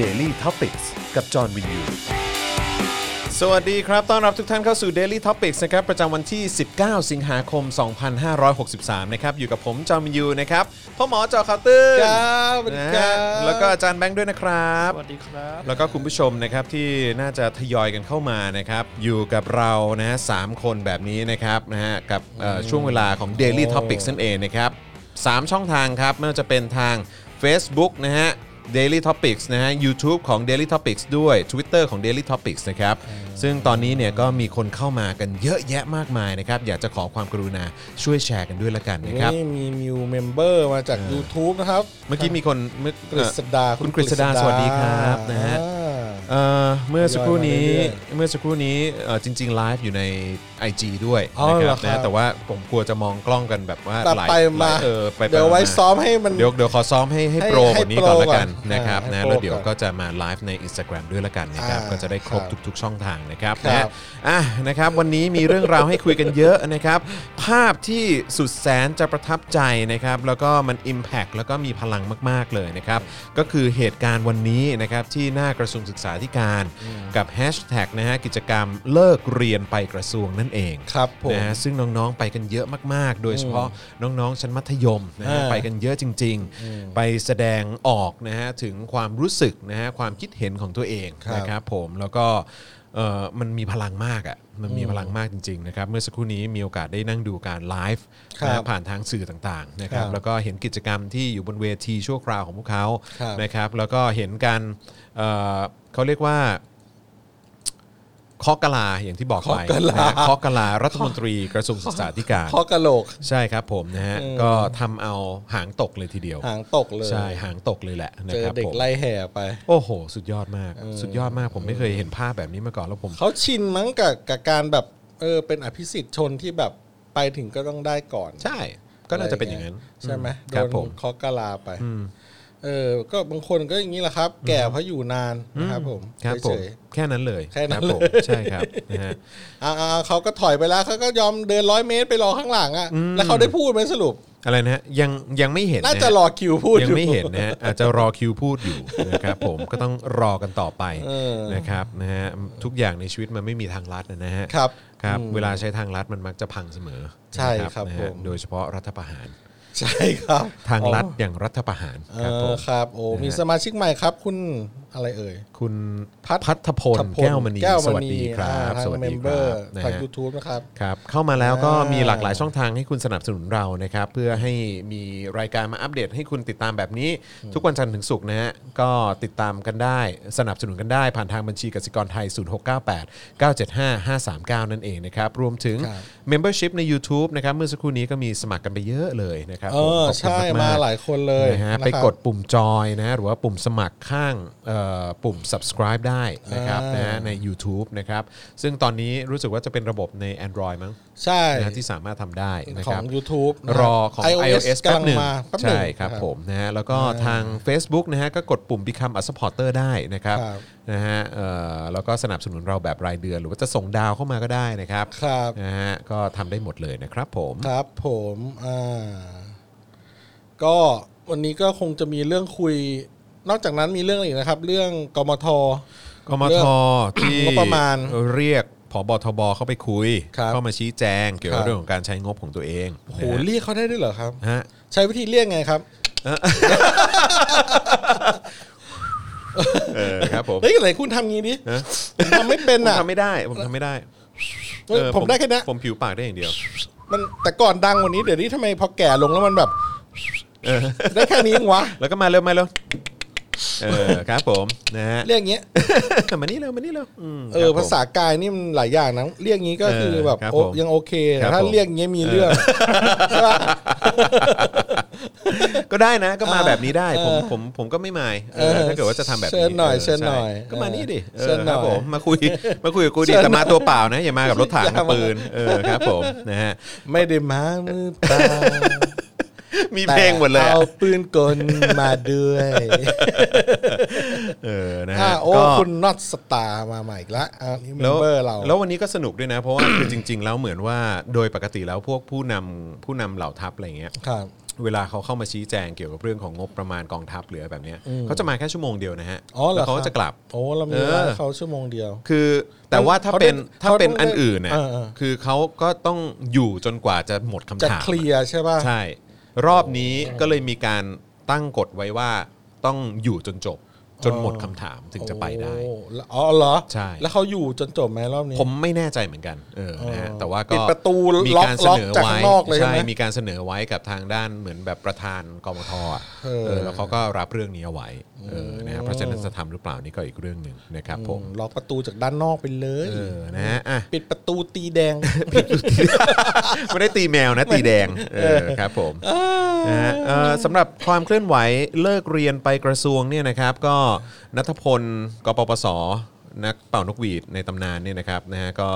Daily t o p i c กกับจอห์นวินยู สวัสดีครับ ต้อนรับทุกท่านเข้าสู่ Daily Topics นะครับ ประจำวันที่ 19 สิงหาคม 2563 นะครับ อยู่กับผม จอมินยู นะครับ พ่อหมอจอคาวตื้น ครับสวัสดีครับ นะแล้วก็อาจารย์แบงค์ด้วยนะครับ สวัสดีครับ แล้วก็คุณผู้ชมนะครับที่น่าจะทยอยกันเข้ามานะครับ อยู่กับเรานะสามคนแบบนี้นะครับนะฮะกับเอ่อช่วงเวลาของ Daily Topics นั่นเองนะครับสามช่องทางครับ ไม่ว่าจะเป็นทาง Facebook นะฮะ Daily Topics นะฮะ YouTube ของ Daily Topics ด้วย Twitter ของ Daily Topics นะครับ ซึ่งตอนนี้เนี่ยก็มีคนเข้ามากันเยอะแยะมากมายนะครับ อยากจะขอความกรุณาช่วยแชร์กันด้วยละกันนะครับ นี่มีมิวเมมเบอร์มาจาก YouTube นะครับ เมื่อกี้มีคนเมื่อก ฤษดา คุณกฤษดาสวัสดีครับนะฮะ อ่า เอ่อเมื่อสักครู่นี้ ทยอยมาเรื่อย เมื่อสักครู่นี้เอ่อจริงๆไลฟ์อยู่ใน IG ด้วย อ๋อ นะค เหร รั อบ ครับ นะแต่ว่าผมกลัวจะมองกล้องกันแบบว่า ตัด หลาย ไป หล มา ยเออไปๆ เดี๋ยวไว้ มาๆ ซ้อมให้มัน เดี๋ยวเดี๋ยวขอซ้อมให้ให้ ให้ โปรกให้ว่านี้ก่อน โปร ละกัน ก่อน นะครับ อ่า นะ ให้โปร แล้วเดี๋ยว ก่อน ก็จะมาไลฟ์ใน Instagram ด้วยละกันนะครับ อ่า ก็จะได้ครบ ครับ ทุก ๆ ช่องทางนะครับ ครับ นะอ่ะนะครับวันนี้มีเรื่องราวให้คุยกันเยอะนะครับ ภาพที่สุดแสนจะประทับใจนะครับแล้วก็มัน Impact แล้วก็มีพลังมาก ๆเลยนะครับก็คือเหตุการณ์วันนี้นะครับที่หน้ากระทรวงศึกษาธิการ กับแฮชแท็กนะฮะกิจกรรมเลิกเรียนไปกระทรวงนั่นเอง ครับผม นะฮะซึ่งน้องๆไปกันเยอะมากๆ โดยเฉพาะน้องๆ ชั้นมัธยมนะฮะ อ่า ไปกันเยอะจริง ๆ ไปแสดงออกนะฮะถึงความรู้สึกนะฮะความคิดเห็นของตัวเอง ครับ นะครับผมแล้วก็เอ่อมันมีพลังมากอะ่ะมันมีพลังมากจริงๆนะครับเมื่อสักครู่นี้มีโอกาสได้นั่งดูการไลฟ์ ครับ นะฮะผ่านทางสื่อต่างๆนะครับ ครับ แล้วก็เห็นกิจกรรมที่อยู่บนเวทีชั่วคราวของพวกเขา ครับ นะครับแล้วก็เห็นการเอ่อเขาเรียกว่า เคาะกะลาอย่างที่บอกไป เคาะกะลา นฮเคาะกะลารัฐมนตรีกระทรวงศึกษาธิการ ข้อกระโหลก ใช่ครับผมนะฮะ อืม ก็ทำเอาหางตกเลยทีเดียว หางตกเลย ใช่หางตกเลยแหละนะ เจอ ครับ เด็ก ผม ไล่แห่ไป โอ้โห สุดยอดมาก สุดยอดมากผมไม่เคยเห็นภาพแบบนี้มาก่อนแล้วผม เขาชินมั้งกับกับการแบบเออเป็นอภิสิทธิ์ชนที่แบบไปถึงก็ต้องได้ก่อน ใช่ก็น่าจะเป็นอย่างนั้น ใช่ไหมโด ครับ น ผม เคอกะลาไปเออ ก็บางคนก็อย่างนี้แหละครับ แก่เพราะอยู่นานนะครับผม ครับผม เฉย แค่นั้นเลย แค่นั้รันบผมใช่ครับนะฮะ ๆอ่าๆเขาก็ถอยไปแล้วเขาก็ยอมเดินร้อยเมตรไปรอข้างหลังอ่ะแล้วเขาได้พูดไหมสรุป อะไรนะฮะยังยังไม่เห็น น่า ฮ จะรอคิวพูด ยังไม่ อ เห็นนะฮะอาจจะรอคิวพูดอยู่ นะครับผมก็ต้องรอกันต่อไป เออ นะครับนะฮะทุกอย่างในชีวิตมันไม่มีทางลัดนะฮะ ครับ ครับเวลาใช้ทางลัดมันมักจะพังเสมอ ใช่ครับ นะฮะ ผม โดยเฉพาะรัฐประหาร ใช่ครับ ทางลัดอย่างรัฐประหารคเอรับผ อ ม ครับ โอ้มีสมาชิกใหม่ครับ คุณอะไรเอ่ย คุณ พัท พัฒพล ทัพ แก้วมณี แก้ว ส ม วัส ณี ดีครั อ่า บ ทาง สวัส เม ดี ม ค เบอ รับ ร์ นะ ทาง ฮะ ยูทูบนะครับ ครับเข้ามาแล้วก็ อ่ามี มีหลากหลายช่องทางให้คุณสนับสนุนเรานะครับ เพื่อให้มีรายการมาอัปเดตให้คุณติดตามแบบนี้ ทุกวันจันทร์ถึงศุกร์นะฮะก็ติดตามกันได้สนับสนุนกันได้ ผ่านทางบัญชีกสิกรไทย 0698 975 539 นั่นเองนะครับ รวมถึง ครับ Membership ใน YouTube นะครับ เมื่อสักครู่นี้ก็มีสมัครกันไปเยอะเลยนะครับ เอ ผมขอบอคุณ ใช่ กๆ มาหลายคนเลย นะฮะ นะครับ ไปกดปุ่มจอยนะฮะหรือว่าปุ่มสมัครข้างเอ่อปุ่ม subscribe ได้นะครับ อ่าน นะฮะใน YouTube นะครับซึ่งตอนนี้รู้สึกว่าจะเป็นระบบใน Android มั้ง ใช่ นะที่สามารถทำได้นะ ข ค อ รับ ง YouTube นะคบ รอของ iOS กำ แป๊ ลั บ ง หนึ่ง มาแป๊บหนึ่ง ใช่ครับผมนะฮะแล้วก็ทาง Facebook นะฮะก็กดปุ่ม Become a supporter ได้นะครับ ครับ นะฮะเอ่อแล้วก็สนับสนุนเราแบบรายเดือน หรือว่าจะส่งดาวเข้ามาก็ได้นะครับ ครับ นะฮะก็ทำได้หมดเลยนะครับผม ครับผมอ่าก็วันนี้ก็คงจะมีเรื่องคุย นอกจากนั้นมีเรื่องอะไรอีกนะครับ เรื่องกมท กม เลื ท อก ที่ งบประมาณ เรียกผบทบเข้าไปคุย ครับ เข้ามาชี้แจงเกี่ยว ค กับรับ เรื่องของการใช้งบของตัวเอง โอ้โหเรียกเขาได้ด้วยเหรอครับ นะฮะ ใช้วิธีเรียกไงครับ เออครับผม เฮ้ยไหนคุณทำงี้ดิผมทำไม่เป็น ผม อ่ะ ทำไม่ได้ผมทำไม่ได้ เฮ้ย เออ ผมได้แค่เนี้ย ผมผิวปากได้อย่างเดียว มันแต่ก่อนดังกว่านี้เดี๋ยวนี้ทำไมพอแก่ลงแล้วมัน แบบได้แค่นี้เองวะ แล้วก็มาเร็วมาเร็วเออครับผมนะฮะ เรียกเงี้ย มานี่เร็วมานี่เร็วม เอคอรับผม ภาษากายนี่มันหลายอย่างนะเรียกงี้ก็คือแบบ เออครับผโอ้ม ยังโอเค ครั แต่ บ ถ้า ผม เรียกเงี้ยมีเรื่องใช่ปะ ก็ได้นะก็มาแบบนี้ได้ผม เออ ผมผมก็ไม่มายเออ เออ ถ้าเกิดว่าจะทำแบบนี้ เชิญหน่อย ใ เชิญหน่อย ก็มานี่ดิ เชิญหคน่อยรับผมมาคุยมาคุยกับกูดิ เชิญหน่อย แต่มาตัวเปล่านะอย่ามากับรถถัง อย่ามา กับปืนเออครับผมนะฮะ ไม่ได้มามือเปล่า มีเพลงหมดเลยอะ เอาปืนกลมาด้วย เออนะ อ่ะ ฮะ โอ้ ก็ คุณน็อตสตาร์มาใหม่อีกละอ่ะนี่เม แล้ว มเบอร์เรา แล้ววันนี้ก็สนุกด้วยนะ เพราะว่าคือจริง ๆ แล้วเหมือนว่าโดยปกติแล้วพวกผู้นำผู้นำเหล่าทัพอะไรเงี้ย ครับ เวลาเขาเข้ามาชี้แจงเกี่ยวกับเรื่องของงบประมาณกองทัพเหลือแบบเนี้ย อืม เขาจะมาแค่ชั่วโมงเดียวนะฮะ อ๋อเหรอ แล้วเขา ครั ก็ บ จะกลับ โอ้เรามี เออ เวลาให้เขาชั่วโมงเดียว คือแต่ว่าถ้า เขาได้ เป็นถ้าเป็น เขาต้องได้ อันอื่นเนี่ย เออเออ คือเขาก็ต้องอยู่จนกว่าจะหมดคำ จะ ถาม เคลียร์ใช่ป่ะ ใช่ รอบนี้ก็เลยมีการตั้งกฎไว้ว่าต้องอยู่จนจบ จนหมดคำถามถึงจะไปได้ โอ้แล้วอ๋อเหรอ ใช่ แล้วเขาอยู่จนจบไหมรอบนี้ ผมไม่แน่ใจเหมือนกันเออนะฮะ อ๋อ แต่ว่าก็ ปิดประตู มี ล็อก การเส ล็อก นอ จาก ไว้ ข้างนอกเลยใช่ไหม มีการเสนอไว้กับทางด้านเหมือนแบบประธานกมทอ่ะ เออ เออแล้วเขาก็รับเรื่องนี้เอาไว้เออนะฮะเพราะฉะนั้นจะทำหรือเปล่านี่ก็อีกเรื่องหนึ่งนะครับผม ล็อกประตูจากด้านนอกไปเลย เออนะฮะอ่ะ ปิดประตูตีแด ง ไม่ได้ตีแมวนะ ตีแดงเออครับผมนะฮะเอ่อสำหรับความเคลื่อนไหวเลิกเรียนไปกระทรวงเนี่ยนะครับ ก็นัทพลกปปสนักเป่านกหวีดในตำนานเนี่ยนะครับนะฮะก็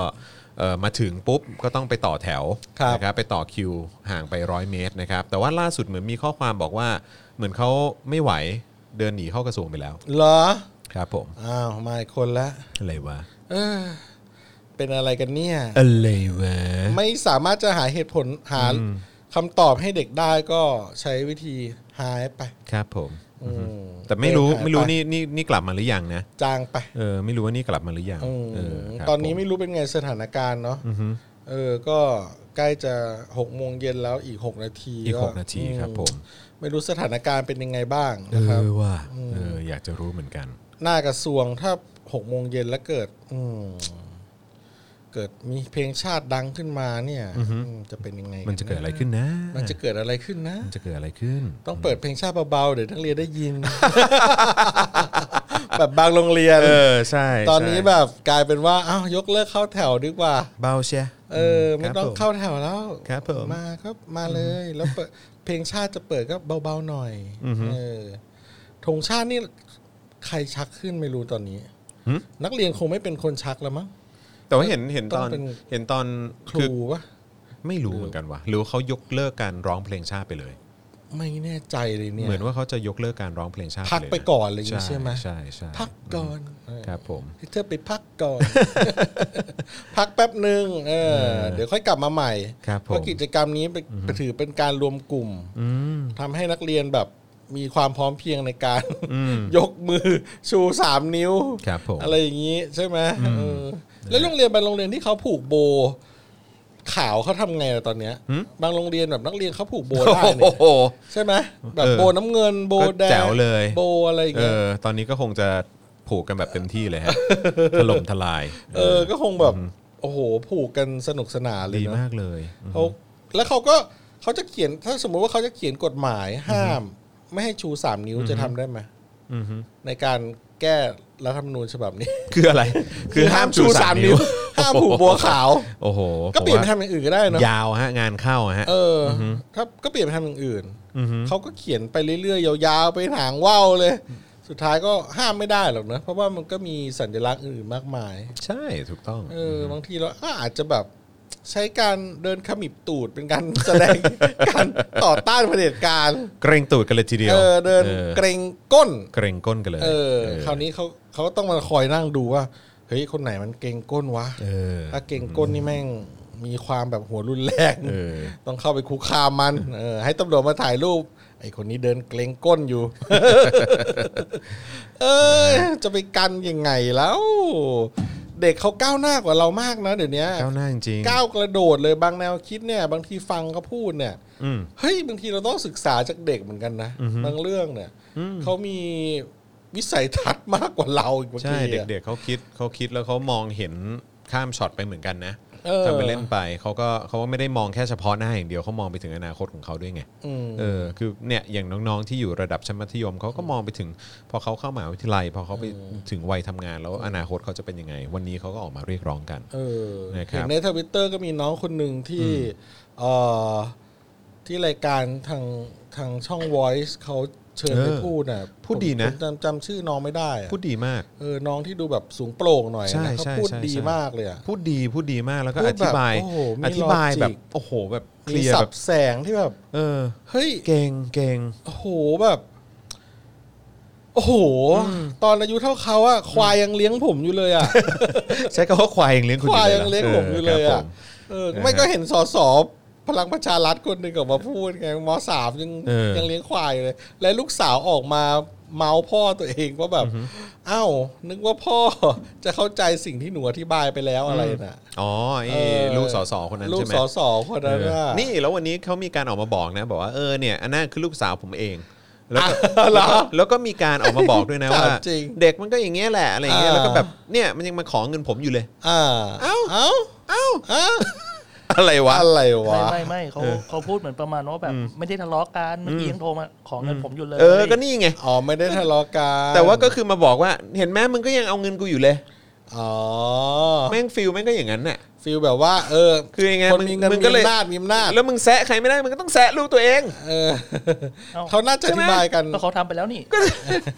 เอ่อมาถึงปุ๊บก็ต้องไปต่อแถว ครับ นะครับไปต่อคิวห่างไปร้อยเมตรนะครับ แต่ว่าล่าสุดเหมือนมีข้อความบอกว่า เหมือนเขาไม่ไหวเดินหนีเข้ากระทรวงไปแล้ว เหรอ ครับผม อ้าวมาอีกคนละ อะไรวะ เอ้อเป็นอะไรกันเนี่ย อะไรวะ ไม่สามารถจะหาเหตุผลหาคำตอบให้เด็กได้ก็ใช้วิธีหายไป ครับผม อืม แต่ไม่รู้ เดินหาย ไม่รู้ ป นี่นี่นี่กลับมาหรือยังนะ จางไป เออไม่รู้ว่านี่กลับมาหรือยัง อืม เออครับ ตอนนี้ ผ ไม่รู้เป็นไงสถานการณ์เนาะ อือฮึ เออ ก็ใกล้จะหกโมงเย็นแล้วอีกหกนาที อีกหกนาทีครับผม ไม่รู้สถานการณ์เป็นยังไงบ้าง เอ นะครับ อว่าเอออยากจะรู้เหมือนกัน หน้ากระทรวงถ้าหกโมงเย็นแล้วเกิด อืมเกิดมีเพลงชาติดังขึ้นมาเนี่ยอืมจะเป็นยังไง มันจะเกิดอะไรขึ้นนะ มันจะเกิดอะไรขึ้นนะ มันจะเกิดอะไรขึ้น ต้องเปิดเพลงชาติเบาๆเดี๋ยวนักเรียนได้ ยิน แบบบางโรงเรียน เออใช่ ตอนนี้ ใช่ แบบกลายเป็นว่าอ้าวยกเลิกเข้าแถวดีกว่า เบาเชีย เออ ไม่ต้องเข้าแถวแล้ว ครับผม มาครับมาเลย แล้วเปิดเพลงชาติจะเปิดก็เบาๆหน่อย อือฮึ เออธงชาตินี่ใครชักขึ้นไม่รู้ตอนนี้ หึ นักเรียนคงไม่เป็นคนชักแล้วมั้ง แต่ว่าเห็นเห็นตอน ต้องเป็น เห็นตอน ค คือ รูวะ ไม่รู้เหมือนกันว่ะหรือว่าเขายกเลิกการร้องเพลงชาติไปเลย ไม่แน่ใจเลยเนี่ย เหมือนว่าเขาจะยกเลิกการร้องเพลงชาติ พัก เลยะ ไปก่อนอะไรอย่างงี้ใช่ไหม ใช่ใช่ พักก่อนเออ ครับผม ให้เธอไปพักก่อน พักแป๊บหนึ่งเออ เดี๋ยวค่อยกลับมาใหม่ ครับผม เพราะกิจกรรมนี้เป็นถือเป็นการรวมกลุ่ม อืม ทำให้นักเรียนแบบมีความพร้อมเพรียงในการ อืม ยกมือชูสามนิ้ว ครับผม อะไรอย่างนี้ใช่ไหมเออแล้วโรงเรียนบางโรงเรียนที่เขาผูกโบ ขาวเขาทำไงอะตอนเนี้ย หึ บางโรงเรียนแบบนักเรียนเขาผูกโบ โอ ได้เนี่ ้ ย โห ใช่ไหมแบบ เออ โบน้ำเงินโบแด ก็แจ๋ ง วเลย โบอะไรอย่าง เอ เงี้ย อ ตอนนี้ก็คงจะผูกกันแบบเต็มที่เลย ฮะ ถล่มทลาย เออก็คงแบบ โอ้โห ผูกกันสนุกสนานเลย ดี เนอะ มากเลยอืม เขาแล้วเขาก็เขาจะเขียนถ้าสมมุติว่าเขาจะเขียนกฎหมายห้าม ไม่ให้ชูสามนิ้วจะทำได้ไหมในการแก้รัฐธรรมนูญฉบับนี้ คืออะไร คือห้ามชูสามนิ้ว ห้ามผูกบัวขาว โอ้โห ก็เปลี่ยนไป ผมว่ ทำอย่างอื่นก็ได้เนาะ ยาวฮะ งานเข้าฮะ เอออถ้าก็เปลี่ยนไปทำอย่างอื่นเขาก็เขียนไปเรื่อยๆยาวๆไปหางว่าวเลย สุดท้ายก็ห้ามไม่ได้หรอกนะเพราะว่ามันก็มีสัญลักษณ์อื่นๆมากมาย ใช่ถูกต้อง เออบางทีเราก็อาจจะแบบใช้การเดินขมิบตูดเป็นการแสดง การต่อต้านเผด็จการ เกรงตูดกันเลยทีเดียว เออเดิน ออ เกรงก้น เกรงก้นกันเลย เออ เออ คราวนี้เขาเขาก็ต้องมาคอยนั่งดูว่า เฮ้ย คนไหนมันเกรงก้นวะ เออ ถ้าเกรงก้นนี่แม่งมีความแบบหัวรุนแรง เออ ต้องเข้าไปคุกคามมัน เออ ให้ตำรวจมาถ่ายรูป ไอ้คนนี้เดินเกรงก้นอยู่ เออจะไปกันยังไงแล้ว เด็กเขาก้าวหน้ากว่าเรามากนะเดี๋ยวนี้ ก้าวหน้าจริงๆ ก้าวกระโดดเลยบางแนวคิดเนี่ย บางทีฟังเขาพูดเนี่ย อืม เฮ้ยบางทีเราต้องศึกษาจากเด็กเหมือนกันนะบางเรื่องเนี่ยเขามีวิสัยทัศน์มากกว่าเราอีกบาง ใช่ ทีอะ เด็กๆเขาคิดเขาคิดแล้วเขามองเห็นข้ามช็อตไปเหมือนกันนะ เออ ทำไปเล่นไปเขาก็เขาก็ไม่ได้มองแค่เฉพาะหน้าอย่างเดียวเขามองไปถึงอนาคตของเขาด้วยไง อืม เออคือเนี่ยอย่างน้องๆที่อยู่ระดับชั้นมัธยมเขาก็มองไปถึง พอเขาเข้ามหาวิทยาลัยพอเขาไปถึงวัยทำงาน แล้วอนาคตเขาจะเป็นยังไง วันนี้เขาก็ออกมาเรียกร้องกัน เออ นะครับ เห็นในทวิตเตอร์ก็มีน้องคนหนึ่งที่เอ่อที่รายการทางทางช่อง Voice เขาเชิญไปพูดน่ะ พูดดีนะ ผมจำจำชื่อน้องไม่ได้อะ พูดดีมาก เออน้องที่ดูแบบสูงโปร่งหน่อย ใช่ นะเขา ใช่ พูด ใช่ ดี ใช่ มากเลยอะ พูดดีพูดดีมากแล้วก็ พู อ ดแบบ ธิบาย โอ้โหมี อธิบายแบบ logic โอ้โหแบบเค มี ลียร์ สั แบบ บ แสงที่แบบ เออ เฮ้ย เก่งเก่ง โอ้โหแบบ โอ้โห ตอนอายุเท่าเขาอะควายยังเลี้ยงผมอยู่เลย อะ ใช้คำว่าควายยังเลี้ยงคุ ค ณอ วาย ยู่เลย ยังเลี้ยงผมอยู่เลย ครับ อะ ผม เออ ไม่ก็เห็นสอสอ พลังประชารัฐคนหนึ่งออกมาพูดไงมสามยัง เออ ยังเลี้ยงควายอยู่เลย และลูกสาวออกมาเมาพ่อตัวเองว่าแบบเอ้าวนึกว่าพ่อจะเข้าใจสิ่งที่หนูอธิบายไปแล้วอะไรน่ะ อ๋อไอ้ เออ ลูกสอสอคนนั้น ลูก ใช่ไหม สอสอคนนั้น เอ น่ะ อนี่แล้ววันนี้เขามีการออกมาบอกนะบอกว่าเออเนี่ยอันนั้นคือลูกสาวผมเอง แล้วก็ เหรอ แล้วก็มีการออกมาบอกด้วยนะว่า ถามจริง เด็กมันก็อย่างเงี้ยแหละอะไรอย่างเงี้ย อ่า แล้วก็แบบเนี่ยมันยังมาขอเงินผมอยู่เลย อ่า เอ้า เอ้า เอ้า เอ้า อะไรวะ อะไรวะ ไม่ไม่ไม่เขาเขาพูดเหมือนประมาณว่าแบบไม่ได้ทะเลาะกันเมื่อกี้ยังโทรมาขอเงินผมอยู่เลย เออก็นี่ไง อ๋อไม่ได้ทะเลาะกัน แต่ว่าก็คือมาบอกว่าเห็นไหมมึงก็ยังเอาเงินกูอยู่เลย อ๋อ แม่งฟิลแม่งก็อย่างนั้นน่ะ ฟิลแบบว่า เออ คือยังไง คนมีเงิน มึ มี งก็เลย อำนาจมีอำนาจ แล้วมึงแซะใครไม่ได้มึงก็ต้องแซะลูกตัวเอง เออ อ้ เขาน่าจะอ ใช่ไหม ธิบายกัน ก็เขาทำไปแล้วนี่ ก็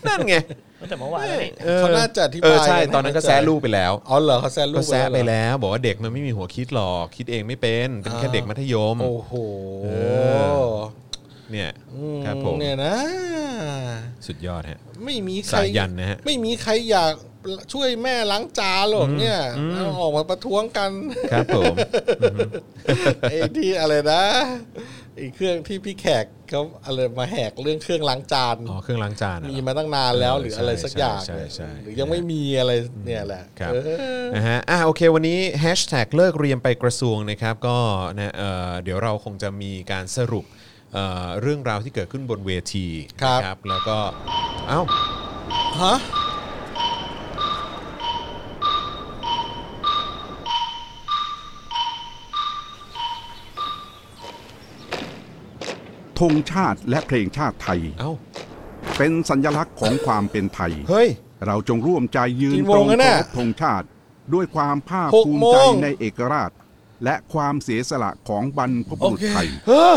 นั่นไง ตั้งแต่เมื่อวานแล้วนี่ เขาน่าจะอเอบธิา อย ใช่ ห้ ตอนนั้นก็ เข้าใจ แซะลูกไปแล้ว อ๋อเหรอเขาแซะลู ก็ ก แซะไป เหรอ แล้ว บอกว่าเด็กมันไม่มีหัวคิดหรอกคิดเองไม่เป็นเป็นแค่ อ่า เด็กมัธยม โอ้โห เอ เนี่ย ม ครับผม เนี่ยนะ สุดยอดฮะ ไม่มีใคร สายันนะฮะ ไม่มีใครอยากช่วยแม่ล้างจานหรอกเนี่ยเอาออกมาประท้วงกัน ครับผม ไอ้ที่อะไรนะไอ้เครื่องที่พี่แขกเขาอะไรมาแหกเรื่องเครื่องล้างจาน อ๋อเครื่องล้างจานอะ มีมาตั้งนานแล้ว เออ หรืออะไรสัก ใช่ อย่าง ใช่ เนี่ย ใช่ หรือยังไม่มีอะไรเนี่ยแหละ ครับ เออ นะฮะ อ่ะโอเค วันนี้แฮชแท็กเลิกเรียนไปกระทรวงนะครับ ก็นะเอ่อเดี๋ยวเราคงจะมีการสรุปเอ่อเรื่องราวที่เกิดขึ้นบนเวที ครับ นะแล้วก็ เอ้า ฮะ ธงชาติและเพลงชาติไทย เอ้า เป็นสัญลักษณ์ของความเป็นไทย เฮ้ย เราจงร่วมใจยืน กี่ ต โม รง ง แล้ว เคา น่ะ รพธงชาติ ด้วยความภาค หก ภูมิ โมง ใจในเอกราช และความเสียสละของบรรพบุรุษไทย เฮ้อ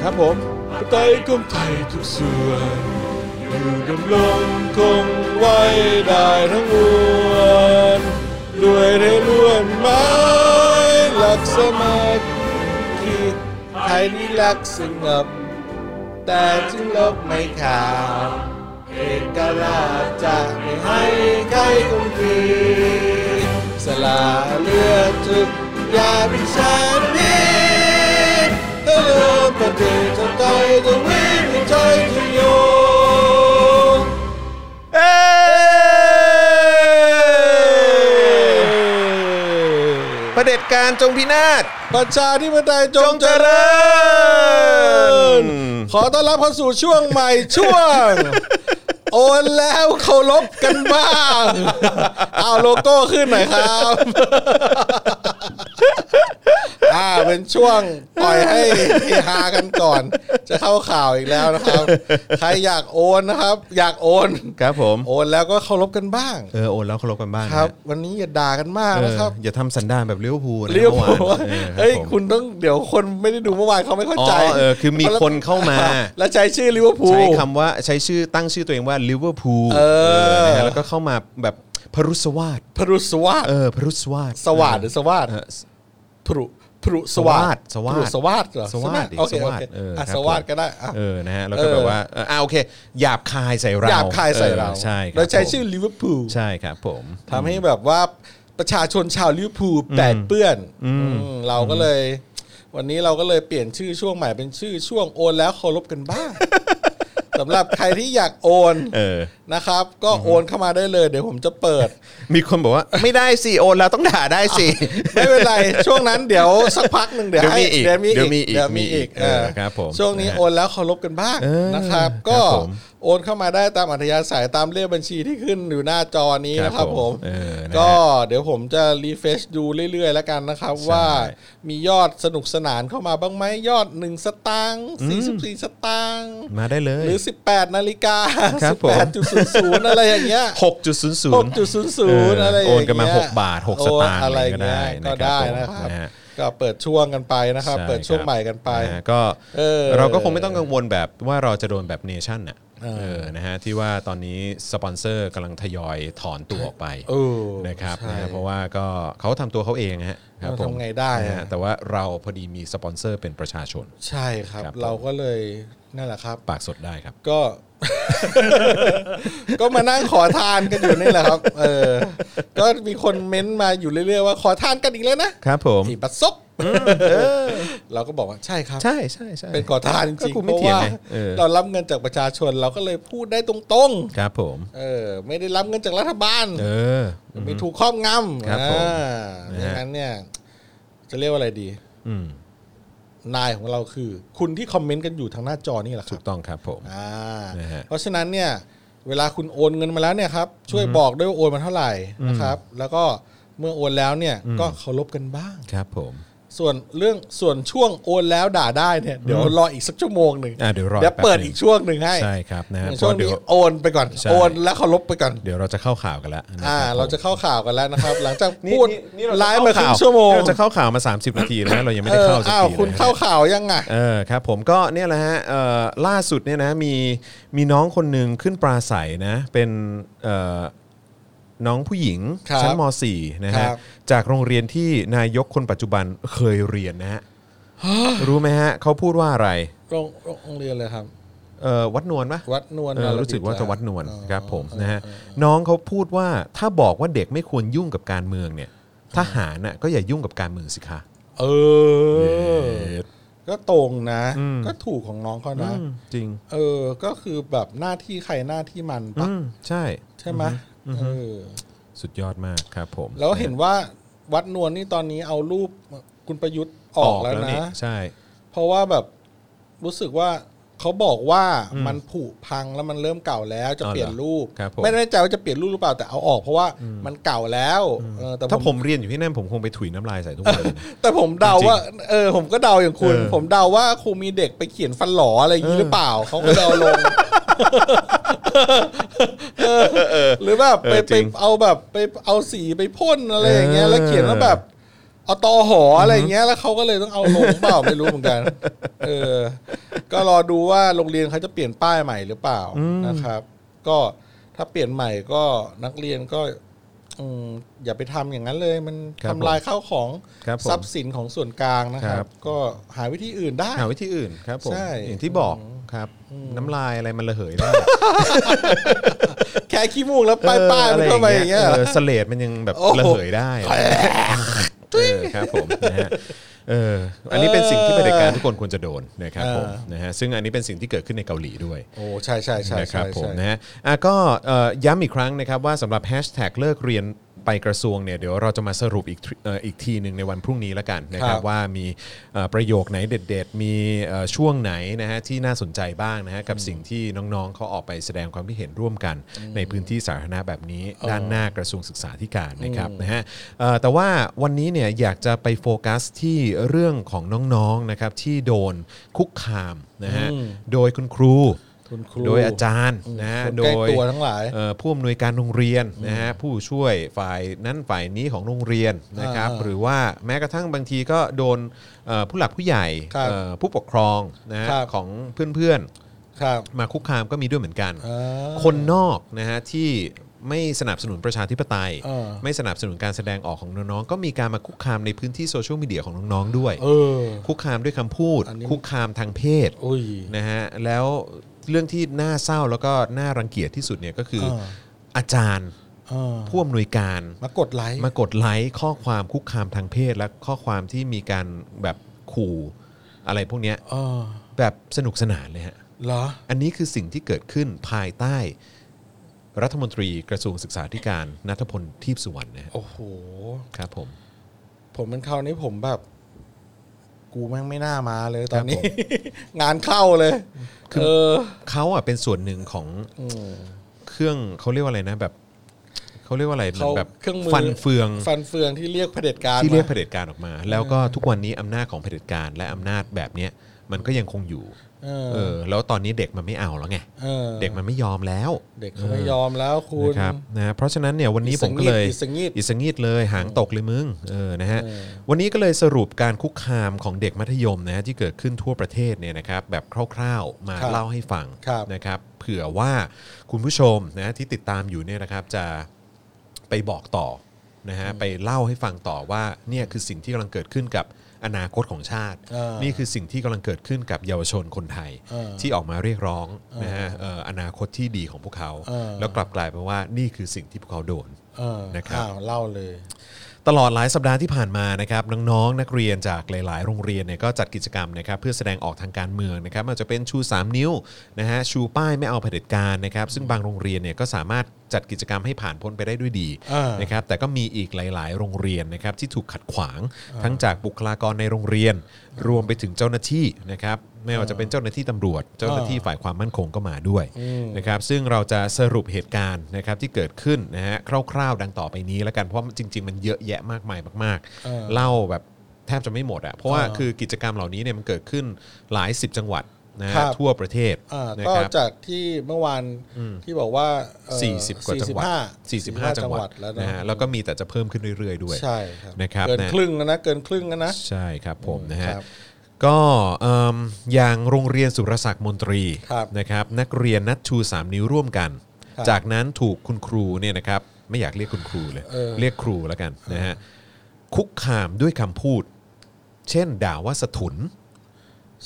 ครับผม ไตกมไทยทุกส่วนอยู่ดำรงคงไว้ได้ทั้งมวลด้วยได้ร่วมไม้หลักสมัครที่ไทยนี้รักสงบ แต่จึงลบไม่ขาดเอกราชจะไม่ให้ใครคงทีสละเลือดทุกอยาพิชาตินี้ถ้าเริ่มปฏิจะตายจะวิ่งใจจะโยง เอ้ยประเผด็จการจงพินาศ ประชาธิปไตยจ จ ง ง เจ เจ ริญ ริญ ขอต้อนรับเข้าสู่ช่วงใหม่ช่วง โอนแล้วเคารพกันบ้าง เอาโลโก้ขึ้นหน่อยครับ อ่าเป็นช่วงปล่อยให้เฮฮากันก่อน จะเข้าข่าวอีกแล้วนะครับ ใครอยากโอนนะครับ อยากโอน ครับผม โอนแล้วก็เคารพกันบ้าง เออโอนแล้วเคารพกันบ้างนะครับ วันนี้อย่าด่ากันมาก เออ นะครับ อย่าทำสันดานแบบเลี้ยวภูลนะ เรียกผม เมื่อวา ว่าน ออรับ เฮ้ย ผม คุณต้องเดี๋ยวคนไม่ได้ดูเมื่อวานเขาไม่เข้า อ๋อ ใจ เออคือมีคนเข้ามา แล้วใช้ชื่อลิเวอร์พูล ใช้คำว่าใช้ชื่อตั้งชื่อตัวเองว่าลิเวอร์พูล เออ นะฮะแล้วก็เข้ามาแบบพรุสวาด พรุสวาส เออพรุสวาด สวาสหรือสวาส เออ พรุพรุสวาส สวาส พรุสวาสเหรอ สวาส ใช่ไหม ดิ โอเค ส โอ วาส เค เออ อ่ะ ครับ สวาสก็ได้อ่ะ เออนะฮะแล้วก็แบบว่าเอออ่าโอเคหยาบคายใส่เรา หยาบคายใส่เรา ออใช่ครับ โดยใช้ ผม ชื่อลิเวอร์พูล ใช่ครับผม ทำให้แบบว่าประชาชนชาวลิเวอร์พูลแปดเปื้อนอืมเราก็เลย วันนี้เราก็เลยเปลี่ยนชื่อช่วงใหม่เป็นชื่อช่วงโอนแล้วเคารพกัน บ้างสำหรับใครที่อยากโอน เออ นะครับ ก็โอนเข้ามาได้เลย เดี๋ยวผมจะเปิด มีคนบอกว่า ไม่ได้สิโอนเราต้องด่าได้สิ ไม่เป็นไร ช่วงนั้นเดี๋ยวสักพักหนึ่งเดี๋ยว เดี๋ยว ให้ มีอีก เดี๋ยวมี เดี๋ยวมี อี อีกมีอีกเดี๋ยวมีอีก เออ เออ ครับผม ช่วงนี้ นะฮะ โอนแล้วเคารพกันบ้าง เออ นะครับ ครับ ก็ ผม โอนเข้ามาได้ตามอัธยาศัยตามเลขบัญชีที่ขึ้นอยู่หน้าจอนี้นะครับผม เออนะฮะ ก็เดี๋ยวผมจะรีเฟชดูเรื่อยๆ แล้วกันนะครับ ว่ามียอดสนุกสนานเข้ามาบ้างไหมยอด 1 สตางค์44 สตางค์ มาได้เลย หรือ 18 นาฬิกา ครับผม 18.00อะไรอย่างเงี้ย หกจุดศูนย์ศู ห น ก ย์ จุดศูนย์ศูนย์อะไรอย่งเงี้ย โอนกันมาหกบาทหกสตางค์ โนอะไร อะไรก็ได้ เงี้ยก็ได้นะครับ นะฮะ ก็เปิดช่วงกันไปนะครับ เปิดช่วงใหม่กันไป นะฮะก็ เออ เราก็คงไม่ต้องกังวลแบบว่าเราจะโดนแบบเนชั่นน่ะ เออ เออนะฮะที่ว่าตอนนี้สปอนเซอร์กำลังทยอยถอนตัวออกไป เออ นะครับ ใช่ นะฮะเพราะว่าก็เขาทำตัวเขาเองฮะ ครับ เรา ผม ทำไงได้อะ นะฮะแต่ว่าเราพอดีมีสปอนเซอร์เป็นประชาชน ใช่ครับ ครับผม เราก็เลยนั่นแหละครับ ปากสดได้ครับ ก็ ก็มานั่งขอทานกันอยู่นี่แหละครับ เออ ก็มีคนเม้นต์มาอยู่เรื่อยๆว่าขอทานกันอีกแล้วนะครับ ผม ไอีปัสซบเราก็บอกว่าใช่ครับ ใช่ใช่ใช่ เป็นขอทานจ ก็ ริง กู ๆ ไม่ เพราะ เถียง ว่า ไงเออ เรารับเงินจากประชาชนเราก็เลยพูดได้ตรง ครับผม ๆ เออ ไม่ได้รับเงินจากรัฐบาล เออ ไม่ถูกครอบง ค ำ รับผอ่ามนะฮะ ดังนั้นเนี่ย จะเรียกว่าอะไรดี อืม นายของเราคือ คุณที่คอมเมนต์กันอยู่ทางหน้าจอนี่แหละค ถู รับ กต้องครับผม อ่า นะฮะ เพราะฉะนั้นเนี่ยเวลาคุณโอนเงินมาแล้วเนี่ยครับช่วยบอกด้วยว่าโอนมาเท่าไหร่นะครับ แล้วก็เมื่อโอนแล้วเนี่ยก็เคารพกันบ้าง ครับผม ส่วนเรื่องส่วนช่วงโอนแล้วด่าได้เนี่ยเดี๋ยวรออีกสักชั่วโมงหนึ่ง อ่ะเดี๋ยวรอ เดี๋ยว แป๊บ เปิด หนึ่ง อีกช่วงหนึ่งให้ ใช่ครับนะฮะเพ ช่วง ราะเดี๋ย นี้ ว โอนไปก่อน ใช่ โอนแล้วเคารพไปก่อน เดี๋ยวเราจะเข้าข่าวกันแล้วนะ อ่า คบ เราจะเข้าข่าวกันแล้ว นะครับ หลังจาก นี่ พูด นี่นี่เรจะ ไลฟ์ เข้ มาครึ่ง ข่ ชั่วโมง เราจะเข้าข่าวมา 30 นาทีแล้วนะเรายังไม่ได้เข้าสัก อ้าว ที คุณ นะฮะ เข้าข่าวยังไง เออครับผมก็เนี่ยแหละฮะเอ่อล่าสุดเนี่ยนะมีมีน้องคนหนึ่งขึ้นปราศัยนะเป็นเอ่อน้องผู้หญิง ครับ ชั้นม .4 นะฮะ ครับ จากโรงเรียนที่นายกคนปัจจุบันเคยเรียนนะฮะรู้ไหมฮะเขาพูดว่าอะไร โรงโรงโรงเรียนเลยครับ เอ่อวัดนวลปะ วัดนวล เออรู้สึกว่าจะวัดนวลครับผมนะฮะน้องเขาพูดว่าถ้าบอกว่าเด็กไม่ควรยุ่งกับการเมืองเนี่ยทหารน่ะก็อย่ายุ่งกับการเมืองสิคะ เออ ก็ตรงนะ ก็ถูกของน้องเขานะ จริง เออ ก็คือแบบหน้าที่ใครหน้าที่มันปะ อืมใช่ ใช่ไหมเออ สุดยอดมากครับผม แล้วเห็นว่าวัดนวลนี่ตอนนี้เอารูปคุณประยุทธ์ออกแล้วนะ ใช่ เพราะว่าแบบรู้สึกว่าเขาบอกว่ามันผุพังแล้วมันเริ่มเก่าแล้วจะ อ๋อ เปลี่ยน เหรอ รูป ครับผม ไม่แน่ใจว่าจะเปลี่ยนรูปหรือเปล่าแต่เอาออกเพราะว่ามันเก่าแล้วเออแต่ ถ้าผผมมเรียนอยู่ที่นั่นผมคงไปถุยน้ำลายใส่ทุกวันเลยนะ แต่ผมเดาว่า เออ ผมก็เดาอย่างคุณ เออ ผมเดาว่าครูมีเด็กไปเขียนฟันหลออะไรอย่างนี้หรือเปล่า เขาก็เดาลงเออหรือแบบไปไปเอาแบบไปเอาสีไปพ่นอะไรอย่างเงี้ย แล้วเขียนว่าแบบเอาตอหออะไรอย่างเงี้ย แล้วเขาก็เลยต้องเอาลงเปล่าไม่รู้เหมือนกัน เออ ก็รอดูว่าโรงเรียนเขาจะเปลี่ยนป้ายใหม่หรือเปล่านะครับ ก็ถ้าเปลี่ยนใหม่ก็นักเรียนก็ อืมอย่าไปทำอย่างนั้นเลย มัน ครับทำผม ลายข้าวของ ครับผม ทรัพย์สินของส่วนกลางนะค ครั รับบก็หาวิธีอื่นได้ หาวิธีอื่นครับผม ใช่ อย่างที่บอกครับ น้ำลายอะไรมันระเหยได้ แค่ขี้มูกแล้วป้ายป้ายมันเข้าไปอย่างเงี้ย ออสเลดมันยังแบบ โอ้โห ระเหยได้เออครับผมนะฮะเอออันนี้เป็นสิ่งที่เผด็จการทุกคนควรจะโดนนะครับผมนะฮะซึ่งอันนี้เป็นสิ่งที่เกิดขึ้นในเกาหลีด้วย โอ้ใช่ใช่ใช่ นะค ใช่ รับผม ใช่ นะฮะอ่ะก็เอ่อย้ำอีกครั้งนะครับว่าสำหรับแฮชแท็กเลิกเรียนไปกระทรวงเนี่ยเดี๋ยวเราจะมาสรุปอีกทริเอ่ออีกทีหนึ่งในวันพรุ่งนี้แล้วกันนะครับ ครับ ว่ามีเอ่อประโยคไหนเด็ด ๆ มีเอ่อช่วงไหนนะฮะที่น่าสนใจบ้างนะฮะกับสิ่งที่น้องๆเขาออกไปแสดงความคิดเห็นร่วมกัน ในพื้นที่สาธารณะแบบนี้ด้านหน้ากระทรวงศึกษาธิการนะครับนะฮะเอ่อแต่ว่าวันนี้เนี่ยอยากจะไปโฟกัสที่เรื่องของน้องๆนะครับที่โดนคุกคามนะฮะโดยคุณครู คุณครู โดยอาจารย์ อาจารย์นะฮะ คน โด ใกล้ ย ตัวทั้งหลาย เอ่อผู้อำนวยการโรงเรียนนะฮะผู้ช่วยฝ่ายนั้นฝ่ายนี้ของโรงเรียนนะครับ อ่า หรือว่าแม้กระทั่งบางทีก็โดนเอ่อผู้หลักผู้ใหญ่ ครับ เอ่อผู้ปกครองนะฮะ ครับ ของเพื่อน ครับ ๆ มาคุกคามก็มีด้วยเหมือนกัน อ่า คนนอกนะฮะที่ไม่สนับสนุนประชาธิปไตย เออ ไม่สนับสนุนการแสดงออกของน้องๆก็มีการมาคุกคามในพื้นที่โซเชียลมีเดียของน้องๆด้วย เออ คุกคามด้วยคำพูด อันนี้ คุกคามทางเพศ อุ้ย นะฮะแล้วเรื่องที่น่าเศร้าแล้วก็น่ารังเกียจที่สุดเนี่ยก็คืออ อ อาจารย์ อ่า ผู้อำนวยการ มากดไลค์ มากดไลค์ข้อความคุกคามทางเพศและข้อความที่มีการแบบขู่อะไรพวกเนี้ย อ่า แบบสนุกสนานเลยฮะ เหรอ อันนี้คือสิ่งที่เกิดขึ้นภายใต้รัฐมนตรีกระทรวงศึกษาธิการนัทพลทีพสุวรรณนะฮะ โอ้โห ครับผม ผมเป็นคราวนี้ผมแบบ กูแม่งไม่น่ามาเลยตอนนี้ ครับผ งานเข้าเลย เออ เขาอ่ะเป็นส่วนหนึ่งของเครื่องเขาเรียกว่าอะไรนะแบบเขาเรียกว่าอะไรเหมือนแบบ เขาเครื่องมือ ฟันเฟือง ฟันเฟืองที่เรียกเผด็จการ ที่เรียก มา เผด็จการออกมา แล้วก็ทุกวันนี้อำนาจของเผด็จการและอำนาจแบบเนี้ยมันก็ยังคงอยู่ เออ เออแล้วตอนนี้เด็กมันไม่เอาแล้วไง ออ เด็กมันไม่ยอมแล้ว เด็กเขาไม่ยอมแล้วคุณ นะครับนะเพราะฉะนั้นเนี่ยวันนี้ผมก็เลย อิสังงีด อิสังงีดเลยหางตกเลยมึงเออนะฮะวันนี้ก็เลยสรุปการคุกคามของเด็กมัธยมนะฮะที่เกิดขึ้นทั่วประเทศเนี่ยนะครับแบบคร่าวๆมา ครับ เล่าให้ฟัง ครับ นะครับเผื่อว่าคุณผู้ชมนะที่ติดตามอยู่เนี่ยนะครับจะไปบอกต่อ นะฮะไปเล่าให้ฟังต่อว่าเนี่ยคือสิ่งที่กำลังเกิดขึ้นกับอนาคตของชาติ เออ นี่คือสิ่งที่กำลังเกิดขึ้นกับเยาวชนคนไทย เออ ที่ออกมาเรียกร้องนะฮะเอ่ออนาคตที่ดีของพวกเขา เออ แล้วกลับกลายเป็นว่านี่คือสิ่งที่พวกเขาโดน เออ นะครับ อ้าวเล่าเลย ตลอดหลายสัปดาห์ที่ผ่านมานะครับน้องๆนักเรียนจากหลาย ๆ โรงเรียนเนี่ยก็จัดกิจกรรมนะครับเพื่อแสดงออกทางการเมืองนะครับไมว่าจะเป็นชู 3 นิ้วนะฮะชูป้ายไม่เอาเผด็จการนะครับซึ่งบางโรงเรียนเนี่ยก็สามารถจัดกิจกรรมให้ผ่านพ้นไปได้ด้วยดีนะครับแต่ก็มีอีกหลาย ๆ โรงเรียนนะครับที่ถูกขัดขวางทั้งจากบุคลากรในโรงเรียน รวมไปถึงเจ้าหน้าที่นะครับไม่ว่าจะเป็นเจ้าหน้าที่ตำรวจ เจ้าหน้าที่ฝ่ายความมั่นคงก็มาด้วยนะครับซึ่งเราจะสรุปเหตุการณ์นะครับที่เกิดขึ้นนะฮะคร่าว ๆ ดังต่อไปนี้แล้วกันเพราะจริง ๆ มันเยอะแยะมากมายมาก ๆ เล่าแบบแทบจะไม่หมดอะเพราะว่าคือกิจกรรมเหล่านี้เนี่ยมันเกิดขึ้นหลายสิบจังหวัดนะฮะทั่วประเทศ อ่า นะ ก็ ครับ จากที่เมื่อวานที่บอกว่าเอ่อ 40 กว่าจังหวัด 45 45 จังหวัด แล้ว นะ นะ ฮะแล้วก็มีแต่จะเพิ่มขึ้นเรื่อย ๆ ด้วย ใช่ครับ นะครับ เกิน นะ ครึ่งแล้วนะเกินครึ่งแล้วนะ ใช่ครับผมนะฮะ ครับ ก็เอิ่มอย่างโรงเรียนสุรศักดิ์มนตรี ครับ นะครับนักเรียนนัดชู 3 นิ้วร่วมกัน ครับ จากนั้นถูกคุณครูเนี่ยนะครับไม่อยากเรียกคุณครูเลย เรียกครูแล้วกันนะฮะคุกคามด้วยคำพูด เช่น ด่าว่าสถุน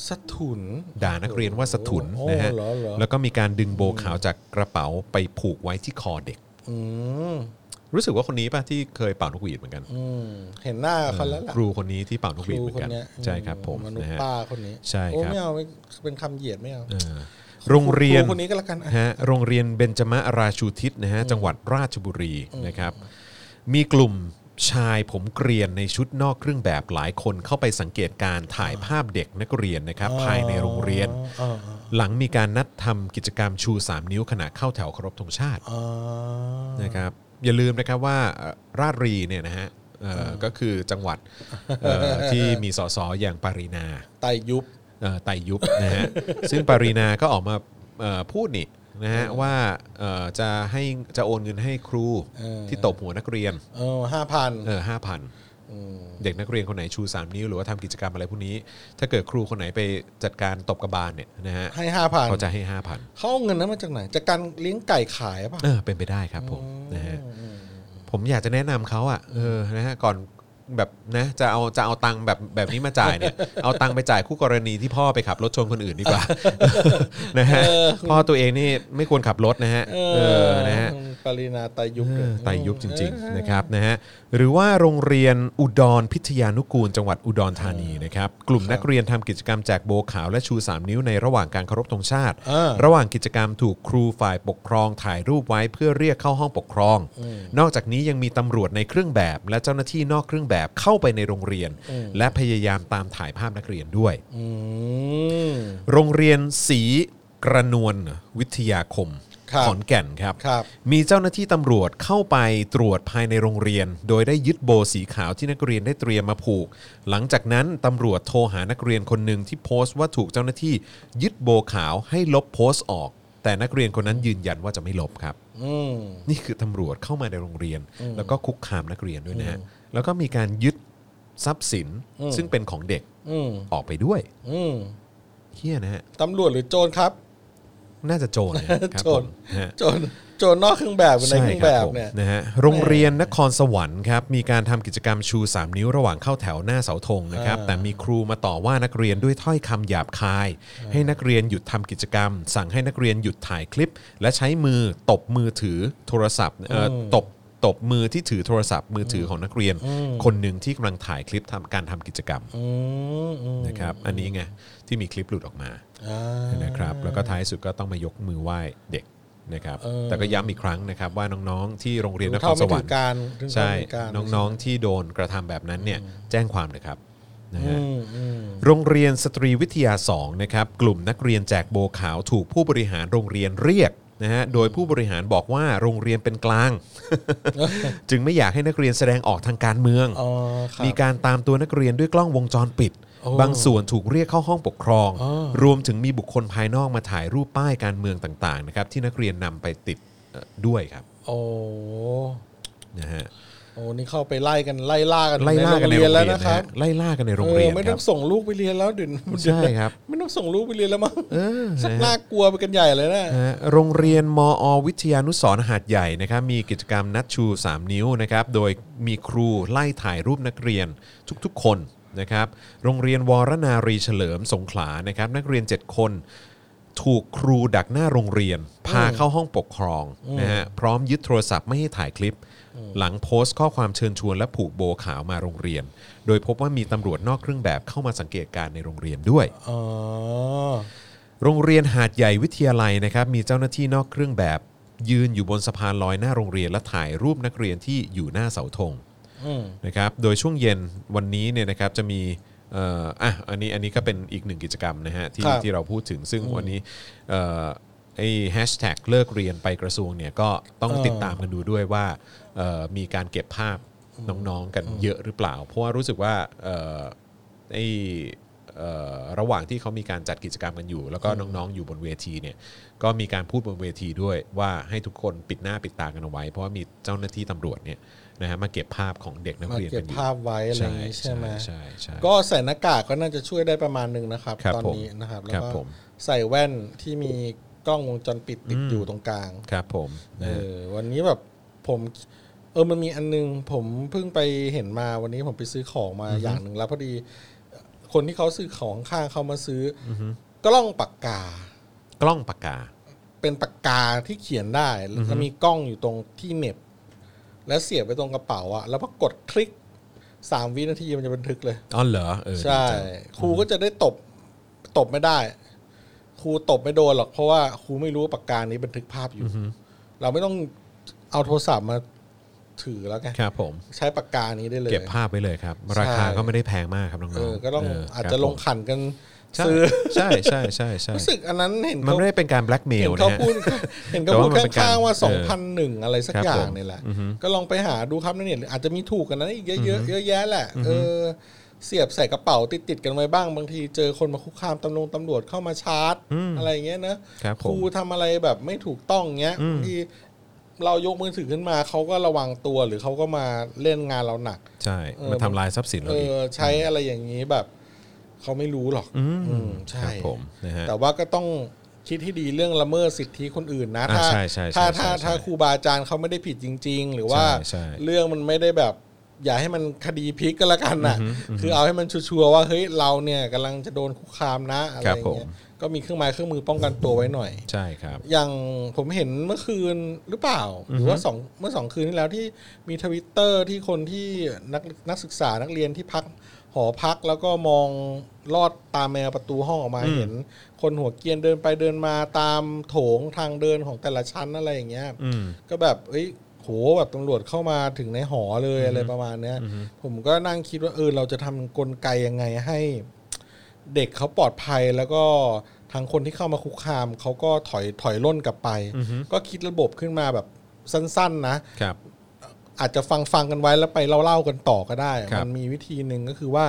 สถุน ด่านักเรียนว่าสถุน โอ้ นะฮะ เหรอเหรอ แล้วก็มีการดึงโบขาวจากกระเป๋าไปผูกไว้ที่คอเด็ก อืม รู้สึกว่าคนนี้ป่ะที่เคยเป่านกหวีดเหมือนกัน อืมเห็นหน้าเขาแล้วล่ะ ครูคนนี้ที่เป่านกหวีดเหมือนกัน เนี้ย ใช่ครับผม มนุษ นะ ย์ ฮะ ป้าคนนี้ ใช่ครับ โอ้ไม่เอาไม่เป็นคำเหยียดไม่เอา เออโรงเรียน คคนนี้ก็แล้วกันอ่ะ ฮะโรงเรียนเบญจมราชูทิศนะฮะจังหวัดราชบุรีนะครับ มีกลุ่มชายผมเกรียนในชุดนอกเครื่องแบบหลายคนเข้าไปสังเกตการถ่ายภาพเด็กนักเรียนนะครับภายในโรงเรียน อ๋ออ๋อ หลังมีการนัดทำกิจกรรมชู 3 นิ้วขณะเข้าแถวเคารพธงชาติ อ๋อ นะครับอย่าลืมนะครับว่าเอ่อราชรีเนี่ยนะฮะเอ่ออก็คือจังหวัดเอ่อ ที่มีสสอย่างปารีนา ไตยุบ เอ่อไตรยุบ นะฮะ ซึ่งปารีนาก็ออกมาเอ่อพูดนี่นะฮะว่าเอ่อจะให้จะโอนเงินให้ครู เออ ที่ตบหัวนักเรียน เออห้าพัน เออห้าพันเด็กนักเรียนคนไหนชู 3 นิ้วหรือว่าทำกิจกรรมอะไรพวกนี้ ถ้าเกิดครูคนไหนไปจัดการตบกระบาลเนี่ยนะฮะ ให้ห้าพัน เขาจะให้ 5,000 เขาเอาเงินนั้นมาจากไหน จากการเลี้ยงไก่ขายป่ะ เออเป็นไปได้ครับผมนะฮะ ผมอยากจะแนะนำเขาอ่ะเออนะฮะก่อนแบบนะจะเอาจะเอาตังค์แบบแบบนี้มาจ่ายเนี่ย เอาตังค์ไปจ่ายคู่กรณีที่พ่อไปขับรถชนคนอื่นดีกว่า นะฮะพ่อตัวเองนี่ไม่ควรขับรถนะฮะ เอ เอ อ อนะฮะ ปรินาไตยุบ เอ เล อไตยุบจริง เออ ๆนะครับนะฮะหรือว่าโรงเรียนอุดรพิทยานุกูล จังหวัดอุดรธานีนะครับกลุ่มนักเรียนทำกิจกรรมแจกโบขาวและชู 3 นิ้วในระหว่างการเคารพธงชาติ เออ ระหว่างกิจกรรมถูกครูฝ่ายปกครองถ่ายรูปไว้เพื่อเรียกเข้าห้องปกครอง นอกจากนี้ยังมีตำรวจในเครื่องแบบ และเจ้าหน้าที่นอกเครื่องแบบเข้าไปในโรงเรียน และพยายามตามถ่ายภาพนักเรียนด้วย อืม โรงเรียนศรีกระนวลวิทยาคม ครับ ขอนแก่นครับ ครับ มีเจ้าหน้าที่ตำรวจเข้าไปตรวจภายในโรงเรียน โดยได้ยึดโบสีขาวที่นักเรียนได้เตรียมมาผูก หลังจากนั้นตำรวจโทรหานักเรียนคนหนึ่งที่โพสต์ว่าถูกเจ้าหน้าที่ยึดโบขาวให้ลบโพสต์ออก แต่นักเรียนคนนั้นยืนยันว่าจะไม่ลบครับ อืม นี่คือตำรวจเข้ามาในโรงเรียน แล้วก็คุกคามนักเรียนด้วยนะฮะแล้วก็มีการยึดทรัพย์สิน อืม ซึ่งเป็นของเด็ก อืม ออกไปด้วย อืม เฮี้ยนะฮะ ตำรวจหรือโจรครับ น่าจะโจรนะ ครับ โจ ผ ร มนะฮะ โจร โจรนอกเครื่องแบบกับใน ใช่ เครื่อคงแบ รับบ ผม เนี่ย นะฮะโรงเรียนนครสวรรค์ครับมีการทำกิจกรรมชู 3 นิ้วระหว่างเข้าแถวหน้าเสาธงนะครับ อ่า แต่มีครูมาต่อว่านักเรียนด้วยถ้อยคำหยาบคาย ให้นักเรียนหยุดทำกิจกรรม สั่งให้นักเรียนหยุดถ่ายคลิป และใช้มือตบมือถือโทรศัพท์เอ่อตบตบมือที่ถือโทรศัพท์มือถือของนักเรียน คนหนึ่งที่กำลังถ่ายคลิปทำการทำกิจกรรม อืมอืม นะครับอันนี้ไงที่มีคลิปหลุดออกมา อ่า นะครับแล้วก็ท้ายสุดก็ต้องมายกมือไหว้เด็กนะครับ เออ แต่ก็ย้ำอีกครั้งนะครับว่าน้องๆ ที่โรงเรียนนค เท่าร ส ไม่ วร ถึ รค์ งการถึงเท่า ใช่ ไม่ถึงการ น้องๆที่โดนกระทำแบบนั้นเนี่ยแจ้งความเลยครับนะ อื ฮะ มอืม โรงเรียนสตรีวิทยา2นะครับกลุ่มนักเรียนแจกโบขาวถูกผู้บริหารโรงเรียนเรียกนะฮะโดยผู้บริหารบอกว่าโรงเรียนเป็นก ลาง จึงไม่อยากให้นักเรียนแสดงออกทางการเมือง อ๋อครับ มีการตามตัวนักเรียนด้วยกล้องวงจรปิด บางส่วนถูกเรียกเข้าห้องปกครอง รวมถึงมีบุคคลภายนอกมาถ่ายรูปป้ายการเมืองต่างๆนะครับที่นักเรียนนำไปติดเอ่อด้วยครับ โอ้ นะฮะ อ้นี่เข้าไปไล่กันไล่ล่ากัน ไล่ล่ากันในโรงโงเรียเรียนน แล้ว นะ นะค ครั รั บบ ไล่ล่ากันในโรง เอ เรี อย น ไม่ ค ต้ รั อบ งส่งลูกไปเรียนแล้วเดี๋ยว ใช่ครับ ไม่ต้องส่งลูกไปเรียนแล้วมั้ง เออ ชัก นะ น่า ฮะ กลัวไปกันใหญ่เลยนะ นะฮะโรงเรียนมอ วิทยานุสรณ์หาดใหญ่นะครับมีกิจกรรมนัดชู 3 นิ้วนะครับโดยมีครูไล่ถ่ายรูปนักเรียนทุกๆคนนะครับโรงเรียนวรนารีเฉลิมสงขลานะครับนักเรียน 7 คน ถูกครูดักหน้าโรงเรียน พาเข้าห้องปกครองนะฮะพร้อมยึดโทรศัพท์ไม่ให้ถ่ายคลิป หลังโพสต์ข้อความเชิญชวนและผูกโบขาวมาโรงเรียน โดยพบว่ามีตำรวจนอกเครื่องแบบเข้ามาสังเกตการณ์ในโรงเรียนด้วย อ๋อ โรงเรียนหาดใหญ่วิทยาลัยนะครับมีเจ้าหน้าที่นอกเครื่องแบบ ยืนอยู่บนสะพานลอยหน้าโรงเรียนและถ่ายรูปนักเรียนที่อยู่หน้าเสาธง อืม นะครับโดยช่วงเย็นวันนี้เนี่ยนะครับจะมีเอ่ออ่ะอันนี้อันนี้ก็เป็นอีกหนึ่งกิจกรรมนะฮะที่ ครับ ที่เราพูดถึงซึ่งวันนี้เอ่อไอ้แฮชแท็กเลิกเรียนไปกระทรวงเนี่ยก็ต้องติดตามกันดูด้วยว่าเอ่อมีการเก็บภาพน้องๆกันเยอะหรือเปล่า เพราะว่ารู้สึกว่าเอ่อไอ้ เอ่อระหว่างที่เขามีการจัดกิจกรรมกันอยู่ แล้วก็น้องๆอยู่บนเวทีเนี่ยก็มีการพูดบนเวทีด้วยว่าให้ทุกคนปิดหน้าปิดตากันเอาไว้ เพราะว่ามีเจ้าหน้าที่ตำรวจเนี่ยนะฮะมาเก็บภาพของเด็กนัก มา เรียน เก็ กับ นอยู่ ภาพไว้อะไร ใช่ อย่างงี้ ใช่ ใช่ไหม ใช่ใช่ ก็ใส่หน้ากากก็น่าจะช่วยได้ประมาณหนึ่งนะครับ ครับ ตอน ผม นี้นะครับ แล้ว ครับ ก็ ผม ใส่แว่นที่มีกล้องวงจรปิดติด อืม อยู่ตรงกลาง ครับผม เอ นะฮะ อวันนี้แบบผมเออมันมีอันนึง ผมเพิ่งไปเห็นมาวันนี้ผมไปซื้อของมาอย่างหนึ่งแล้วพอดี คนที่เขาซื้อของข้างเขามาซื้ออกล้องปากกา กล้องปากกา เป็นปากกาที่เขียนได้แล้วก็มีกล้องอยู่ตรงที่เหน็บ แล้วเสียบไปตรงกระเป๋าอะแล้วพอกดคลิกสามวินาทีมันจะบันทึกเลย อ๋อเหรอเออ ใช่ ดีจัง ครูก็จะได้ตบตบไม่ได้ ครูตบไม่โดนหรอกเพราะว่าครูไม่รู้ว่าปากกานี้บันทึกภาพอยู่ เราไม่ต้องเอาโทรศัพท์มาถือแล้วไง ครับผม ใช้ปากกานี้ได้เลย เก็บภาพไว้เลยครับ ราคาก็ไม่ได้แพงมากครับน้อง เออ ๆ ก็ต้องอาจจะเครับ ล ผม งขันกัน ใช่ ซื้อ ใช่ใช่ใช่ใช่ รู้สึกอันนั้นเห็น มัน เขา ไม่ได้เป็นการแบล็กเม เห็ ล น นะ เขา ฮะ พูด เห็นเขา แต่ พูด ว่ามันเป็นการ ข้างๆว่า เอ สอง อ พันหนึ่งอะไรสัก ครับ อย่า ผ ง ม เนี่ยแหละ อือฮึ ก็ลองไปหาดูครับในเน็ตหรืออาจจะมีถูกกันนั้นอีกเยอะๆเยอะแยะแหละเออเสียบใส่กระเป๋าติดติดๆกันไว้บ้างบางทีเจอคนมาคุกคามตำรวจตำรวจเข้ามาชาร์จ อะไรอย่างเงี้ยนะครับ ผม ครูทำอะไรแบบไม่ถูกต้องเงี้ยบางทีเรายกมือถือขึ้นมาเขาก็ระวังตัวหรือเขาก็มาเล่นงานเราหนัก ใช่ เออ มาทำลายทรัพย์สิน เอ เราอีก อใช้อะไรอย่างนี้แบบเขาไม่รู้หรอก อืมใช่ ครับผมนะฮะ แต่ว่าก็ต้องคิดให้ดีเรื่องละเมิดสิทธิคนอื่นนะ อ่า ถ้า ใช่ใช่ใช่ ถ้า ใช่ ถ้าถ้าครูบาอาจารย์เขาไม่ได้ผิดจริง ๆ หรือว่า ใช่ใช่ เรื่องมันไม่ได้แบบ อย่าให้มันคดีพลิกก็แล้วกันน่ะ คือเอาให้มันชัวร์ๆว่าเฮ้ยเราเนี่ยกำลังจะโดนคุกคามนะอะไร ครับ อย่า ผมงเงี้ยก็มีเครื่องไม้เครื่องมือป้องกันตัวไว้หน่อย ใช่ครับ อย่างผมเห็นเมื่อคืนหรือเปล่า หรือว่าสองเมื่อสองคืนที่แล้วที่มีทวิตเตอร์ที่คนที่นักนักศึกษานักเรียนที่พักหอพักแล้วก็มองลอดตามแมวประตูห้องออกมาเห็น คนหัวเกรียนเดินไปเดินมาตามโถงทางเดินของแต่ละชั้นอะไรอย่างเงี้ย อืม ก็แบบเอ้ยโหแบบตำรวจเข้ามาถึงในหอเลยอะไรประมาณเนี้ย ผมก็นั่งคิดว่าเออเราจะทำกลไกยังไงให้ เด็กเขาปลอดภัยแล้วก็ทางคนที่เข้ามาคุกคามเขาก็ถอยถอยล่นกลับไป ก็คิดระบบขึ้นมาแบบสั้นๆนะ ครับ อาจจะฟังฟังกันไว้แล้วไปเล่าๆกันต่อก็ได้ ครับ มันมีวิธีหนึ่งก็คือว่า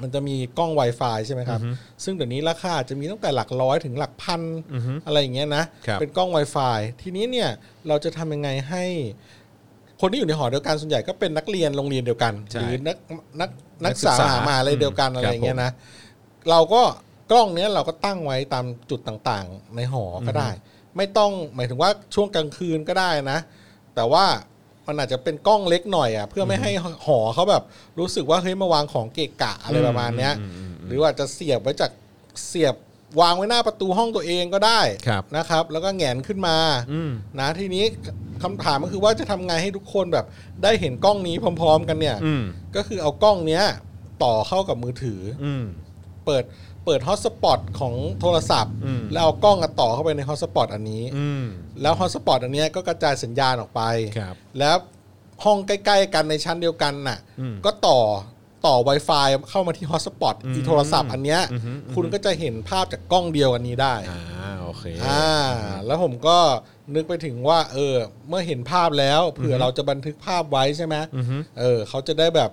มันจะมีกล้อง Wi-Fi ใช่ไหมครับ ซึ่งเดี๋ยวนี้ราคาอาจจะมีตั้งแต่หลักร้อยถึงหลักพันอะไรอย่างเงี้ยนะ ครับ เป็นกล้อง Wi-Fi ทีนี้เนี่ยเราจะทำยังไงให้ คนที่อยู่ในหอเดียวกันส่วนใหญ่ก็เป็นนักเรียนโรงเรียนเดียวกัน ใช่ หรือนักนักนักศึก นักศึก ษา ษาม หามหาอะไรเดียวกัน อืม อะไรอย่างเงี้ย ครับผม นะ เราก็กล้องเนี้ยเราก็ตั้งไว้ตามจุดต่างๆ ในหอก็ได้ ไม่ต้องหมายถึงว่าช่วงกลางคืนก็ได้นะ แต่ว่ามันอาจจะเป็นกล้องเล็กหน่อยอ่ะเพื่อไม่ให้หอเขาแบบรู้สึกว่าเฮ้ยมาวางของเกะกะอะไรประมาณเนี้ย หรือว่าจะเสียบไว้จากเสียบวางไว้หน้าประตูห้องตัวเองก็ได้ ครับ นะครับ แล้วก็แหงนขึ้นมานะทีนี้คำถามก็คือว่าจะทำไงให้ทุกคนแบบได้เห็นกล้องนี้พร้อม ๆ กันเนี่ย อืม ก็คือเอากล้องเนี้ยต่อเข้ากับมือถือ อืม เปิดเปิดฮอตสปอตของโทรศัพท์ อืม แล้วเอากล้องอะต่อเข้าไปในฮอตสปอตอันนี้ อืม แล้วฮอตสปอตอันเนี้ยก็กระจายสัญญาณออกไป ครับ แล้วห้องใกล้ๆกันในชั้นเดียวกันน่ะ อืม ก็ต่อต่อ Wi-Fi เข้ามาที่ฮอตสปอตอีโทรศัพท์อันเนี้ย อือฮึอือฮึ คุณก็จะเห็นภาพจากกล้องเดียวอันนี้ได้ อ่าโอเค อ่าแล้วผมก็นึกไปถึงว่า เออ เมื่อเห็นภาพแล้วเผื่อเราจะบันทึกภาพไว้ใช่ไหม อือฮึ เออเขาจะได้แบบ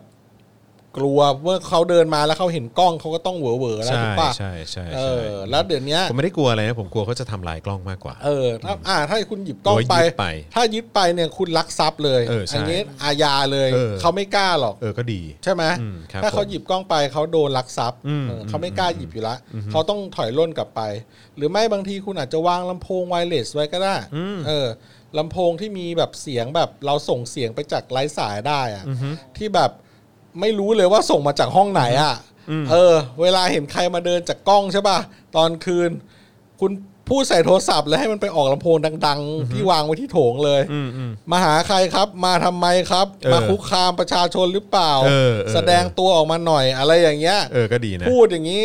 กลัวเมื่อเขาเดินมาแล้วเขาเห็นกล้องเขาก็ต้องเหวอเหวอๆแล้ว ใช่ ถูกปะ ใช่ใช่ เอ ใช่ อ แล้วเดี๋ยวเนี้ย ผมไม่ได้กลัวอะไรนะผมกลัวเขาจะทำลายกล้องมากกว่า เออถ้าอ่าถ้าคุณหยิบกล้อง โดยยึด ไป ไป ถ้ายึดไปเนี่ยคุณลักทรัพย์เลย เออใช่ นนี้อาญาเลย เออ เขาไม่กล้าหรอก เออก็ดี ใช่ไหม อืมครับ ถ้าเขา ผม หยิบกล้องไปเขาโดนลักทรัพย์ อืม เออเขาไม่กล้าหยิบอยู่ละเขาต้องถอยร่นกลับไป หรือไม่บางทีคุณอาจจะวางลำโพงไวเลสไว้ก็ได้ อืม เออลำโพงที่มีแบบเสียงแบบเราส่งเสียงไปจากไร้สายได้อะที่แบบไม่รู้เลยว่าส่งมาจากห้องไหนอะ อืม เออ เวลาเห็นใครมาเดินจากกล้องใช่ป่ะตอนคืน คุณพูดใส่โทรศัพท์แล้วให้มันไปออกลำโพงดัง ๆ ที่วางไว้ที่โถงเลย อืมอืม มาหาใครครับ มาทำไมครับ เออ มาคุกคามประชาชนหรือเปล่า เออเออ แสดงตัวออกมาหน่อยอะไรอย่างเงี้ย เออก็ดีนะ พูดอย่างนี้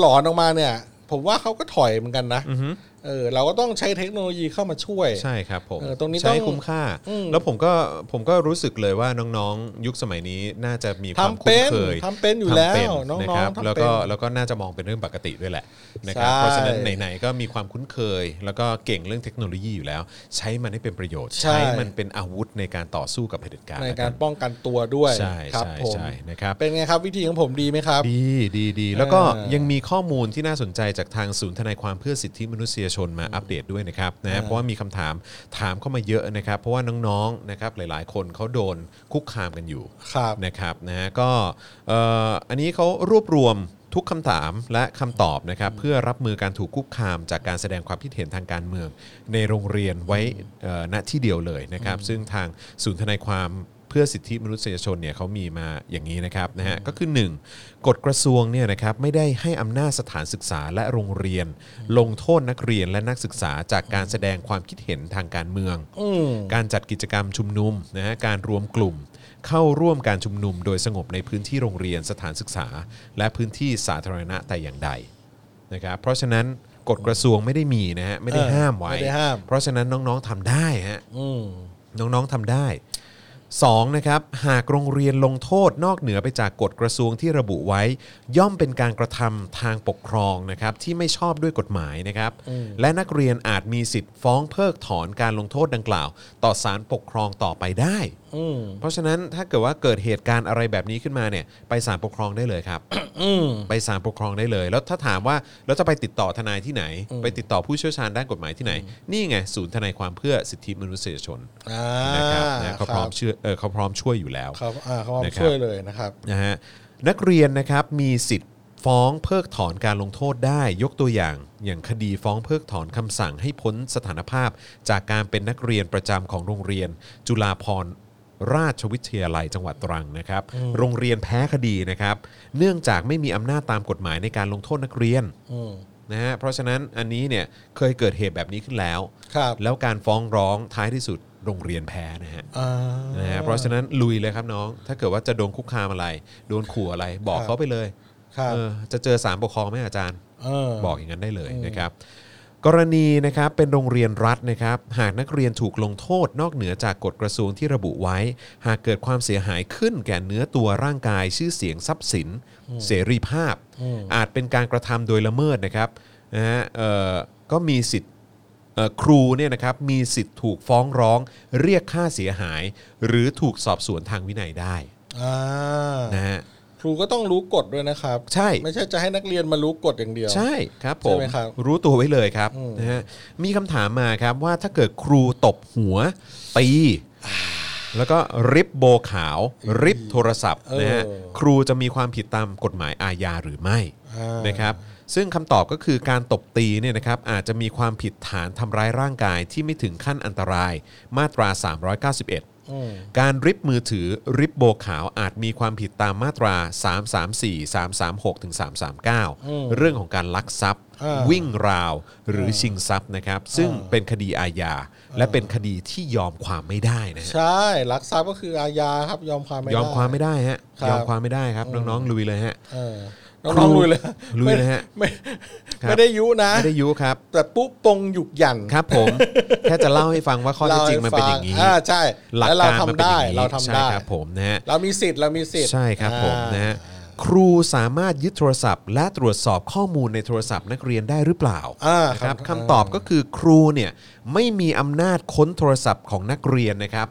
หลอนๆออกมาเนี่ย ผมว่าเขาก็ถอยเหมือนกันนะ อือฮึ เออเราก็ต้องใช้เทคโนโลยีเข้ามาช่วย ใช่ครับผม เออตรงนี้ ใช้ ต้อง คุ้มค่า อืม แล้วผมก็ผมก็รู้สึกเลยว่าน้องๆ ยุคสมัยนี้น่าจะมีความ ทำ คุ้ เป็ ม น เคย ทำเป็นอยู่แล้ ทำเป็น วน้ นะ อ ค ง รับ ๆทำ แล้ว เป็ ก็ น แล้วก็น่าจะมองเป็นเรื่องปกติด้วยแหละนะครับ ใช่ เพราะฉะนั้นไหนๆก็มีความคุ้นเคย แล้วก็เก่งเรื่องเทคโนโลยีอยู่แล้ว ใช้มันให้เป็นประโยชน์ ใช่ ใช้มันเป็นอาวุธในการต่อสู้กับเผด็จการ ใน แล้ว กา กั ร น ป้องกันตัวด้วย ใช่ ครับ ใช่ ผม ใช่นะครับ เป็นไงครับวิธีของผมดีไหมครับ ดีดีดีแล้วก็ เออ ยังมีข้อมูลที่น่าสนใจจากทางศูนย์ทนายความเพื่อสิทธิมนุษยชนมาอัปเดตด้วยนะครับนะเพราะว่ามีคำถามถามเข้ามาเยอะนะครับ เพราะว่าน้องๆนะครับหลายๆ คนเขาโดนคุกคามกันอยู่ ครับ นะครับนะฮะก็เอ่ออันนี้เขารวบรวมทุกคำถามและคำตอบนะครับเพื่อรับมือการถูกคุกคามจากการแสดงความคิดเห็นทางการเมือง ในโรงเรียนไว้เอ่อณที่เดียวเลยนะครับ ซึ่งทางศูนย์ทนายความ เพื่อสิทธิมนุษยชนเนี่ยเขามีมาอย่างนี้นะครับนะฮะก็คือ 1. กฎกระทรวงเนี่ยนะครับไม่ได้ให้อำนาจสถานศึกษาและโรงเรียน ลงโทษนักเรียนและนักศึกษาจากการแสดงความคิดเห็นทางการเมือง การจัดกิจกรรมชุมนุมนะฮะการรวมกลุ่ม เข้าร่วมการชุมนุม โดยสงบในพื้นที่โรงเรียนสถานศึกษา และพื้นที่สาธารณะแต่อย่างใดนะครับเพราะฉะนั้นกฎกระทรวงไม่ได้มีนะฮะไม่ได้ เออ ห้ามไว้ ไม่ได้ห้าม เพราะฉะนั้นน้องๆทำได้ฮะ อืม น้องๆทำได้สองนะครับ หากโรงเรียนลงโทษนอกเหนือไปจากกฎกระทรวงที่ระบุไว้ ย่อมเป็นการกระทำทางปกครองนะครับ ที่ไม่ชอบด้วยกฎหมายนะครับ และนักเรียนอาจมีสิทธิ์ฟ้องเพิกถอนการลงโทษดังกล่าว ต่อศาลปกครองต่อไปได้ อืม เพราะฉะนั้นถ้าเกิดว่าเกิดเหตุการณ์อะไรแบบนี้ขึ้นมาเนี่ยไปศาลปกครองได้เลย ครับ อืม ไปศาลปกครองได้เลย แล้วถ้าถามว่าเราจะไปติดต่อทนายที่ไหน ไปติดต่อผู้เชี่ยวชาญด้านกฎหมายที่ไหน นี่ไงศูนย์ทนายความเพื่อสิทธิมนุษยชน อ่า นะครับนะเขาพร้อม คบ ช่วยเอ่อเขาพร้อมช่วยอยู่แล้ว ครับอ่าเขาพร้อม นะครับ ช่วยเลยนะครับ นะฮะนักเรียนนะครับมีสิทธิ์ฟ้องเพิกถอนการลงโทษได้ ยกตัวอย่างอย่างคดีฟ้องเพิกถอนคำสั่งให้พ้นสถานภาพ จากการเป็นนักเรียนประจำของโรงเรียน จุฬาภรณ์ราชวิทยาลัยจังหวัดตรังนะครับ โรงเรียนแพ้คดีนะครับ เนื่องจากไม่มีอำนาจตามกฎหมายในการลงโทษนักเรียน อืม นะฮะเพราะฉะนั้นอันนี้เนี่ยเคยเกิดเหตุแบบนี้ขึ้นแล้ว ครับ แล้วการฟ้องร้องท้ายที่สุดโรงเรียนแพ้นะฮะ อ่า นะฮะเพราะฉะนั้นลุยเลยครับน้อง ถ้าเกิดว่าจะโดนคุกคามอะไร โดนขู่อะไร บอก ครับ เขาไปเลย ครับ เออจะเจอสามปกครองไหมอาจารย์ เออ บอกอย่างนั้นได้เลยนะครับ กรณีนะครับเป็นโรงเรียนรัฐนะครับ หากนักเรียนถูกลงโทษนอกเหนือจากกฎกระทรวงที่ระบุไว้ หากเกิดความเสียหายขึ้นแก่เนื้อตัวร่างกายชื่อเสียงทรัพย์สิน เสรีภาพ อาจเป็นการกระทำโดยละเมิดนะครับนะฮะเอ่อก็มีสิทธิ์เอ่อครูเนี่ยนะครับมีสิทธิ์ถูกฟ้องร้อง เรียกค่าเสียหาย หรือถูกสอบสวนทางวินัยได้ อ่า นะฮะ ครูก็ต้องรู้กฎด้วยนะครับ ใช่ ไม่ใช่จะให้นักเรียนมารู้กฎอย่างเดียว ใช่ครับผ ใช่ ม ไหมครับ รู้ตัวไว้เลยครับ อืม นะฮะมีคำถามมาครับว่าถ้าเกิดครูตบหัว ตี แล้วก็ริบโบขาว ริบโทรศัพท์นะฮะครูจะมีความผิดตามกฎหมายอาญาหรือไม่ อ่า นะครับซึ่งคำตอบก็คือการตบตีเนี่ยนะครับอาจจะมีความผิดฐานทำร้ายร่างกายที่ไม่ถึงขั้นอันตรายมาตรา 391 อืม การริบมือถือริบโบขาวอาจมีความผิดตามมาตรา 334 336ถึง339 เรื่องของการลักทรัพย์ วิ่งราวหรือชิงทรัพย์นะครับ ซึ่งเป็นคดีอาญาและเป็นคดีที่ยอมความไม่ได้นะฮะ ใช่ลักทรัพย์ก็คืออาญาครับยอมความไม่ได้ ยอมความไม่ได้ฮะ ครับ ยอมความไม่ได้ครับ น้องๆลุยเลยฮะ เออน้อง ครู ๆลุยเลย ลุยเลยฮะ ไม่ ครับ ไม่ได้ยุนะ ไม่ได้ยุครับ แต่ปุ๊บปงหยุกหยัน ครับผม แค่จะเล่าให้ฟังว่าข้อเท็จจริงมันเป็นอย่าง นี้ นี้ อ่าใช่ หลัก แล้วเรา การ ทำ มันเป็นอ ได้ ย่างนี้ เราทำ ใช่ ได้ ครับผมนะฮะ เรามีสิทธิ์เรามีสิทธิ์ ใช่ครับผม อ่า นะฮะครูสามารถยึดโทรศัพท์ และตรวจสอบข้อมูลในโทรศัพท์นักเรียนได้หรือเปล่า อ่า นะค ครั รับบ คำตอบก็คือครูเนี่ยไม่มีอำนาจค้นโทรศัพท์ของนักเรียนนะครับ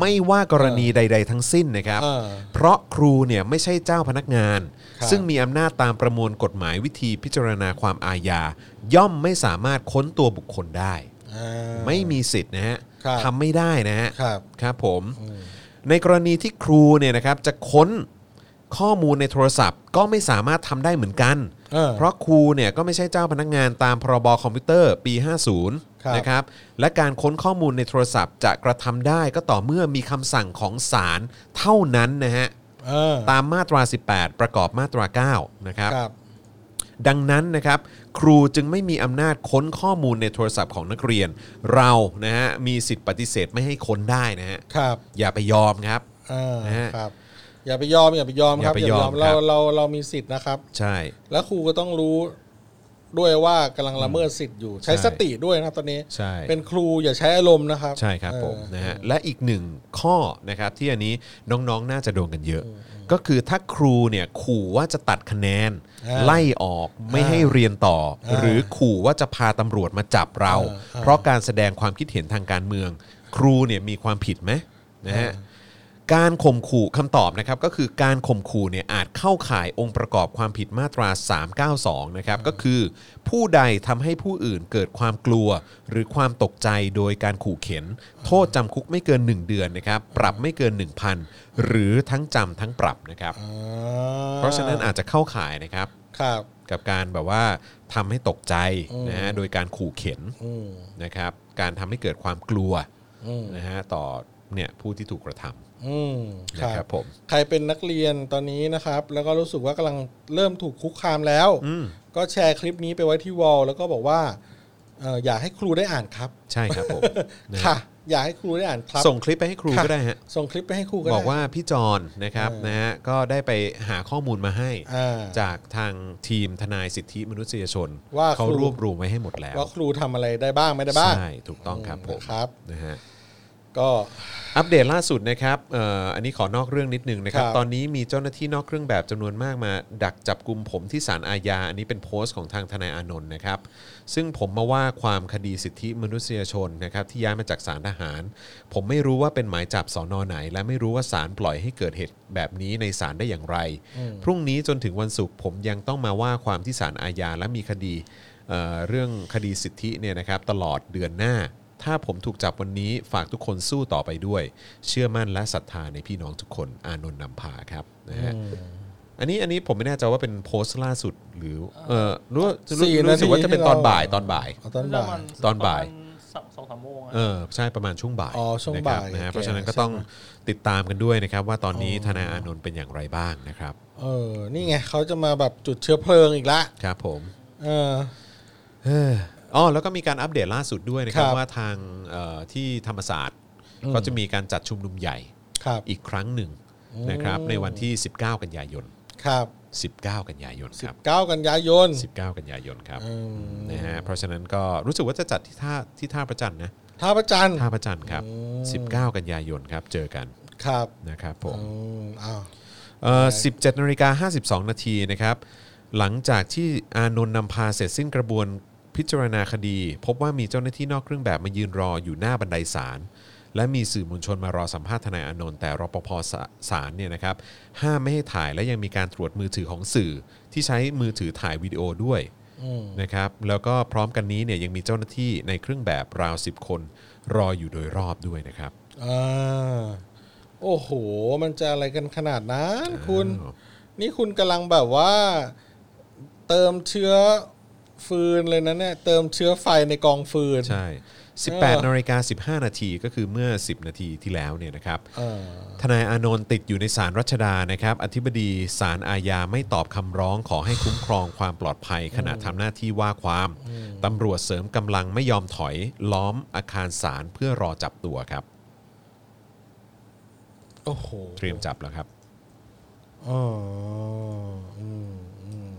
ไม่ว่ากรณีใด ๆ ทั้งสิ้นนะครับ เออ เพราะครูเนี่ยไม่ใช่เจ้าพนักงาน ครับ ซึ่งมีอำนาจตามประมวลกฎหมายวิธีพิจารณาความอาญา ย่อมไม่สามารถค้นตัวบุคคลได้ ไม่มีสิทธิ์นะฮะ ครับ ทำไม่ได้นะฮะ ครับ ครับผม ในกรณีที่ครูเนี่ยนะครับจะค้นข้อมูลในโทรศัพท์ ก็ไม่สามารถทำได้เหมือนกัน เออ เพราะครูเนี่ยก็ไม่ใช่เจ้าพนักงานตามพรบคอมพิวเตอร์ปี ครับ 50 นะครับ และการค้นข้อมูลในโทรศัพท์จะกระทำได้ก็ต่อเมื่อมีคำสั่งของศาลเท่านั้นนะฮะ เออ ตามมาตรา 18 ประกอบมาตรา 9 นะครับ ครับ ดังนั้นนะครับครูจึงไม่มีอำนาจค้นข้อมูลในโทรศัพท์ของนักเรียน เรานะฮะมีสิทธิ์ปฏิเสธไม่ให้ค้นได้นะฮะ ครับ อย่าไปยอมครับ อ่า นะฮะ ครับ อย่าไปยอมอย่าไปยอมครัอบย่าไปยอมคเรารับ เราเรามีสิทธิ์นะครับ ใช่ แล้วครูก็ต้องรู้ด้วยว่ากำลังละเมิดสิทธิ์อยู่ ใช้ ใช่ สติด้วยนะครับตอนนี้ ใช่ เป็นครูอย่าใช้อารมณ์นะครับ ใช่ครับผม เออ นะฮะและอีกหนึ่งข้อนะครับที่อันนี้น้องๆน่าจะโดนกันเยอะ ก็คือถ้าครูเนี่ยขู่ว่าจะตัดคะแนน อ่า ไล่ออกไม่ให้เรียนต่อ อ่า หรือขู่ว่าจะพาตำรวจมาจับเรา อ่าอ่า เพราะการแสดงความคิดเห็นทางการเมือง ครูเนี่ยมีความผิดไหมนะฮะการข่มขู่คำตอบนะครับก็คือการข่มขู่เนี่ยอาจเข้าข่ายองค์ประกอบความผิดมาตรา 392นะครับก็คือ ผู้ใดทำให้ผู้อื่นเกิดความกลัว หรือความตกใจโดยการขู่เข็น โทษจำคุกไม่เกิน 1 เดือนนะครับปรับไม่เกิน 1,000 หรือทั้งจำทั้งปรับนะครับ อ่ เพราะฉะนั้นอาจจะเข้าข่ายนะครับ ครับ กับการแบบว่าทำให้ตกใจนะฮะโดยการขู่เข็น นะครับการทำให้เกิดความกลัวนะฮะต่อเนี่ยผู้ที่ถูกกระทำ อืมค นะค รั รั บบ ผม ใครเป็นนักเรียนตอนนี้นะครับ แล้วก็รู้สึกว่ากำลังเริ่มถูกคุกคามแล้ว ก็แชร์คลิปนี้ไปไว้ที่วอลแล้วก็บอกว่าเอ่ออยากให้ครูได้อ่านครับ ใช่ครับ ผมนะฮะ ค่ะ อยากให้ครูได้อ่านครับ ส่งคลิปไปให้ครู ค่ะ ก็ได้ฮะ ส่งคลิปไปให้ครูก็ได้ บอกว่าพี่จอนนะครับนะฮะก็ได้ไปหาข้อมูลมาให้ อ่า จากทางทีมทนายสิทธิมนุษยชน ว่า เขา ครู รวบรวมไว้ให้หมดแล้ว ว่าครูทำอะไรได้บ้างไม่ได้บ้าง ใช่ ถูกต้องครับผม ครับ นะฮะ ก็ อัปเดตล่าสุดนะครับเอ่ออันนี้ขอนอกเรื่องนิดนึงนะครับ ครับ ตอนนี้มีเจ้าหน้าที่นอกเครื่องแบบจำนวนมากมา ดักจับกลุ่มผมที่ศาลอาญา อันนี้เป็นโพสต์ของทางทนายอานนท์นะครับ ซึ่งผมมาว่าความคดีสิทธิมนุษยชนนะครับที่ย้ายมาจากศาลทหาร ผมไม่รู้ว่าเป็นหมายจับสอนอไหน และไม่รู้ว่าศาลปล่อยให้เกิดเหตุแบบนี้ในศาลได้อย่างไร พรุ่งนี้จนถึงวันศุกร์ผมยังต้องมาว่าความที่ศาลอาญาและมีคดีเอ่อเรื่องคดีสิทธิเนี่ยนะครับตลอดเดือนหน้า ถ้าผมถูกจับวันนี้ฝากทุกคนสู้ต่อไปด้วย เชื่อมั่นและศรัทธาในพี่น้องทุกคนอานนท์นำพาครับนะฮะอันนี้อันนี้ผมไม่แน่ใจว่าเป็นโพสต์ล่าสุดหรือเออรู้ว่ารู้ สี่นาที รู้สึกว่าจะเป็นตอน ที่เรา บ่ายตอนบ่าย เอาตอน ป บ่า ระม ย ณ ตอนบ่าย ประมณสองสองสามโมงอะ เออใช่ประมาณช่วงบ่าย อ๋อช่วง นะครับ ่าย นะฮะ โอเค เพราะฉะนั้นก็ต้องติดตามกันด้วยนะครับ ว่าตอนนี้ทนายอานนท์เป็นอย่างไรบ้างนะครับ เออ นี่ไงเขาจะมาแบบจุดเชื้อเพลิงอีกละ ครับผม เออ เอ้ออ๋อแล้วก็มีการอัปเดตล่าสุดด้วยนะครับ ครับ ว่าทางเอ่อที่ธรรมศาสตร์ก็จะมีการจัดชุมนุมใหญ่ ครับ อีกครั้งหนึ่งนะครับ ในวันที่ 19 กันยายน ครับ 19 กันยายนครับ 9 กันยายน 19 กันยายนครับนะฮะเพราะฉะนั้นก็รู้สึกว่าจะจัดที่ท่าที่ท่าประจันทร์นะ ท่าประจันทร์ ท่าประจันทร์ครับ 19 กันยายนครับเจอกัน ครับ นะครับผม อืมอ้าว เอ่อ17นาฬิกา52 นาทีนะครับ หลังจากที่อานนท์นำพาเสร็จสิ้นกระบวนพิจารณาคดี พบว่ามีเจ้าหน้าที่นอกเครื่องแบบมายืนรออยู่หน้าบันไดศาลและมีสื่อมวลชนมารอสัมภาษณ์ทนายอานนท์แต่รปภศาศาลเนี่ยนะครับห้ามไม่ให้ถ่ายและยังมีการตรวจมือถือของสื่อ ที่ใช้มือถือถ่ายวิดีโอด้วยนะครับแล้วก็พร้อมกันนี้เนี่ยยังมีเจ้าหน้าที่ในเครื่องแบบราว 10 คน รออยู่โดยรอบด้วยนะครับ อ่า โอ้โห มันจะอะไรกันขนาดนั้น คุณ อ้าว นี่คุณกำลังแบบว่า เติมเชื้อฟืนเลยนะเนี่ย เติมเชื้อไฟในกองฟืน ใช่ 18นาฬิกา15 นาทีก็คือเมื่อ 10 นาทีที่แล้วเนี่ยนะครับ เออ ทนายอานนท์ติดอยู่ในศาลรัชดานะครับ อธิบดีศาลอาญาไม่ตอบคำร้องขอให้คุ้มครองความปลอดภัย ขณะทำหน้าที่ว่าความตำรวจเสริมกำลังไม่ยอมถอยล้อมอาคารศาลเพื่อรอจับตัวครับ โอ้โห เตรียมจับแล้วครับ อ๋ออืมอืม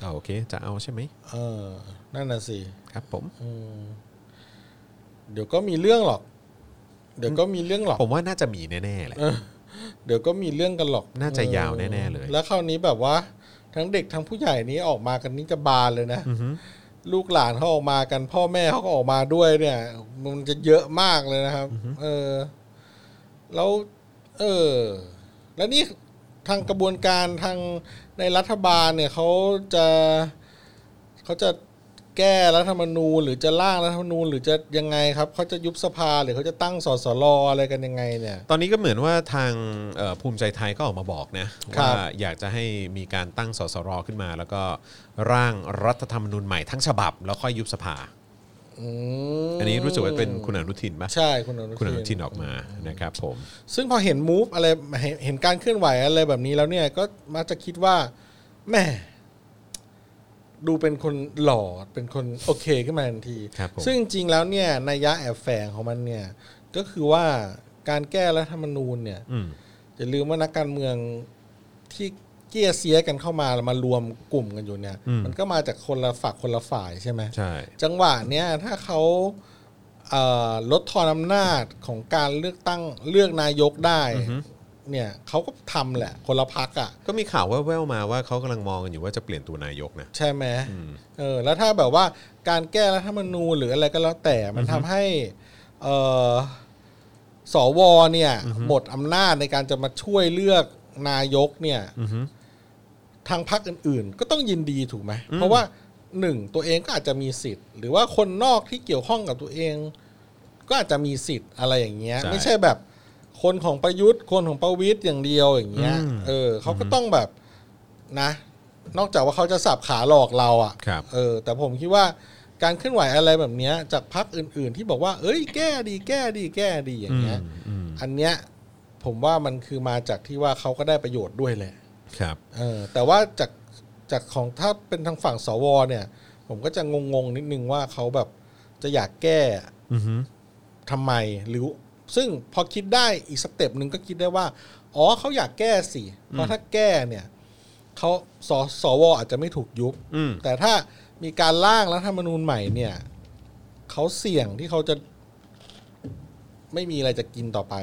เอาโอเค จะเอาใช่ไหม เออ นั่นน่ะสิ ครับผม เดี๋ยวก็มีเรื่องหรอก เดี๋ยวก็มีเรื่องหรอก ผมว่าน่าจะมีแน่ๆแหละ เดี๋ยวก็มีเรื่องกันหรอก น่าจะยาวแน่ๆเลย แล้วคราวนี้แบบว่า ทั้งเด็กทั้งผู้ใหญ่นี้ออกมากันนี่จะบานเลยนะ ลูกหลานเขาออกมากัน พ่อแม่เขาก็ออกมาด้วยเนี่ย มันจะเยอะมากเลยนะครับ เออ แล้ว เออ แล้วนี่ทางกระบวนการทางในรัฐบาลเนี่ยเขาจะเขาจะแก้รัฐธรรมนูญหรือจะร่างรัฐธรรมนูญหรือจะยังไงครับเขาจะยุบสภาหรือเขาจะตั้งสสรอะไรกันยังไงเนี่ย ตอนนี้ก็เหมือนว่าทางเอ่อภูมิใจไทยก็ออกมาบอกนะครับ ว่าอยากจะให้มีการตั้งสสรขึ้นมา แล้วก็ร่างรัฐธรรมนูญใหม่ทั้งฉบับ แล้วค่อยยุบสภา ม อันนี้รู้สึกว่าเป็นคุณอนุทินปะ ใช่คุณอนุทิน คุณอนุทินออกมานะครับผม ซึ่งพอเห็นมูฟอะไรเห็นเห็นการเคลื่อนไหวอะไรแบบนี้แล้วเนี่ยก็มักจะคิดว่าแม่ดูเป็นคนหล่อเป็นคนโอเคขึ้นมาทันที ครับผม ซึ่งจริงๆแล้วเนี่ยนัยยะแอบแฝงของมันเนี่ย ก็คือว่าการแก้รัฐธรรมนูญเนี่ย อืม อย่าลืมว่านักการเมืองที่เกี้ยเสียกันเข้ามามารวมกลุ่มกันอยู่เนี่ย มันก็มาจากคนละฝักคนละฝ่ายใช่ไหม ใช่ จังหวะเนี้ยถ้าเขาเอ่อลดทอนอำนาจของการเลือกตั้งเลือกนายกได้เนี่ยเขาก็ทำแหละ คนละพักอ่ะ ก็มีข่าวแว่วๆมาว่าเขากำลังมองกันอยู่ว่าจะเปลี่ยนตัวนายกนะ ใช่ไหมเออแล้วถ้าแบบว่าการแก้รัฐธรรมนูญหรืออะไรก็แล้วแต่มันทำให้เอ่อสวเนี่ยหมดอำนาจในการจะมาช่วยเลือกนายกเนี่ยทางพรรคอื่น ๆ ก็ต้องยินดีถูกไหมเพราะว่าหนึ่งตัวเองก็อาจจะมีสิทธิ์ หรือว่าคนนอกที่เกี่ยวข้องกับตัวเอง ก็อาจจะมีสิทธิ์อะไรอย่างเงี้ย ใช่ ไม่ใช่แบบ คนของประยุทธ์ คนของประวิทย์อย่างเดียวอย่างเงี้ย อืม เออเขาก็ต้องแบบนะ นอกจากว่าเขาจะสับขาหลอกเราอะ ครั่ ะ บ เออ แต่ผมคิดว่าการเคลื่อนไหวอะไรแบบเนี้ยจากพรรคอื่น ๆ ที่บอกว่า เอ้ยแก้ดีแก้ดีแก้ดีอย่างเงี้ย อืม อันเนี้ยผมว่ามันคือมาจากที่ว่าเขาก็ได้ประโยชน์ด้วยแหละ ครับ เออแต่ว่าจากจากของถ้าเป็นทางฝั่งสวเนี่ย ผมก็จะงงๆนิดนึงว่าเขาแบบจะอยากแก้ อือฮึ ทำไมหรือซึ่งพอคิดได้อีกสเต็ปหนึ่งก็คิดได้ว่า อ๋อเขาอยากแก้สิเพราะถ้าแก้เนี่ยเขาสสวอาจจะไม่ถูกยุบ อืม แต่ถ้ามีการร่างรัฐธรรมนูญใหม่เนี่ยเขาเสี่ยงที่เขาจะไม่มีอะไรจะกินต่อไป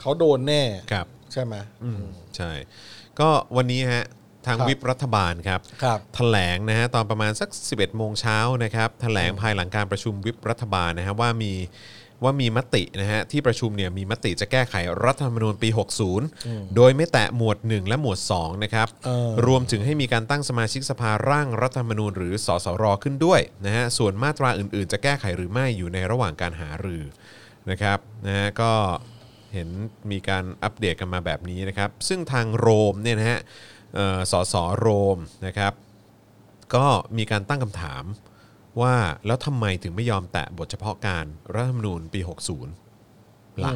เขาโดนแน่ ครับ ใช่ไหม อืมใช่ ก็วันนี้ฮะทางวิปรัฐบาลครับ ครับ แถลงนะฮะตอนประมาณสัก 11 โมงเช้านะครับแถลงภายหลังการประชุมวิปรัฐบาลนะฮะว่ามีว่ามีมตินะฮะที่ประชุมเนี่ยมีมติจะแก้ไขรัฐธรรมนูญปี 60 โดยไม่แตะหมวด 1 และหมวด 2 นะครับ เออ รวมถึงให้มีการตั้งสมาชิกสภาร่างรัฐธรรมนูญหรือสสรขึ้นด้วยนะฮะส่วนมาตราอื่นๆ จะแก้ไขหรือไม่อยู่ในระหว่างการหารือนะครับนะฮะก็เห็นมีการอัปเดตกันมาแบบนี้นะครับ ซึ่งทางโรมเนี่ยนะฮะเอ่อสสโรมนะครับ ก็มีการตั้งคำถามว่าแล้วทำไมถึงไม่ยอมแตะบทเฉพาะการรัฐธรรมนูญปี 60ล่ะ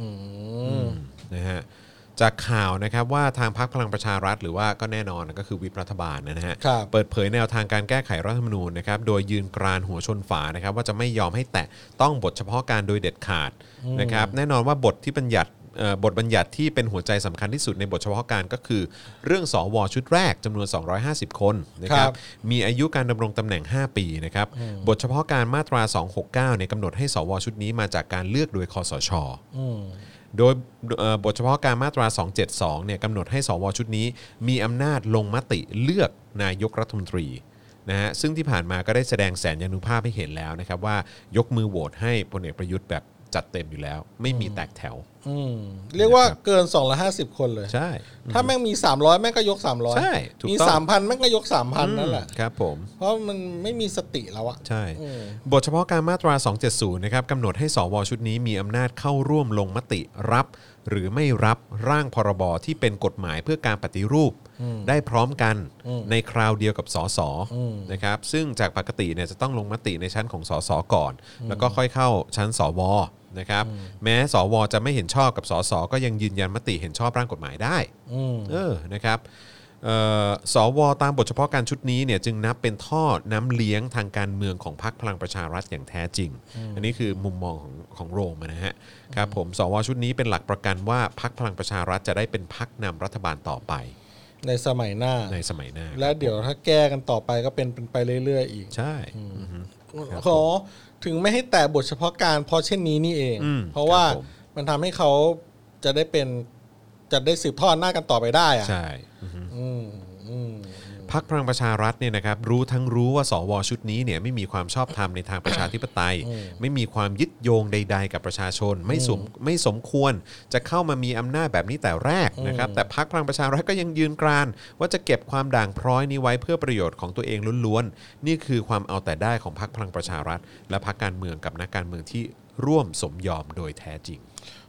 อืม นะฮะจากข่าวนะครับว่าทางพรรคพลังประชารัฐ หรือว่าก็แน่นอนก็คือวิปรัฐบาลนะฮะ ครับ เปิดเผยแนวทางการแก้ไขรัฐธรรมนูญนะครับโดยยืนกรานหัวชนฝานะครับว่าจะไม่ยอมให้แตะต้องบทเฉพาะการโดยเด็ดขาดนะครับแน่นอนว่าบทที่บัญญัติเอ่อบทบัญญัติที่เป็นหัวใจสำคัญที่สุดในบทเฉพาะการก็คือ เรื่องสวชุดแรกจำนวน 250 คนนะครับ ครับ มีอายุการดำรงตำแหน่ง 5 ปีนะครับบทเฉพาะการมาตรา 269เนี่ยกำหนดให้สวชุดนี้มาจากการเลือกโดยคอสช อืม โดยเอ่อบทเฉพาะการมาตรา 272 เนี่ยกำหนดให้สวชุดนี้ มีอำนาจลงมติเลือกนายกรัฐมนตรีนะฮะซึ่งที่ผ่านมาก็ได้แสดงแสนยานุภาพให้เห็นแล้วนะครับ ว่ายกมือโหวตให้พลเอกประยุทธ์แบบจัดเต็มอยู่แล้ว ไม่มีแตกแถว อืม เรียกว่าเกินสองร้อยห้าสิบคนเลย ใช่ ถ้าแม่งมีสามร้อยแม่งก็ยกสามร้อย ใช่ถูก มี ต้อง สามพันแม่งก็ยกสามพันนั่นแหละ ครับผม เพราะมันไม่มีสติแล้วอะ ใช่ อืม บทเฉพาะการมาตรา 270 นะครับกำหนดให้สวชุดนี้มีอำนาจเข้าร่วมลงมติรับ หรือไม่รับร่างพรบที่เป็นกฎหมายเพื่อการปฏิรูป ได้พร้อมกันในคราวเดียวกับสสนะครับซึ่งจากปกติเนี่ยจะต้องลงมติในชั้นของสสก่อน แล้วก็ค่อยเข้าชั้นสวนะครับ แม้สวจะไม่เห็นชอบกับสสก็ยังยืนยันมติเห็นชอบร่างกฎหมายได้ อืม เออ นะครับเอ่อสว ตามบทเฉพาะการชุดนี้เนี่ยจึงนับเป็นท่อน้ำเลี้ยงทางการเมืองของพรรคพลังประชารัฐอย่างแท้จริง อันนี้คือมุมมองของของโรมนะฮะ ครับผม สว ชุดนี้เป็นหลักประกันว่าพรรคพลังประชารัฐจะได้เป็นพรรคนำรัฐบาลต่อไป ในสมัยหน้า ในสมัยหน้า และเดี๋ยวถ้าแก้กันต่อไปก็เป็นเป็นไปเรื่อย ๆ อีก ใช่ ขอถึงไม่ให้แต่บทเฉพาะการเพราะเช่นนี้นี่เอง อืม เพราะว่า ครับผม มันทำให้เขาจะได้เป็นจะได้สืบทอดหน้าจกันต่อไปได้อะ ใช่ อืมอืม พักพลังประชารัฐเนี่ยนะครับรู้ทั้งรู้ว่าสวชุดนี้เนี่ยไม่มีความชอบธรรมในทางประชาธิปไตย ไม่มีความยึดโยงใด ๆ กับประชาชน ไม่สมไม่สมควรจะเข้ามามีอำนาจแบบนี้แต่แรกนะครับแต่พักพลังประชารัฐก็ยังยืนกราน ว่าจะเก็บความด่างพร้อยนี้ไว้เพื่อประโยชน์ของตัวเองล้วนๆนี่คือความเอาแต่ได้ของพักพลังประชารัฐ และพักการเมืองกับนักการเมืองที่ร่วมสมยอมโดยแท้จริง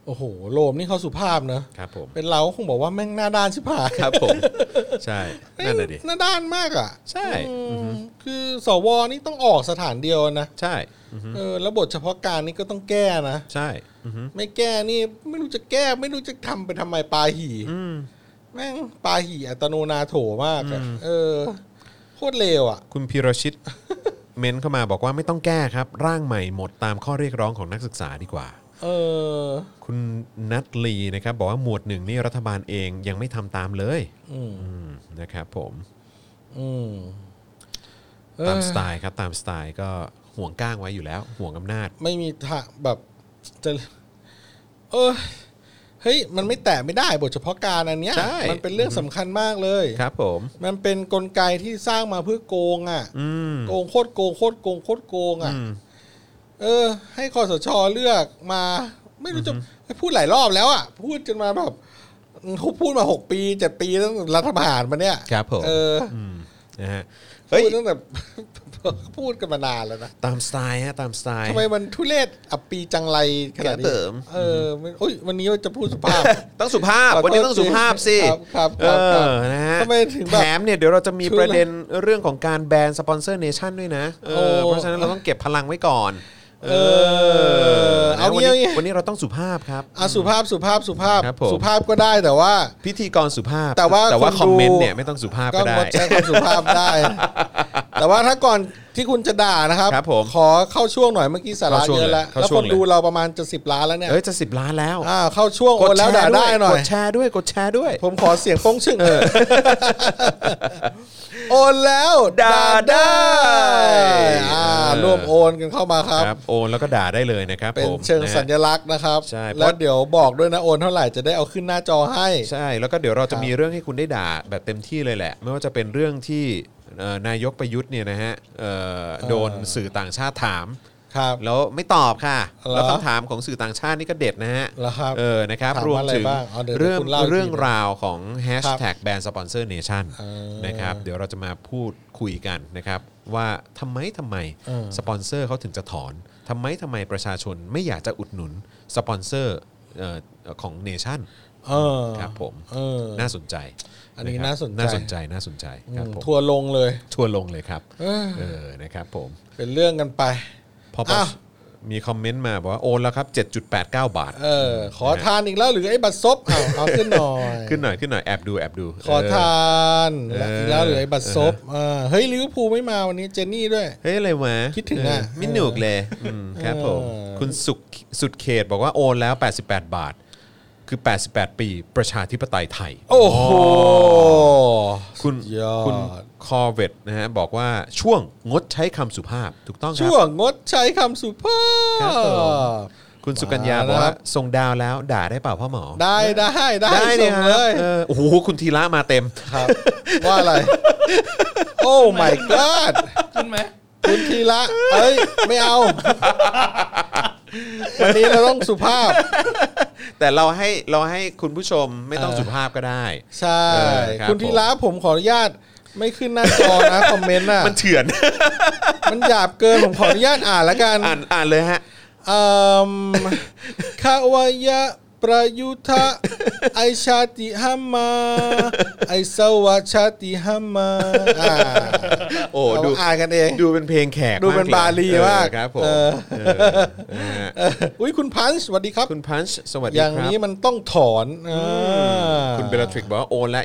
โอ้โหโลมนี่เขาสุภาพเนอะ ครับผม เป็นเราก็คงบอกว่าแม่งหน้าด้านชิบหาย ครับผมใช่นั่นแหละดิ หน้าด้านมากอ่ะ ใช่ อืมคือสวนี่ต้องออกสถานเดียวนะ ใช่ เออแล้วบทเฉพาะการนี่ก็ต้องแก้นะ ใช่อือฮึ ไม่แก้นี่ไม่รู้จะแก้ไม่รู้จะทำไปทำไมปาหี่แม่งปาหี่อัตโนนาโถมากอะเออโคตรเลวอ่ะ คุณพีรชิต เม้นเข้ามาบอกว่าไม่ต้องแก้ครับ ร่างใหม่หมดตามข้อเรียกร้องของนักศึกษาดีกว่า เออ คุณนัทลีนะครับ บอกว่าหมวดหนึ่งนี่รัฐบาลเองยังไม่ทำตามเลย อืม อืมนะครับผม อืมเอ ตาม อ สไตล์ครับตามสไตล์ก็ห่วงก้างไว้อยู่แล้ว ห่วงอำนาจ ไม่มีทางแบบจะเออเฮ้ย มันไม่แตะไม่ได้บทเฉพาะการอันเนี้ย ใช่ มันเป็นเรื่องสำคัญมากเลย ครับผม มันเป็นกลไกที่สร้างมาเพื่อโกงอ่ะ อืม โกงโคตรโกงโคตรโกงโคตรโกงอ่ะ อืม เออ ให้คอสชเลือกมา ไม่รู้จะพูดหลายรอบแล้วอ่ะ พูดจนมาแบบเขาพูดมาหกปีเจ็ดปีตั้งแต่รัฐประหารมาเนี่ย ครับผม เออ มนะฮะ พู เฮ้ย ดตั้งแต่ พูดกันมานานแล้วนะ ตามสไตล์ฮะตามสไตล์ ทำไมมันทุเรศอับปีจังไรขนาด ครับผ นี้ ม เออมันโอ้ยวันนี้จะพูดสุภาพ ต้องสุภาพ วันนี้ต้องสุภาพสิ ครับครับ เอ ครับครับ อนะฮะ ทำไมถึงแบบ แถมเนี่ยเดี๋ยวเราจะมี ชื่อ ป อะระไรเด็นเรื่องของการแบนสปอนเซอร์เนชั่นด้วยนะเออ โอ้ เพราะฉะนั้นเราต้องเก็บพลังไว้ก่อน เออ เอา นะวัน เอา นี้ งี้ วันนี้เราต้องสุภาพครับ อ่ะสุภาพสุภาพสุภาพ ครับผม สุภาพก็ได้แต่ว่า พิธีกรสุภาพ แต่ว่า แต่ว่า คนดู คอมเมนต์เนี่ยไม่ต้องสุภาพ ก็ ก็ได้ งดใช้ความสุภาพ ได้ แต่ว่าถ้าก่อนที่คุณจะด่านะครับ ครับผม ขอเข้าช่วงหน่อยเมื่อกี้สาระ เข้าช่วง เยอะ เลย แล้ว เข้า แล้ว ช่ว ค ง น เลย ดูเราประมาณจะสิบล้านแล้วเนี่ย เอ้ยจะสิบล้านแล้ว อ่าเข้าช่วงโอนแล้วด่าได้หน่อก ย ดแชร์ด้วยกดแชร์ด้วย ผมขอเสียงโป้งชึ่ง โอนแล้ว ด่าได้ อ่าร่วมโอนกันเข้ามาครับ ครับโอนแล้วก็ด่าได้เลยนะครับ เป็น ผม เชิง นะฮะ สัญลักษณ์นะครับ ใช่เพราะ แล้วเดี๋ยวบอกด้วยนะโอนเท่าไหร่จะได้เอาขึ้นหน้าจอให้ ใช่ แล้วก็เดี๋ยวเราจะ ครับ มีเรื่องให้คุณได้ด่าแบบเต็มที่เลยแหละ ไม่ว่าจะเป็นเรื่องที่เอ่อนายกประยุทธ์เนี่ยนะฮะเอ่อโดนสื่อต่างชาติถาม ครับ แล้วไม่ตอบค่ะ เหรอ แล้วคำถามของสื่อต่างชาตินี่ก็เด็ดนะฮะ เหรอครับ เออนะครับ ถาม รวม ว่าอะไร ถึง บ้างเอาเดี๋ยว เรื่อง เดี๋ยวคุณเล่าอีกที เรื่องราวของแฮชแท็กแบรนด์สปอนเซอร์เนชั่น อ่าน นะครับเดี๋ยวเราจะมาพูดคุยกันนะครับว่าทำไมทำไม เออ สปอนเซอร์เขาถึงจะถอนทำไมทำไมประชาชนไม่อยากจะอุดหนุนสปอนเซอร์เอ่อของเนชั่น เออ ครับผม เออ น่าสนใจ อันะนี้ครับ น่าสนใจ น่าสนใจ น่าสนใจครับผม ทัวร์ลงเลย ทัวร์ลงเลยครับ เออ เออ นะครับผม เป็นเรื่องกันไป พอป อ้าว มีคอมเมนต์มาบอกว่าโอนแล้วครับ 7.89 บาท เออ ขอทานอีกแล้วหรือไอ้บัตรซบเอาเอาขึ้นหน่อย ขึ้นหน่อย ขึ้นหน่อย แอบดู แอบดู ขอเทาน เอออี อีกแล้วหรือไอ้บัตรซบเออเฮ้ยลิเวอร์พูลไม่มาวันนี้เจนนี่ด้วย เฮ้ย อะไรวะ คิดถึงอ่ะ เไม่หนุกเลยมครับผม เออ คุณสุขสุดเขตบอกว่าโอนแล้ว 88 บาท คือ 88 ปีประชาธิปไตยไทย โอ้โห คุณ สุดยอด คุณคอเวตนะฮะบอกว่าช่วงงดใช้คำสุภาพถูกต้องครับ ช่วงงดใช้คำสุภา ครับผ พ คุณสุกัญญา มา บอก แล้วครั ว่า บ ส่งดาวแล้วด่าได้เปล่าพ่อหมอ ได้ได้ได้ เนี่ยคส่งรับ เลย เออโอ้โหคุณธีระมาเต็ม ครับ ว่า อะไร โอ้ my god ขึ้นไหม คุณทีละ เอ้ย ไม่เอา วันนี้เราต้องสุภาพ แต่เราให้เราให้คุณผู้ชมไม่ต้องสุภาพก็ได้ ใช่ เออครับ คุณทีละผมขออนุญาตไม่ขึ้นหน้าจอ นะ คอมเมนต์อ่ะ มันเถื่อน มันหยาบเกิน ผมขออนุญาตอ่านละกัน อ่านอ่านเลยฮะ เอ่มคาวายะประยุทธะไอชาติหัมมา ไอสวะชาติหัมมาอ่า โอ้ เรา ดู อ่านกันเอง ดูเป็นเพลงแขก ดูเป็น มกย บาลีมาเออกครับผม เออ เออนะฮะ อุ้ยคุณพันธ์สวัสดีครับ คุณพันช์สวัสดีคอย่าง รั นี้ บ มันต้องถอนอ่า คุณเบลทริกบอกว่าโอนละ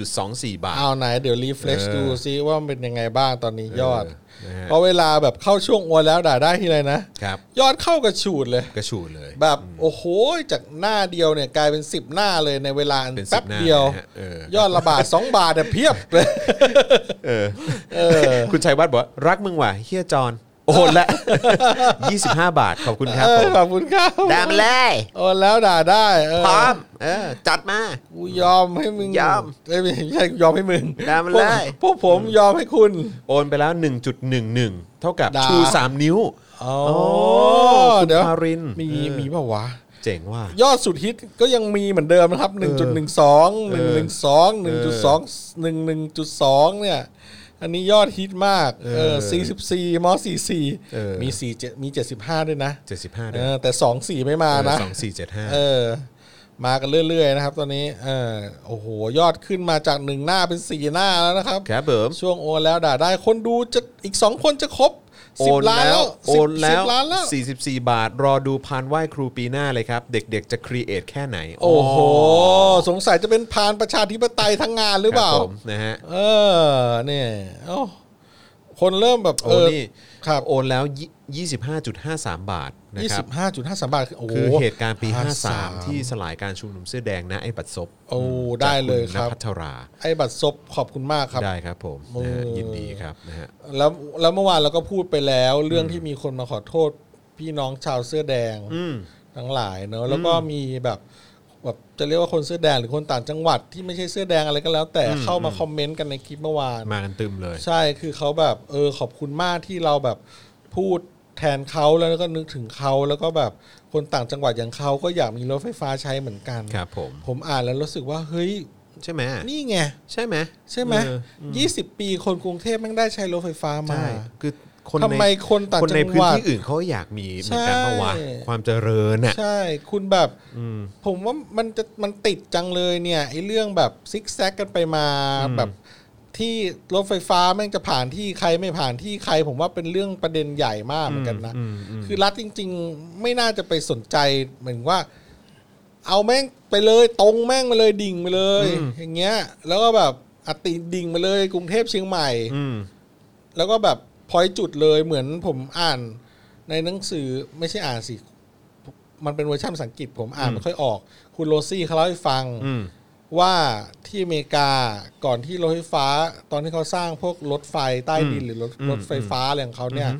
20.24 บาท เอาไหนเดี๋ยวรีเฟรชดูซิว่ามันเป็นยังไงบ้างตอนนี้ยอด เออนะฮะ เพราะเวลาแบบเข้าช่วงโอวนแล้วด่าได้ทีไรนะ ครับ ยอดเข้ากระฉูดเลย กระชูดเลย แบบโอ้โหจากหน้าเดียวเนี่ยกลายเป็น 10 หน้าเลยในเวลาอัน เป็นสิ แป๊ บบ หน้า เดียว นะฮะเออย อด ระบาด 2 บาทเนี่ยเพียบเลย เออ เออ คุณชัยวัฒน์บอกว่ารักมึงว่ะเฮียจอนโอ โอน ละ 25 บาท ขอบคุณครับ เอ ผ อ ม ขอบคุณครับ ด่ามาเลย โอนแล้วด่าได้เออ พร้อมเออจัดมา กูยอมให้มึง ยอม เอ้ยไม่ใช่กูยอมให้มึง ด่ามันเลย พวกพวกผมยอมให้คุณ โอนไปแล้ว 1.11 เท่ากับ ด่า ชู 3 นิ้ว อ๋อ คุณ เดี๋ยว พาริน มี เออ มีเปล่าวะ เจ๋งว่ะ ยอดสุดฮิตก็ยังมีเหมือนเดิมนะครับ 1.12 1.12 1.2 1.2 เนี่ย อันนี้ยอดฮิตมาก เออ 44ม เออ 44 มี 47 มี 75 ด้วยนะ 75ด้ เอ วย อ แต่ 24 ไม่มานะ สองสี่เจ็ดห้า เออ มากันเรื่อยๆนะครับ ตอนนี้ เออ โอ้โห ยอดขึ้นมาจาก 1 หน้าเป็น 4 หน้าแล้วนะครับ ครับผม ช่วงโอนแล้วด่าได้ คนดูจะอีก 2 คนจะครบ 10 ล้านแล้ว โอน 10 แล้วสิบล้านแล้ว 44 บาท รอดูพานไหว้ครูปีหน้าเลยครับ เด็กๆจะครีเอทแค่ไหน โอ้โห สงสัยจะเป็นพานประชาธิปไตยทั้งงานหรือ ค เป รับผล่ามนะฮะ เออ เนี่ยเอ้าคนเริ่มแบบ โอ้ เออ นี่ ครับ โอนแล้ว 25.53 บาทนะ ยี่ ครั สิ บ บห้าจุดห้าสามบาทคือโอ้โห คือเหตุการณ์ปี 53 53 ที่สลายการชุมนุมเสื้อแดงนะไอ้บัตรซบ โอ้ได้เลยค จาก รับ ณนภัทรา ไอ้บัตรซบขอบคุณมากครับ ได้ครับผมนะฮะ โอ้ ยินดีครับนะฮะ แล้วแล้วเมื่อวานเราก็พูดไปแล้วเรื่องที่มีคนมาขอโทษ พี่น้องชาวเสื้อแดงทั้งหลายเนอะแล้วก็มีแบบแบบจะเรียกว่าคนเสื้อแดงหรือคนต่างจังหวัดที่ไม่ใช่เสื้อแดงอะไรก็แล้ว แต่เข้ามาคอมเมนต์กันในคลิปเมื่อวาน มากันตึมเลย ใช่ คือเขาแบบ เออ ขอบคุณมากที่เราแบบพูดแทนเขาแล้วก็นึกถึงเขาแล้วก็แบบคนต่างจังหวัดอย่างเขาก็อยากมีรถไฟฟ้าใช้เหมือนกัน ครับผม ผมอ่านแล้วรู้สึกว่า เฮ้ย ใช่ไหม นี่ไง ใช่ไหม ใช่ไหม เออ ยี่สิบปีคนกรุงเทพแม่งได้ใช้รถไฟฟ้ามา ใช่คือคน ทำในไมคนต่าง คนใน จัง พื้นหวัด ที่อื่นเขาอยากมีเหมือนกันเพใช่ราะว่าความเจริญน่ะ ใช่ คุณแบบ ผมว่ามันจะมันติดจังเลยเนี่ยไอ้เรื่องแบบซิกแซกกันไปมาแบบ ที่รถไฟฟ้าแม่งจะผ่านที่ใครไม่ผ่านที่ใคร ผมว่าเป็นเรื่องประเด็นใหญ่มากเหมือนกันนะ คือรัฐจริง ๆ ไม่น่าจะไปสนใจเหมือนว่า เอาแม่งไปเลยตรงแม่งไปเลยดิ่งไปเลย อย่างเงี้ย แล้วก็แบบอะติดิ่งไปเลยกรุงเทพเชียงใหม่ อืม แล้วก็แบบพอยจุดเลยเหมือนผมอ่านในหนังสือไม่ใช่อ่านสิ มันเป็นเวอร์ชันภาษาอังกฤษ ผมอ่านไม่ค่อยออก คุณโรซี่เขาเล่าให้ฟัง อืม ว่าที่อเมริกาก่อนที่รถไฟฟ้า ตอนที่เขาสร้างพวกรถไฟใต้ดินหรือรถรถไฟฟ้าอะไรของเขาเนี่ย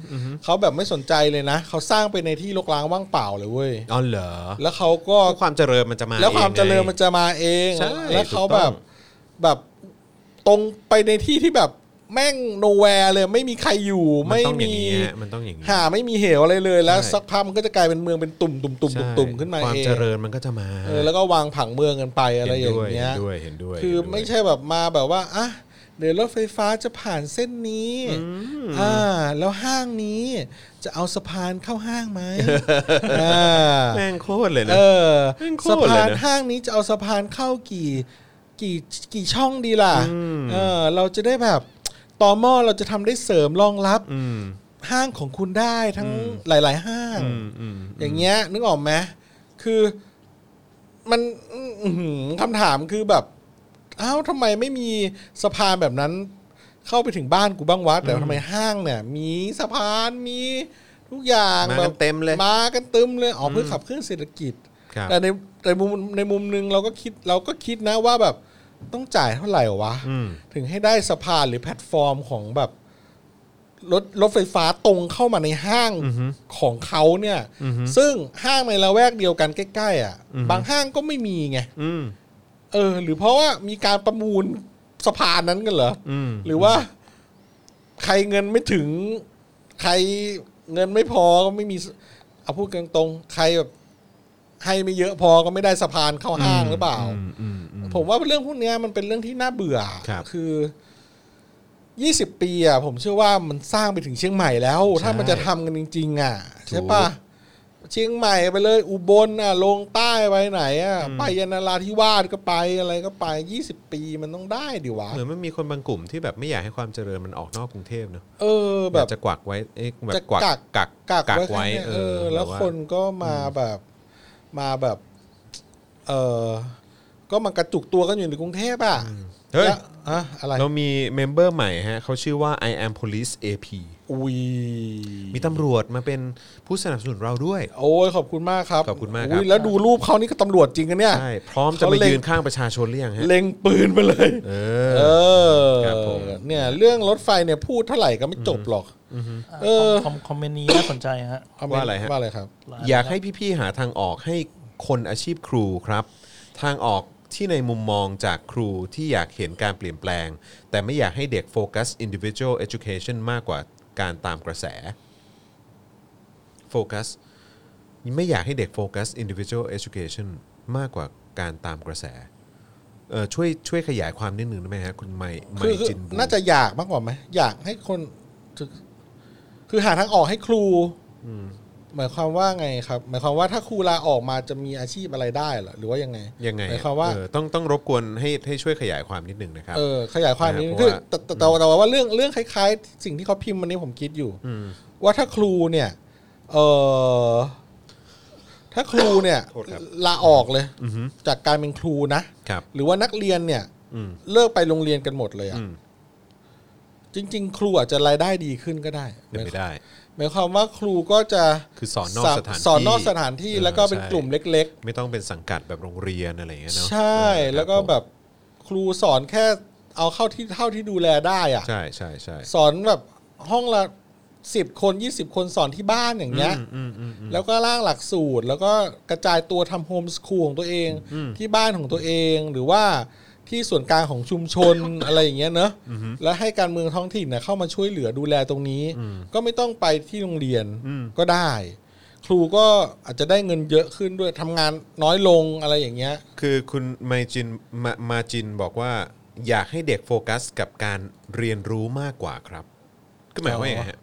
เขาแบบไม่สนใจเลยนะเขาสร้างไปในที่รกร้างว่างเปล่าเลยเว้ย อ๋อเหรอ แล้วเขาก็ ก็ความเจริญมันจะมา แล้วความ องไง เจริญมันจะมาเอง ใช่ แล้วเขา ถูกต้ แบ อง บแบบตรงไปในที่ที่แบบแม่งโนแวร์เลยไม่มีใครอยู่ มัน ไม่ ต้องอย่าง มี นี้ฮะมันต้องอย่างนี้ หาไม่มีเหวอะไรเลยแล้ว ใช่ สักพักมันก็จะกลายเป็นเมืองเป็นตุ่มตุ่มตุ่มตุ่มตุ่มขึ้นมา ความ เอง เจริญมันก็จะมา เออแล้วก็วางผังเมืองกันไปอะไรอย่างเงี้ย ห็นด้วยเห็นด้วย คือ เห็นด้วย ไม่ใช่แบบมาแบบว่าอ่ะเดี๋ยวรถไฟฟ้าจะผ่านเส้นนี้อ่าแล้วห้างนี้จะเอาสะพานเข้าห้างไห ม อ่า แม่งโคตรเลยนะ เออ แม่งโค สะ ตรเลยนะ พานห้างนี้จะเอาสะพานเข้ากี่กี่กี่ช่องดีล่ะเออเราจะได้แบบต่อหม้อเราจะทำได้เสริมรองรับห้างของคุณได้ทั้งหลาย ๆ ห้าง อย่างเงี้ยนึกออกไหมคือมันอื้อหือคำถามคือแบบอ้าวทำไมไม่มีสะพานแบบนั้น เข้าไปถึงบ้านกูบ้างวะแต่ทำไมห้างเนี่ย มีสะพานมีทุกอย่าง มากัน แบบ เต็มเลย มากันเต็มเลยอ๋ออเพื่อขับเคลื่อนเศรษฐกิจ ครับ แต่ในในมุมในมุมหนึ่งเราก็คิดเราก็คิดนะว่าแบบต้องจ่ายเท่าไหร่วะ อืม ถึงให้ได้สะพานหรือแพลตฟอร์มของแบบรถรถไฟฟ้าตรงเข้ามาในห้างของเขาเนี่ย ซึ่งห้างในละแวกเดียวกันใกล้ๆอ่ะ บางห้างก็ไม่มีไง อืม เออ หรือเพราะว่ามีการประมูลสะพานนั้นกันเหรอ อืม หรือว่าใครเงินไม่ถึง ใครเงินไม่พอก็ไม่มีสเอาพูดกันตรงๆใครแบบให้ไม่เยอะพอก็ไม่ได้สะพานเข้าห้างหรือเปล่า ผมว่าเรื่องพวกเนี้ยมันเป็นเรื่องที่น่าเบื่อ ครับ คือยี่สิบปีอ่ะผมเชื่อว่ามันสร้างไปถึงเชียงใหม่แล้ว ถ้ามันจะทำกันจริง ๆ อ่ะ ใช่ปะเชียงใหม่ไปเลย อุบลอ่ะ ลงใต้ไปไหนอ่ะไปยะนาราธิวาสก็ไปอะไรก็ไปยี่สิบปีมันต้องได้ดิวะ เหมือนมันมีคนบางกลุ่มที่แบบไม่อยากให้ความเจริญมันออกนอกกรุงเทพเนอะ เออ แบ แบบ บ จะกวักไว้เอ๊ะแบบ จะ กวัก กัก กัก กัก ไว้ ไว้ข้างใน เอ เอ อ อ แล้ว บบา คนก็มาแบบมาแบบ เออก็มากระจุกตัวกันอยู่ในกรุงเทพอ่ะ เฮ้ย แล้วอะอะไร เรามีเมมเบอร์ใหม่ฮะเขาชื่อว่า I am police AP อุ้ย มีตำรวจมาเป็นผู้สนับสนุนเราด้วย โอ้ยขอบคุณมากครับ ขอบคุณมากครับ ยแล้วดูรูปเขานี่ก็ตำรวจจริงกันเนี่ย ใช่พร้อมจะมา เขาเล็ง ยืนข้างประชาชนหรือยังฮะ เล็งปืนไปเลย เอ เอ อ อ ครับผม เนี่ย เนี่ยเรื่องรถไฟเนี่ยพูดเท่าไหร่ก็ไม่จบหรอก เออ คอมคอมเมนต์นี้น่าสนใจฮะ คมเมนต์ ว่าอะไรฮะ ว่าอะไรครับ อยากให้พี่ๆหาทางออกให้คนอาชีพครูครับ ทางออกที่ในมุมมองจากครูที่อยากเห็นการเปลี่ยนแปลง แต่ไม่อยากให้เด็กโฟกัส individual education มากกว่าการตามกระแสโฟกัสไม่อยากให้เด็กโฟกัส individual education มากกว่าการตามกระแสเออช่วยช่วยขยายความนิดหนึ่งได้ไหมฮะคุณไมไม คือคือ จินบู น่าจะอยากมากกว่าไหมอยากให้คนคือคือหาทางออกให้ครูหมายความว่าไงครับ หมายความว่าถ้าครูลาออกมาจะมีอาชีพอะไรได้เหรอหรือว่ายังไง ยังไง หมายความว่า เออต้องต้องรบกวนให้ให้ช่วยขยายความนิดหนึ่งนะครับ เออขยายความนิดนึ นะ ง เพราะ คือ ว่า แต่แต่แต่ว่าแต่ว่าเรื่องเรื่องคล้ายๆ สิ่งที่เขาพิมพ์วันนี้ผมคิดอยู่ว่าถ้าครูเนี่ย เออถ้าครูเนี่ยลาออกเลยจากการเป็นครูนะ ครับ หรือว่านักเรียนเนี่ย อืม เลิกไปโรงเรียนกันหมดเลยอะ อืม จริง ๆ ครูอาจจะรายได้ดีขึ้นก็ได้ห เป็น มาย ไปได้ หมายความว่าครูก็จะ คือสอนนอกสถานที่ สอนนอกสถานที่ เออ แล้วก็เป็น ใช่ กลุ่มเล็ก ๆ ไม่ต้องเป็นสังกัดแบบโรงเรียนอะไรอย่างเงี้ยเนาะ ใช่ เออ แล้วก็ ครับผม แบบครูสอนแค่เอาเข้าที่เท่าที่ดูแลได้อะ ใช่ใช่ใช่ สอนแบบห้องละสิบคนยี่สิบคนสอนที่บ้านอย่างเงี้ย อืมอืมอืม แล้วก็ร่างหลักสูตร แล้วก็กระจายตัวทำโฮมสคูลของตัวเองที่บ้านของตัวเองหรือว่าที่ส่วนกลางของชุมชน อะไรอย่างเงี้ยเนอะแล้วให้การเมืองท้องถิ่นเนี่ยเข้ามาช่วยเหลือดูแลตรงนี้ ก็ไม่ต้องไปที่โรงเรียนก็ได้ ครูก็อาจจะได้เงินเยอะขึ้นด้วยทำงานน้อยลงอะไรอย่างเงี้ย คือคุณไมจินมามาจินบอกว่า อยากให้เด็กโฟกัสกับการเรียนรู้มากกว่าครับ ก็หมายความว่าอย่างไงฮะ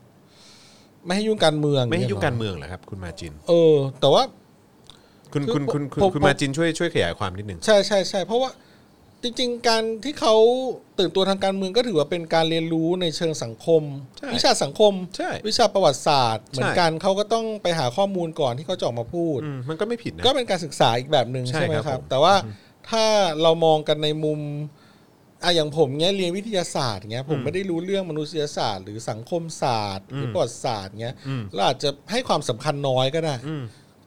ไม่ให้ยุ่งการเมือง ไม่ให้ยุ่งการ เนี่ เมืองเหรอครับ คุณมาจิน เออ แต่ว่า คุณ คือ คุณคุณคุณ ผม คุณมาจินช่วยช่วยขยายความนิดหนึ่ง ใช่ใช่ใช่เพราะว่าจริง ๆ การที่เขาตื่นตัวทางการเมืองก็ถือว่าเป็นการเรียนรู้ในเชิงสังคม วิชาสังคม ใช่ วิชาประวัติศาสตร์ เหมือนกันเขาก็ต้องไปหาข้อมูลก่อนที่เขาจะออกมาพูด อืมมันก็ไม่ผิดนะ ก็เป็นการศึกษาอีกแบบหนึ่ง ใช่ ใช่ไหม ครับ ครับ ผม แต่ว่าถ้าเรามองกันในมุมอ่ะอย่างผมเนี้ยเรียนวิทยาศาสตร์เนี้ยผมไม่ได้รู้เรื่องมนุษยศาสตร์ หรือสังคมศาสตร์หรือประวัติศาสตร์เนี้ยเราอาจจะให้ความสำคัญน้อยก็ได้ อืม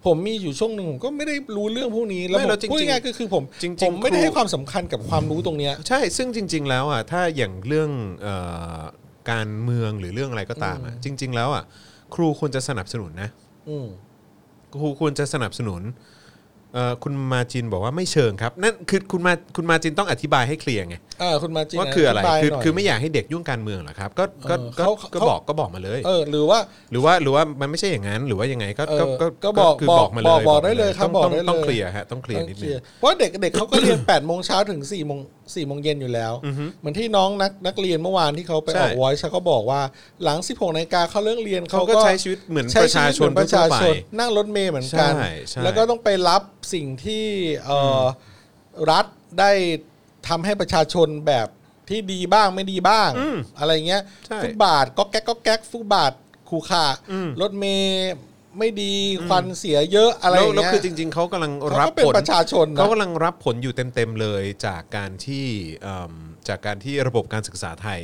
ผมมีอยู่ช่วงหนึ่งผมก็ไม่ได้รู้เรื่องพวกนี้แล้ว ไม่ ผม แล้วจริงๆ พูดง่ายๆก็คือผม จริงๆ ผมไม่ได้ ครู ให้ความสำคัญกับความรู้ตรงเนี้ย ใช่ ซึ่งจริง ๆ แล้วอ่ะ ถ้าอย่างเรื่องเออการเมืองหรือเรื่องอะไรก็ตามอ่ะ จริง ๆ แล้วอ่ะ ครูควรจะสนับสนุนนะ อืม ครูควรจะสนับสนุนเอ่อคุณมาจินบอกว่าไม่เชิงครับ นั่นคือคุณมาคุณมาจินต้องอธิบายให้เคลียร์ไง เออคุณมาจีน ว่าคืออะไร ธิบาย คือ หน่ย คือไม่อยากให้เด็กยุ่งการเมืองเหรอครับ ก็ก็ เออ ก็ เขา ก็ เขา บอกก็บอกมาเลย เออ หรือว่า หรือว่าหรือว่ามันไม่ใช่อย่างนั้นหรือว่ายังไงก็ เออ ก็ ก็บอก คื บอก บอกมาเลย บอกบอกได้เลยครับ ต้อง บอก ต้อง ได้เลย ต้องเคลียร์ฮะต้องเคลียร์นิดนึง เพราะเด็กเด็กเขาก็เรียน 8ปดโมงเช้าถึง4ี่โมงสี่โมงเย็นอยู่แล้ว เหมือนที่น้องนักนักเรียนเมื่อวานที่เขาไป ใช่ ออกวอยช์เขาบอกว่าหลัง 16นาฬิกาเขาเลิกเรียน เขาก็ใช้ชีวิตเหมือน ใช้ ประ ชี ชา วิชตเห น มือประชา ทั่วๆไป ชนนั่งรถเมย์เหมือนกัน ใช่ใช่ แล้วก็ต้องไปรับสิ่งที่เอ่ออรัฐได้ทำให้ประชาชนแบบที่ดีบ้างไม่ดีบ้าง อะไรเงี้ยฟุตบาทก็แก๊กก็แก๊กฟุตบาทขู่ข่ารถเมย์ไม่ดีควันเสียเยอะอะไรอ แล้ว ย่าง แล้ว เงี้ย คือจริง ๆเขากำลัง เขาก็ รับ เป็น ผล ประชาชนนะ เขากำลังรับผลอยู่เต็มๆเลยจากการที่เอิ่มจากการที่ระบบการศึกษาไทย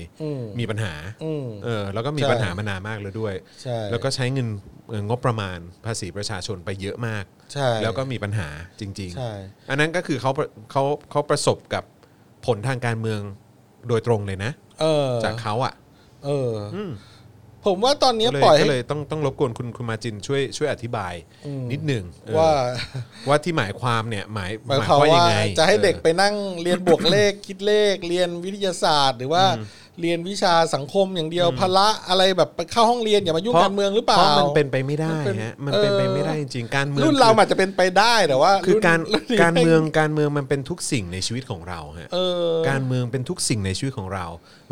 มีปัญหา อืม เออแล้วก็มี ใช่ ปัญหามานานมากเลยด้วย ใช่ แล้วก็ใช้เงินเอ่องบประมาณภาษีประชาชนไปเยอะมาก ใช่ แล้วก็มีปัญหาจริง ใช่ ๆ อันนั้นก็คือเขาเขาเขาประสบกับผลทางการเมืองโดยตรงเลยนะ เออ จากเขาอ่ะ เอออผมว่าตอนเนี้ยปล่อย ก็ ให้ เลยต้องต้องรบกวนคุณคุณมาจินช่วยช่วยอธิบาย อืม นิดหนึ่งเออ ว่า ว่าที่หมายความเนี่ยหมาย หมายความว่าจะให้เด็ก อ ไปนั่งเรียนบวกเลข คิดเลข เรียนวิทยาศาสตร์ หรือว่าเรียนวิชาสังคมอย่างเดียวพละอะไรแบบไปเข้าห้องเรียนอย่ามา อ ยุ่งการเมืองหรือเปล่า เพราะมันเป็นไปไม่ได้ มันเป็น ฮะมันเป็น เออ ไปไม่ได้จริงๆการเมือง รุ่นเราอาจจะเป็นไปได้แต่ว่า คือ รุ่น การ นนี้ การเมืองการเมืองมันเป็นทุกสิ่งในชีวิตของเราฮะ เออ การเมืองเป็นทุกสิ่งในชีวิตของเรา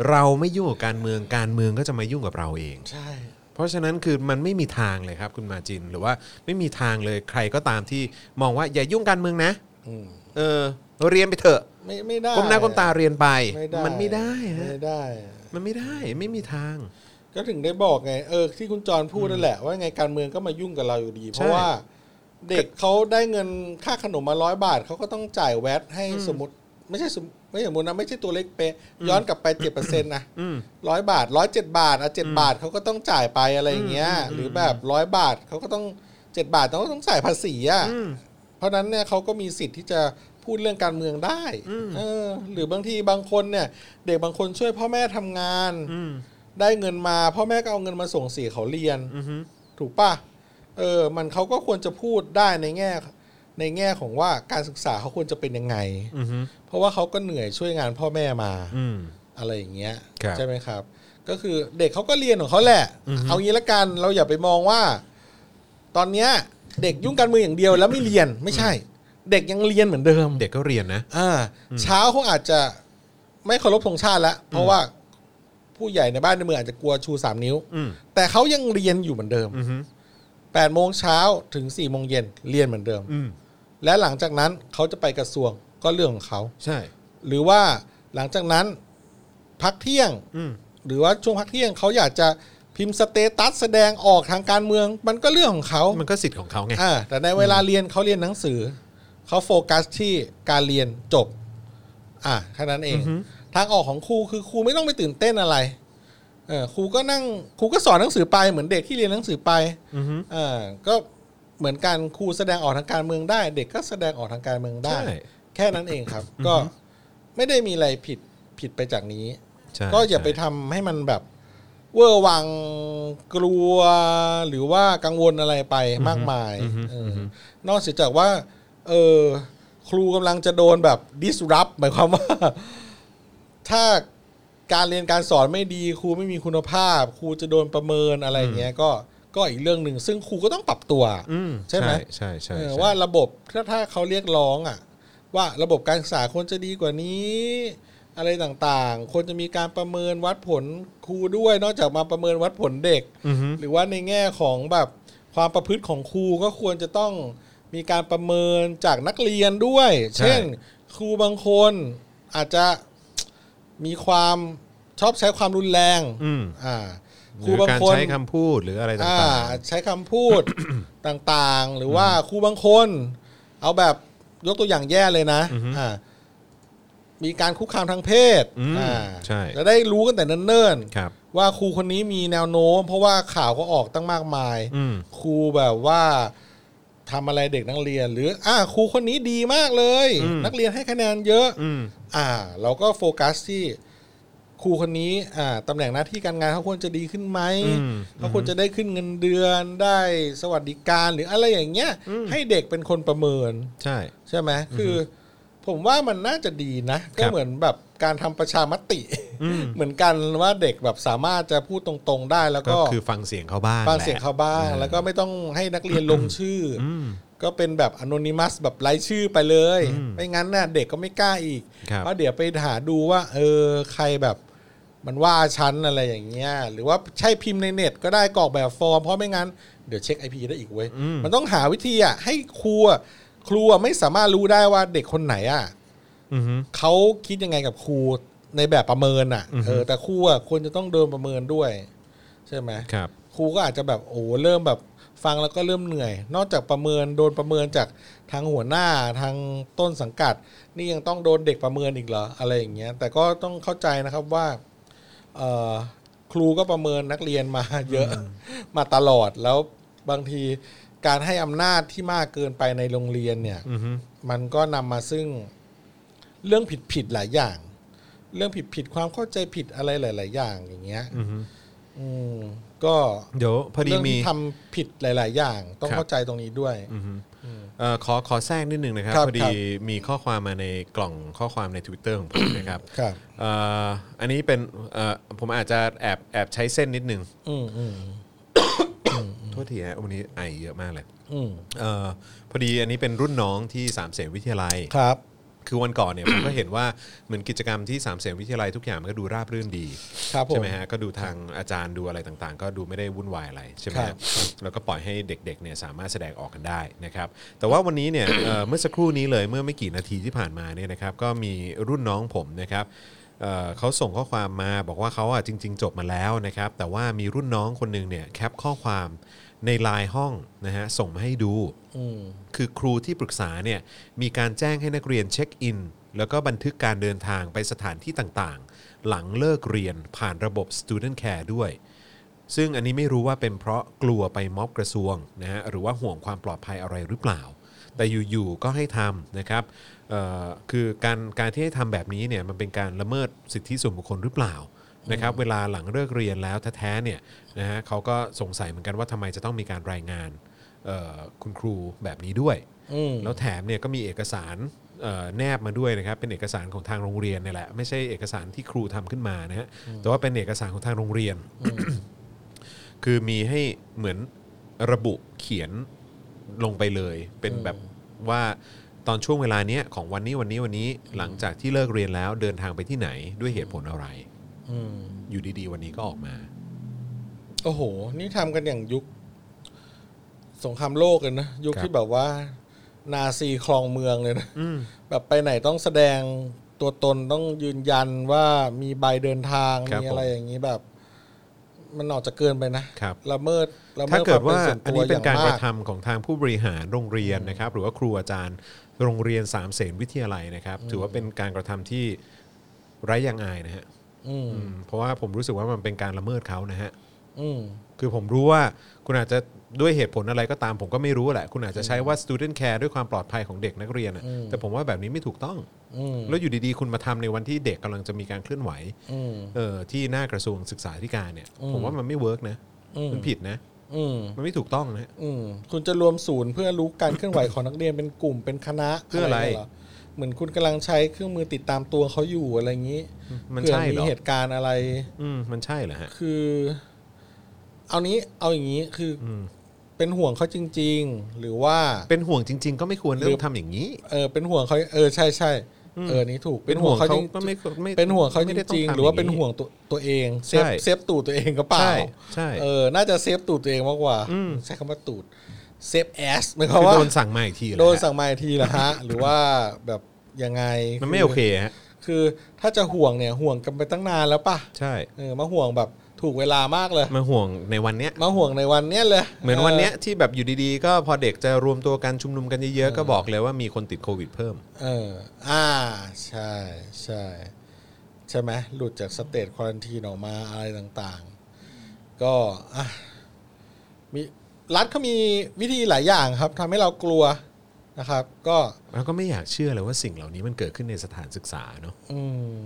เราไม่ยุ่งกับการเมืองการเมืองก็จะมายุ่งกับเราเอง ใช่ เพราะฉะนั้นคือมันไม่มีทางเลยครับคุณมาจินหรือว่าไม่มีทางเลยใครก็ตามที่มองว่าอย่ายุ่งการเมืองนะ อืม เออเรียนไปเถอะ ไม่ไม่ได้ ก้มหน้าก้มตาเรียนไป ไม่ได้ มันไม่ได้ฮะ ไม่ได้ มันไม่ได้ไม่มีทาง ก็ถึงได้บอกไงเออที่คุณจรพูดนั่นแหละ ว่าไงการเมืองก็มายุ่งกับเราอยู่ดี เพราะว่าเด็กเขาได้เงินค่าขนมมาร้อยบาทเขาก็ต้องจ่ายแวตให้สมมติไม่ใช่สมไม่ใช่สมมตินะไม่ใช่ตัวเล็กเป๊ะย้อนกลับไปเจ็ดเปอร์เซ็นต์นะร้อยบาทร้อยเจ็ดบาทอ่ะเจ็ดบาทเขาก็ต้องจ่ายไปอะไรอย่างเงี้ย หรือแบบร้อยบาทเขาก็ต้องเจ็ดบาทเขาก็ต้องจ่ายภาษีอ่ะเพราะฉะนั้นเนี่ยเขาก็มีสิทธิ์ที่จะ พูดเรื่องการเมืองได้เออ หรือบางทีบางคนเนี่ย เด็กบางคนช่วยพ่อแม่ทำงานได้เงินมาพ่อแม่ก็เอาเงินมาส่งเสียเขาเรียนถูกปะเออ มันเขาก็ควรจะพูดได้ในแง่ ในแง่ของว่าการศึกษาเขาควรจะเป็นยังไง อือฮึ เพราะว่าเขาก็เหนื่อยช่วยงานพ่อแม่มา อืม อะไรอย่างเงี้ย ครับ ใช่ไหมครับ ก็คือเด็กเขาก็เรียนของเขาแหละ เอางี้ละกันเราอย่าไปมองว่า ตอนเนี้ย เด็กยุ่งการเมืองอย่างเดียวแล้วไม่เรียนไม่ใช่ เด็กยังเรียนเหมือนเดิม เด็กก็เรียนนะ อ่าเช้าเขาอาจจะไม่เคารพธงชาติละเพราะว่าผู้ใหญ่ในบ้านในเมืองอาจจะกลัวชูสามนิ้ว อืม แต่เขายังเรียนอยู่เหมือนเดิม อือฮึ แปดโมงเช้าถึงสี่โมงเย็นเรียนเหมือนเดิม อืม และหลังจากนั้นเขาจะไปกระทรวงก็เรื่องของเขา ใช่ หรือว่าหลังจากนั้นพักเที่ยง อืม หรือว่าช่วงพักเที่ยงเขาอยากจะพิมพ์สเตตัสแสดงออกทางการเมือง มันก็เรื่องของเขา มันก็สิทธิ์ของเขาไง อ่าแต่ในเวลาเรียนเขาเรียนหนังสือ เขาโฟกัสที่การเรียนจบ อ่าแค่นั้นเอง ทางออกของครูคือครูไม่ต้องไปตื่นเต้นอะไรเออครูก็นั่งครูก็สอนหนังสือไปเหมือนเด็กที่เรียนหนังสือไป อือฮึ อ่าก็เหมือนการครูแสดงออกทางการเมืองได้ เด็กก็แสดงออกทางการเมืองได้ ใช่ แค่นั้นเองครับ ก็ไม่ได้มีอะไรผิดผิดไปจากนี้ ใช่ ก็อย่าไปทำให้มันแบบ เวอร์วังกลัวหรือว่ากังวลอะไรไปมากมายเอออนอกเสียจากว่า เออครูกำลังจะโดนแบบ disrupt หมายความว่า ถ้าการเรียนการสอนไม่ดี ครูไม่มีคุณภาพ ครูจะโดนประเมินอะไรอย่างเงี้ย ก็ก็อีกเรื่องหนึ่งซึ่งครูก็ต้องปรับตัว อืม ใช่ไหม ใช่ใช่ เออ ใช่ ว่าระบบถ้าถ้าเขาเรียกร้องอ่ะ ว่าระบบการศึกษาควรจะดีกว่านี้ อะไรต่างๆควรจะมีการประเมินวัดผลครูด้วย นอกจากมาประเมินวัดผลเด็ก อือฮึ หรือว่าในแง่ของแบบความประพฤติของครูก็ควรจะต้องมีการประเมินจากนักเรียนด้วย ใช่ เช่น ครูบางคนอาจจะมีความชอบใช้ความรุนแรง อืม อ่า ห ค รือบรูาง การ คน ใช้คำพูดหรืออะไร อ่า ต่าง ใช้คำพู ด ต่างๆ หรือว่าครูบางคน เอาแบบยกตัวอย่างแย่เลยนะอ่ามีการคุกคามทางเพศ อืม อ่า ใช่ จะได้รู้กันแต่เนิ่น ๆครับ ๆว่าครูคนนี้มีแนวโน้ม เพราะว่าข่าวก็ออกตั้งมากมาย อืม ครูแบบว่าทำอะไรเด็กนักเรียน หรือ อ่าครูคนนี้ดีมากเลย อืม นักเรียนให้คะแนนเยอะ อืม อ่า เราก็โฟกัสที่ครูคนนี้อ่าตำแหน่งหน้าที่การงานเขาควรจะดีขึ้นไหม อืม เขาควรจะได้ขึ้นเงินเดือนได้สวัสดิการหรืออะไรอย่างเงี้ย ให้เด็กเป็นคนประเมิน ใช่ ใช่ไหมคืออผมว่ามันน่าจะดีนะ ก็เหมือนแบบการทำประชามติ เหมือนกันว่าเด็กแบบสามารถจะพูดตรงๆได้แล้ว ก็ ก็ คือฟังเสียงเขาบ้าง ฟังเสียงเขาบ้าง แหละ แล้วก็ไม่ต้องให้นักเรียนลงชื่ออ อืม ก็เป็นแบบอนอนิมัสแบบไร้ชื่อไปเลย อืม ไม่งั้นน่ะเด็กก็ไม่กล้าอีก ครับ เพราะเดี๋ยวไปหาดูว่า เออใครแบบมันว่าชั้นอะไรอย่างเงี้ย หรือว่าใช่พิมพ์ในเน็ตก็ได้กรอกแบบฟอร์ม เพราะไม่งั้นเดี๋ยวเช็คไอพีได้อีกเว้ย อืม มันต้องหาวิธีอ่ะให้ครูอ่ะครูอ่ะไม่สามารถรู้ได้ว่าเด็กคนไหนอ่ะ อือฮึ เขาคิดยังไงกับครูในแบบประเมินอ่ะเออแต่ครูอ่ะควรจะต้องเดินประเมินด้วย ใช่ไหม ครับ ครูก็อาจจะแบบโอ้เริ่มแบบฟังแล้วก็เริ่มเหนื่อย นอกจากประเมินโดนประเมินจากทางหัวหน้าทางต้นสังกัด นี่ยังต้องโดนเด็กประเมินอีกเหรออะไรอย่างเงี้ย แต่ก็ต้องเข้าใจนะครับว่าเออครูก็ประเมินนักเรียนมา เยอะ มาตลอดแล้วบางทีการให้อำนาจที่มากเกินไปในโรงเรียนเนี่ย อือฮึ มันก็นำมาซึ่งเรื่องผิดผิดๆหลายอย่าง เรื่องผิดผิดๆความเข้าใจผิดอะไรหลาย ๆ อย่างอย่างเงี้ย อือฮึ อืมก็ เดี๋ยวพอดี เรื่อง มี ที่ทำผิดหลาย ๆ อย่าง ต้อง ครับ เข้าใจตรงนี้ด้วย เอ่อขอขอแทรกนิดนึงนะครับ ครับ พอ ครั ดี บ มีข้อความมาในกล่องข้อความใน Twitter ของผมนะครับ ครับ เอ่ออันนี้เป็นเอ่อผมอาจจะแอบแอบใช้เส้นนิดนึง อืมอืม โทษทีฮะวันนี้ไอเยอะมากเลย อืม เอ่อพอดีอันนี้เป็นรุ่นน้องที่สามเสนวิทยาลัย ครับ คือวันก่อนเนี่ย ผมก็เห็นว่าเหมือนกิจกรรมที่สามเสนวิทยาลัยทุกอย่างมันก็ดูราบรื่นดี ครับผม ใช่ไหมฮะก็ดูทางอาจารย์ดูอะไรต่างๆ ก็ดูไม่ได้วุ่นวายอะไรใช่ไหม ครั ฮะ บ แล้วก็ปล่อยให้เด็กๆเนี่ยสามารถแสดงออกกันได้นะครับแต่ว่าวันนี้เนี่ย เอ่อเมื่อสักครู่นี้เลยเมื่อไม่กี่นาทีที่ผ่านมาเนี่ยนะครับก็มีรุ่นน้องผมนะครับเอ่อเขาส่งข้อความมาบอกว่าเขาอ่ะจริง ๆ จบมาแล้วนะครับแต่ว่ามีรุ่นน้องคนหนึงเนี่ยแคปข้อความในไลน์ห้องนะฮะส่งมาให้ดู อืม คือครูที่ปรึกษาเนี่ยมีการแจ้งให้นักเรียนเช็คอิน แล้วก็บันทึกการเดินทางไปสถานที่ต่างๆ หลังเลิกเรียนผ่านระบบ Student Care ด้วย ซึ่งอันนี้ไม่รู้ว่าเป็นเพราะกลัวไปม็อบกระทรวงนะฮะหรือว่าห่วงความปลอดภัยอะไรหรือเปล่า แต่อยู่ๆก็ให้ทำนะครับ เอ่อคือการการที่ให้ทำแบบนี้เนี่ยมันเป็นการละเมิดสิทธิส่วนบุคคลหรือเปล่านะครับเวลาหลังเลิกเรียนแล้วแท้ๆเนี่ยนะฮะเขาก็สงสัยเหมือนกันว่าทำไมจะต้องมีการรายงานเอ่อคุณครูแบบนี้ด้วย อืม แล้วแถมเนี่ยก็มีเอกสารเอ่อแนบมาด้วยนะครับเป็นเอกสารของทางโรงเรียนเนี่ยแหละไม่ใช่เอกสารที่ครูทำขึ้นมานะฮะแต่ว่าเป็นเอกสารของทางโรงเรียน คือมีให้เหมือนระบุเขียนลงไปเลย เป็นแบบว่าตอนช่วงเวลาเนี้ยของวันนี้วันนี้วันนี้หลังจากที่เลิกเรียนแล้วเดินทางไปที่ไหนด้วยเหตุผลอะไร อืม อยู่ดีๆ วันนี้ก็ออกมา โอ้โห นี่ทำกันอย่างยุค สงครามโลกเลยนะ ยุค ครับ ที่แบบว่า นาซีคลองเมืองเลยนะ แบบไปไหนต้องแสดงตัวตนต้องยืนยันว่ามีใบเดินทาง ครับ มีอะไร ผม อย่างนี้แบบ มันออกจะเกินไปนะครับ ละเมิดละเมิ ถ้า ด เกิดว่า คม อัน ส่ นี้ ตั เป็นการ อย่ง ก ม ระทำของทางผู้บริหารโรงเรียนนะครับหรือว่าครูอาจารย์โรงเรียนสามเสนวิทยาลัยนะครับ ถือว่าเป็นการกระทำที่ไร้ยางอายนะฮะ อืม อืมเพราะว่าผมรู้สึกว่ามันเป็นการละเมิดเขานะฮะ อืม คือผมรู้ว่าคุณอาจจะด้วยเหตุผลอะไรก็ตามผมก็ไม่รู้แหละ คุณอาจจะใช้ว่า student care ด้วยความปลอดภัยของเด็กนักเรียนอะ อืม แต่ผมว่าแบบนี้ไม่ถูกต้อง อืม แล้วอยู่ดีๆ คุณมาทำในวันที่เด็กกำลังจะมีการเคลื่อนไหว อืม เออที่หน้ากระทรวงศึกษาธิการเนี่ย อืม ผมว่ามันไม่เวิร์กนะ อืม มันผิดนะ อืม มันไม่ถูกต้องนะฮะ อืมคุณจะรวมศูนย์เพื่อรู้การเคลื่อนไหวของนักเรียนเป็นกลุ่มเป็นคณะ เพื่ออะไร ย่างเงี้ยหเหมือนคุณกำลังใช้เครื่องมือติดตามตัวเขาอยู่อะไรอย่างนี้ มัน เผื่อ ใช่ มี เหรอ เหตุการณ์อะไร อืมมันใช่เหรอฮะ คือ เอานี้เอาอย่างนี้คืออ ม เป็นห่วงเขาจริง ๆ หรือว่า เป็นห่วงจริง ๆ ก็ไม่ควรเลือกทำอย่างนี้ เออเป็นห่วงเขาเออใช่ใช่เออนี่ถูก เป็นห่วงเขา จริง ก็ไม่ไม่ เป็นห่วงเขาจ ไม่ได้ต้อง ริง ทำ ๆหรือว่า อย่างนี้ เป็นห่วงตัวตัวเองเซฟ ใช่ เซฟตูดตัวเองก็เปล่า ใช่ใช่ เออ น่าจะเซฟตูดตัวเองมากกว่า ใช้คำว่าตูด เซฟแอสหมายความ คือ ว่า โดนสั่งมาอีกทีแล้ว โดนสั่งมาอีกทีเหรอฮะ หรือว่าแบบยังไง มันไม่โอเคฮะ คือถ้าจะห่วงเนี่ยห่วงกันไปตั้งนานแล้วป่ะ ใช่ เออมาห่วงแบบถูกเวลามากเลย มาห่วงในวันเนี้ย มาห่วงในวันเนี้ยเลย เหมือนวันเนี้ยที่แบบอยู่ดีๆ ก็พอเด็กจะรวมตัวกันชุมนุมกันเยอะๆ ก็บอกเลยว่ามีคนติดโควิดเพิ่ม เออ อ่า ใช่ใช่ใช่ไหมหลุดจากสเตจควอนทีนออกมาอะไรต่างๆ ก็อ่ะมีรัฐเขามีวิธีหลายอย่างครับทำให้เรากลัวนะครับ ก็ แล้วก็ไม่อยากเชื่อเลยว่าสิ่งเหล่านี้มันเกิดขึ้นในสถานศึกษาเนาะ อืม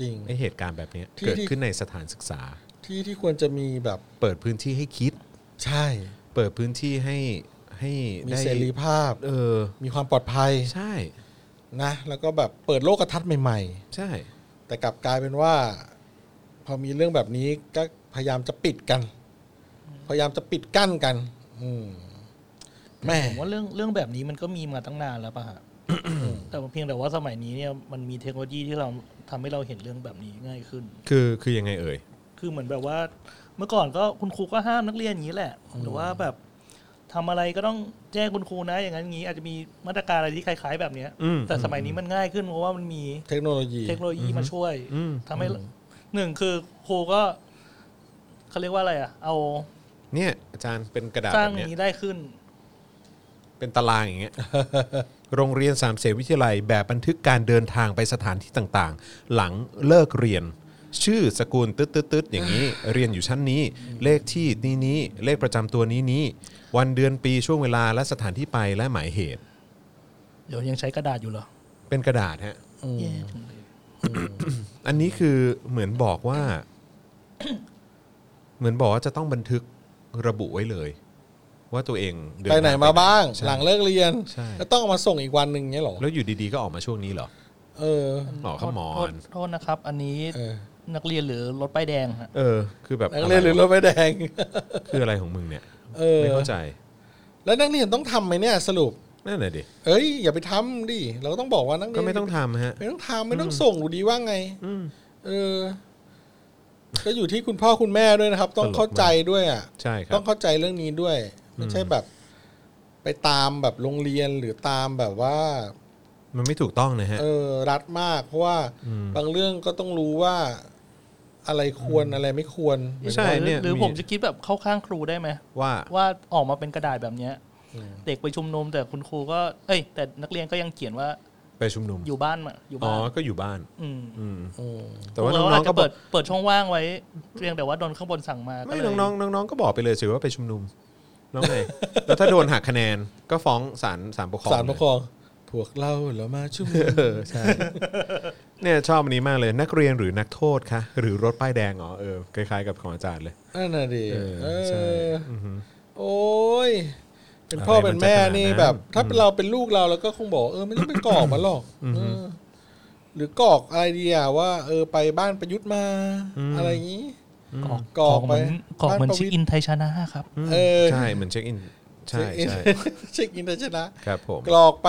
จริง ไอเหตุการณ์แบบเนี้ย ที่ เกิดขึ้นในสถานศึกษา ที่ที่ควรจะมีแบบ เปิดพื้นที่ให้คิด ใช่ เปิดพื้นที่ให้ให้ มี ได้ เสรีภาพ เออ มีความปลอดภัย ใช่ นะ แล้วก็แบบเปิดโลกทัศน์ใหม่ ใช่ ๆ แต่กลับกลายเป็นว่า พอมีเรื่องแบบนี้ก็พยายามจะปิดกัน พยายามจะปิดกั้นกัน อืมแม่ ผมว่าเรื่องเรื่องแบบนี้มันก็มีมาตั้งนานแล้วป่ะฮะ แต่เพียงแต่ว่าสมัยนี้เนี่ยมันมีเทคโนโลยีที่เราทำให้เราเห็นเรื่องแบบนี้ง่ายขึ้น คือคือยังไงเอ่ย คือเหมือนแบบว่าเมื่อก่อนก็คุณครูก็ห้ามนักเรียนอย่างนี้แหละ หรือว่าแบบทำอะไรก็ต้องแจ้งคุณครูนะ อย่างนั้นอย่างนี้อาจจะมีมาตรการอะไรที่คล้าย ๆ แบบเนี้ย อืม แต่สมัยนี้มันง่ายขึ้นเพราะว่ามันมี เทคโนโลยี เทคโนโลยีมาช่วย อืม ทำให้หนึ่งคือครูก็เขาเรียกว่าอะไรอ่ะ เอา เนี่ยอาจารย์เป็นกระดาษ สร้า แบ ง บ อ เนี้ย ย่างนี้ได้ขึ้น เป็นตาราง อย่างเงี้ย โรงเรียนสามเสนวิทยาลัยแบบบันทึกการเดินทางไปสถานที่ต่างๆ หลังเลิกเรียน ชื่อสกุลตึ๊ดตึ๊ดๆๆอย่างนี้ เรียนอยู่ชั้นนี้ เลขที่นี้นี้ๆเลขประจำตัวนี้นี้ๆวันเดือนปีช่วงเวลาและสถานที่ไปและหมายเหตุ เดี๋ยวยังใช้กระดาษอยู่เหรอ เป็นกระดาษฮะ แย่จังเลย อันนี้คือเหมือนบอกว่า เหมือนบอกว่าจะต้องบันทึกระบุไว้เลย ว่าตัวเองเดิท ไป ง ไหนมาบ้าง ใช่ หลังเลิกเรียน ใช่ แล้วต้องเอามาส่งอีกวันหนึ่งเงี้ยเหรอ แล้วอยู่ดีๆก็ออกมาช่วงนี้เหรอ เออ หมอขมอ โทษ น โทษโทษนะครับ อันนี้ เออ นักเรียนหรือรถป้ายแดงฮะ เออ คือแบบ นักเรียนหรือรถไฟแดง คืออะไรของมึงเนี่ย เออ ไม่เข้าใจ แล้วนักเรียนต้องทำไหมเนี่ย สรุป นั่นแหละดิ เอ้ยอย่าไปทำดิ เราก็ต้องบอกว่านักเรีย ก็ น ไม่ต้องทำฮะ ไม่ต้องทำไม่ต้องส่งอยู่ดีว่าไงเออ ก็อยู่ที่คุณพ่อคุณแม่ด้วยนะครับ ต้อง ตลกมาก เข้าใจด้วยอ่ะ ใช่ครั ต้อบ งเข้าใจเรื่องนี้ด้วย ไม่ใช่แบบ ไปตามแบบโรงเรียนหรือตามแบบว่า มันไม่ถูกต้องนะฮะ เออ รัดมาก เพราะว่าบางเรื่องก็ต้องรู้ว่า อะไรควรอะไรไม่ควร ใช่ หรือ เนี่ย หรือ มี ผมจะคิดแบบเข้าข้างครูได้ไหม ว่า ว่าออกมาเป็นกระดาษแบบเนี้ยเด็กไปชุมนุมแต่คุณครูก็ เอ้ย แต่นักเรียนก็ยังเขียนว่า ไปชุมนุม อยู่บ้านมาอยู่ อ๋ บ้า อน ก็อยู่บ้าน อืม อืม อืม แต่ว่า พก น้ เร องๆ จ ก็ จะ บอ เปิ ก ดเปิดช่องว่างไว้เพียงแต่ว่าโดนข้างบนสั่งมา ไม่ ก็เลย น้องๆน้องๆก็บอกไปเลยสิว่าไปชุมนุม น้องไง แล้วถ้าโดนหักคะแนนก็ฟ้องศาลศาลปกครอง สารปกครอง พวกเราเหรามาชุมนุม เออใช่ เนี่ยชอบอันนี้มากเลยนักเรียนหรือนักโทษคะหรือรถป้ายแดงอ๋อเออคล้ายๆกับของอาจารย์เลย นั่นน่ะดิ เออใช่ เอออโอ้ย เป็นพ่อ อะไรมั เป็น น จะ แม่ ขนาด นี่ นั้น แบบ ถ้าเราเป็นลูกเราเราก็คงบอก เออไม่ต้องไปกรอกมาหรอกเออหรือกรอกอะไรดีอะว่า เออไปบ้านประยุทธ์มา อะไรอย่างนี้ กรอก เห ไป มือนกรอกเหมือบ้านนประวิ ชิ ตร คอินไทยชานะครับ เออ ใช่เหมือนเช็คอินใช่ใช่ เช็คอินเตอร์ชนะครับ ผม กรอกไป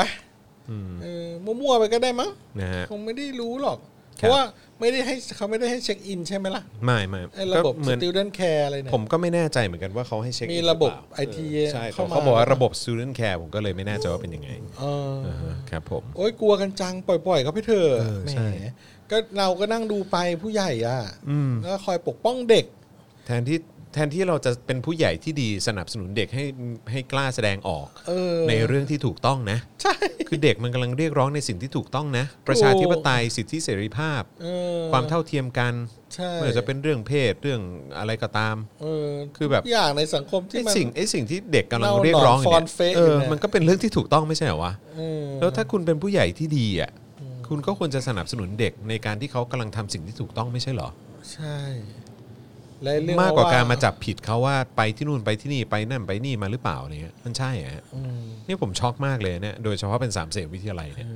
เออมั่วๆไปก็ได้มั้ง นะฮะ คงไม่ได้รู้หรอก ครับ เพราะว่าไม่ได้ให้เขาไม่ได้ให้เช็คอินใช่ไหมล่ะ ไม่ไม่ ไอ้ระบบ ก็เหมือน student care อะไรเนี่ย ผมก็ไม่แน่ใจเหมือนกันว่าเขาให้เช็คอิน มีระบบ หเปล่า IT เออใช่ เข้ามา เขาบอกว่าระบบ student care ผมก็เลยไม่แน่ใจว่าเป็นยังไง เออ อ่าฮะครับผม โอ้ยกลัวกันจัง ปล่อยๆเขาไปเถอะ เออ แห ใช่ มก็เราก็นั่งดูไปผู้ใหญ่อ่ะ อืม แล้วคอยปกป้องเด็ก แทนที่แทนที่เราจะเป็นผู้ใหญ่ที่ดีสนับสนุนเด็กให้ให้กล้าแสดงออก เออ ในเรื่องที่ถูกต้องนะ ใช่ คือเด็กมันกำลังเรียกร้องในสิ่งที่ถูกต้องนะ ประชาธิปไตยสิทธิเสรีภาพ เออ ความเท่าเทียมกัน ใช่ ไม่ว่าจะเป็นเรื่องเพศเรื่องอะไรก็ตาม เออ คือแบบ ทุกอย่างในสังคมที่ ไอ้ มัน สิ่งไอ้สิ่งที่เด็กกำลังเรียกร้องอยู่ เราหลอนฟอนเฟ เนี่ย ก เอ อยู่ อ เนี่ย มันก็เป็นเรื่องที่ถูกต้องไม่ใช่เหรอวะ เออ แล้วถ้าคุณเป็นผู้ใหญ่ที่ดีอ่ะคุณก็ควรจะสนับสนุนเด็กในการที่เขากำลังทำสิ่งที่ถูกต้องไม่ใช่เหรอ ใช่และเรื่อง มากกว่าการมาจับผิดเขาว่าไปที่นู่นไปที่นี่ไปนั่นไปนี่มาหรือเปล่าเนี่ยมันใช่เหรอฮะ อืม นี่ผมช็อกมากเลยเนี่ยโดยเฉพาะเป็นสามเสนวิทยาลัยเนี่ย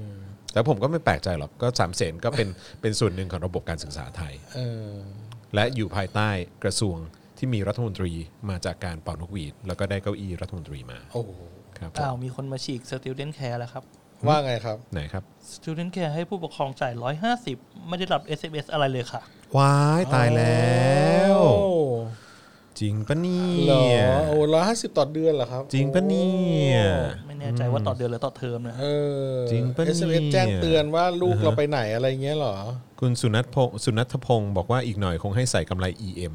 แต่ผมก็ไม่แปลกใจหรอกก็สามเสนก็เป็น เป็นส่วนหนึ่งของระบบการศึกษาไทย เออ และอยู่ภายใต้กระทรวงที่มีรัฐมนตรีมาจากการเป่านกหวีดแล้วก็ได้เก้าอี้รัฐมนตรีมา โอ้โห ครับผม อ้าวมีคนมาฉีก student care แล้วครับ ว่าไงครับ ไหนครับ student care ให้ผู้ปกครองจ่าย 150 ไม่ได้รับ SMS อะไรเลยค่ะ ว้ายตายแล้ว โอ้ จริงปะเนี่ เหรอย โอ้ร้อยห้าสิบต่อเดือนเหรอครับ จริงปะเนี่ย ไม่แน่ใจว่าต่อเดือนหรือต่อเทอมนะ เออ จริงปะเนี่ย SMS แจ้งเตือนว่าลูกเราไปไหนอะไรเงี้ยเหรอ คุณสุนัทพงศ์สุนัทพงศ์บอกว่าอีกหน่อยคงให้ใส่กำไร EM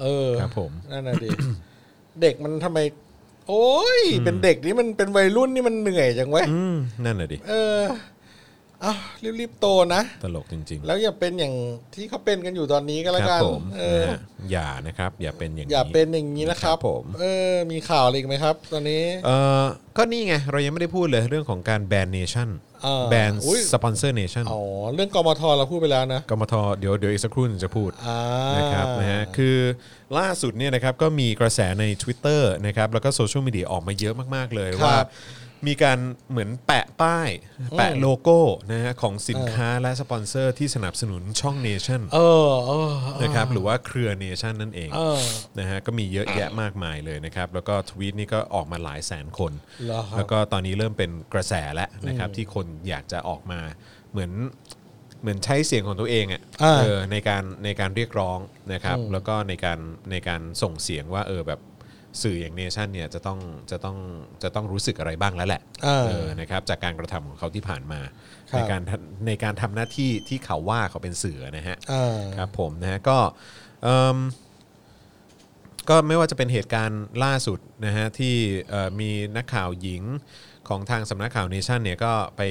เออ ครับผม นั่นน่ะดิ เด็กมันทำไม โอ้ย เป็นเด็กนี่มันเป็นวัยรุ่นนี่มันเหนื่อยจังเว้ย อืมนั่นน่ะดิ เออเอ้ารีบๆโตนะ ตลกจริงๆ แล้วอย่าเป็นอย่างที่เขาเป็นกันอยู่ตอนนี้ก็แล้ว ครั กัน ผม เออ นะฮะอย่านะครับ อย่าเป็นอย่างนี้ อย่าเป็นอย่างนี้นะครับ ผม เออ มีข่าวอะไรอีกไหมครับ ตอนนี้ เออก็นี่ไง เรายังไม่ได้พูดเลยเรื่องของการแบนเนชั่น เออ แบน อุ๊ย สปอนเซอร์เนชั่น อ๋อ เรื่องกมทเราพูดไปแล้วนะ กมทเดี๋ยวเดี๋ยวอีกสักครู่หนึงจะพูด อ่า นะครับนะฮะคือล่าสุดเนี่ยนะครับก็มีกระแสใน Twitter นะครับแล้วก็โซเชียลมีเดียออกมาเยอะมาก ๆ เลยว่า มีการเหมือนแปะป้าย แปะโลโก้นะฮะของสินค้าและสปอนเซอร์ที่สนับสนุนช่องเนชั่น เออเออเออ นะครับหรือว่าเครือเนชั่นนั่นเอง เออ นะฮะก็มีเยอะแยะมากมายเลยนะครับ แล้วก็ทวีตนี่ก็ออกมาหลายแสนคน เหรอครับ แล้วก็ตอนนี้เริ่มเป็นกระแสแล้วนะครับที่คนอยากจะออกมาเหมือนเหมือนใช้เสียงของตัวเองอะ อ่า เออในการในการเรียกร้องนะครับ แล้วก็ในการในการส่งเสียงว่าเออแบบสื่ออย่างเนชั่นเนี่ยจะต้องจะต้องจะต้องรู้สึกอะไรบ้างแล้วแหละ เออ เออนะครับจากการกระทำของเขาที่ผ่านมา ครับ ในการทำในการทำหน้าที่ที่เขาว่าเขาเป็นสื่อนะฮะ อ่า ครับผมนะฮะก็เอิ่มก็ไม่ว่าจะเป็นเหตุการณ์ล่าสุดนะฮะที่เอ่อมีนักข่าวหญิงของทางสำนักข่าวเนชั่นเนี่ยก็ไป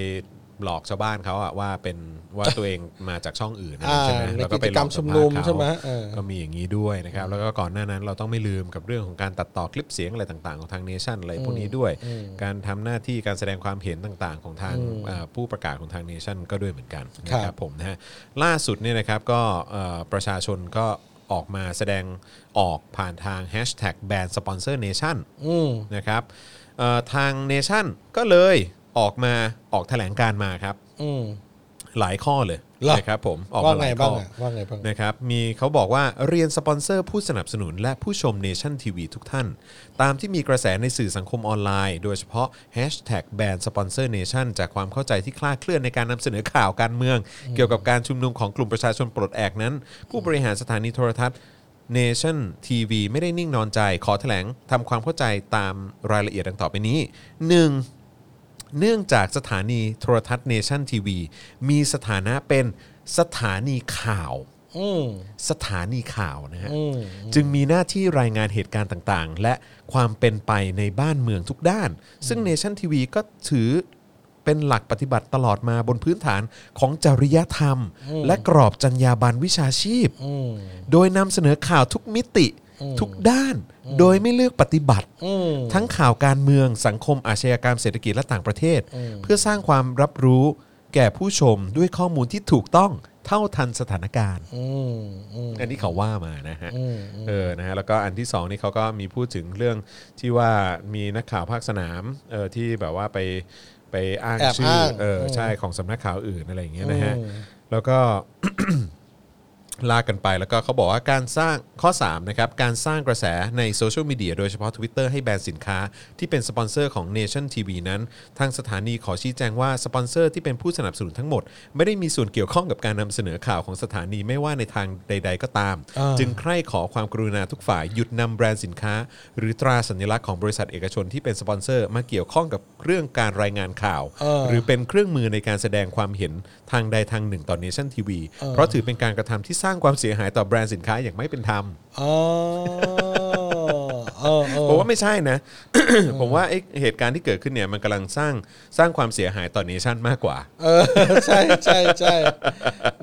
หลอกชาวบ้านเขาอะว่าเป็นว่าตัวเองมาจากช่องอื่นนะ อ่า ใช่ไหม ใน แล้วก็ไปหลอก กิจกรรมชุมนุมใช่ไหมเออ ก็มีอย่างนี้ด้วยนะครับ แล้วก็ก่อนหน้านั้นเราต้องไม่ลืมกับเรื่องของการตัดต่อคลิปเสียงอะไรต่าง ๆ ของทางเนชั่นอะไรพวกนี้ด้วย การทำหน้าที่การแสดงความเห็นต่าง ๆ ของทางเอ่อผู้ประกาศของทางเนชั่นก็ด้วยเหมือนกันนะค ครั รับ บ ผมนะฮะล่าสุดเนี่ยนะครับก็เอ่อประชาชนก็ออกมาแสดงออกผ่านทาง hashtag ban sponsor nation อืม นะครับเอ่อทาง nation ก็เลยออกมาออกแถลงการมาครับ อืม หลายข้อเลย เหรอ นะครับผมออก ว่า มาห ไง ลาย บ้า ข้ ง อ อะว่าไงบ้าง นะครับมีเขาบอกว่าเรียนสปอนเซอร์ผู้สนับสนุนและผู้ชม Nation TV ทุกท่าน ตามที่มีกระแสในสื่อสังคมออนไลน์ โดยเฉพาะ hashtag ban sponsor nation จากความเข้าใจที่คลาดเคลื่อนในการนำเสนอข่าวการเมือง เกี่ยวกับการชุมนุมของกลุ่มประชาชนปลดแอกนั้น ผู้บริหารสถานีโทรทัศน์ Nation TV ไม่ได้นิ่งนอนใจ ขอแถลงทำความเข้าใจตามรายละเอียดดังต่อไปนี้ 1. เนื่องจากสถานีโทรทัศน์เนชั่นทีวีมีสถานะเป็นสถานีข่าว อืม สถานีข่าวนะฮะ อืม จึงมีหน้าที่รายงานเหตุการณ์ต่างๆ และความเป็นไปในบ้านเมืองทุกด้าน ซึ่งเนชั่นทีวีก็ถือเป็นหลักปฏิบัติตลอดมาบนพื้นฐานของจริยธรรม และกรอบจรรยาบรรณวิชาชีพ อืม โดยนำเสนอข่าวทุกมิติ ทุกด้านโดยไม่เลือกปฏิบัติ อืม ทั้งข่าวการเมืองสังคมอาชญากรรมเศรษฐกิจและต่างประเทศ เพื่อสร้างความรับรู้แก่ผู้ชมด้วยข้อมูลที่ถูกต้องเท่าทันสถานการณ์ อืมอืม อันนี้เขาว่ามานะฮะ อืม เออ นะฮะ แล้วก็อันที่สองนี่เขาก็มีพูดถึงเรื่องที่ว่ามีนักข่าวภาคสนาม เออ ที่แบบว่าไปไปอ้าง แอบ ชื่อ อ้าง เออ ใช่ ของสำนักข่าวอื่นอะไรอย่างเงี้ยนะฮะ แล้วก็ ลากกันไป แล้วก็เขาบอกว่าการสร้างข้อ3นะครับ การสร้างกระแสในโซเชียลมีเดียโดยเฉพาะ Twitter ให้แบรนด์สินค้าที่เป็นสปอนเซอร์ของ Nation TV นั้น ทางสถานีขอชี้แจงว่าสปอนเซอร์ที่เป็นผู้สนับสนุนทั้งหมด ไม่ได้มีส่วนเกี่ยวข้องกับการนำเสนอข่าวของสถานีไม่ว่าในทางใด ๆ ก็ตาม อ่า จึงใคร่ขอความกรุณาทุกฝ่ายหยุดนำแบรนด์สินค้า หรือตราสัญลักษณ์ของบริษัทเอกชนที่เป็นสปอนเซอร์มาเกี่ยวข้องกับเรื่องการรายงานข่าว เออ หรือเป็นเครื่องมือในการแสดงความเห็นทางใดทางหนึ่งต่อเนชั่นทีวีเพราะถือเป็นการกระทำที่สร้างความเสียหายต่อแบรนด์สินค้าอย่างไม่เป็นธรรม อ๋อเออเออ ผมว่าไม่ใช่นะ ผมว่าไอ้เหตุการณ์ที่เกิดขึ้นเนี่ยมันกำลังสร้างสร้างความเสียหายต่อเนชั่นมากกว่า เออ ใช่ใช่ใช่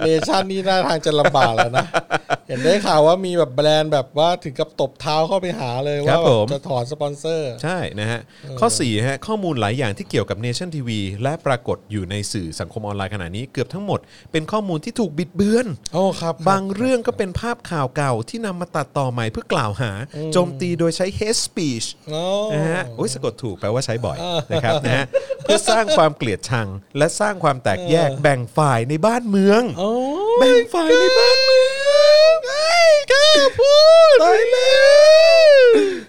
เนชั่นนี่หน้าทางจะลำบากแล้วนะ เห็นได้ข่าวว่ามีแบบแบรนด์แบบว่าถึงกับตบเท้าเข้าไปหาเลย ครั ว่า บ แบบ ผม จะถอนสปอนเซอร์ ใช่นะฮะ ข้อ4ฮะข้อมูลหลายอย่างที่เกี่ยวกับ Nation TV และปรากฏอยู่ในสื่อสังคมออนไลน์ขณะนี้เกือบทั้งหมด เป็นข้อมูลที่ถูกบิดเบือน โอ้ครับ บางเรื่องก็เป็นภาพข่าวเก่าที่นำมาตัดต่อใหม่เพื่อกล่าวหา โจมตีโดยใช้ hate speech โอ้ นะฮะโอ้ยสะกดถูกแปลว่าใช้บ่อยนะครับนะฮะเพื่อสร้างความเกลียดชัง และสร้างความแตกแยก เออ แบ่งฝ่ายในบ้านเมือง โอ้ แบ่งฝ่ายในบ้านเมืองไอ้กล้าพูดตายแล้ว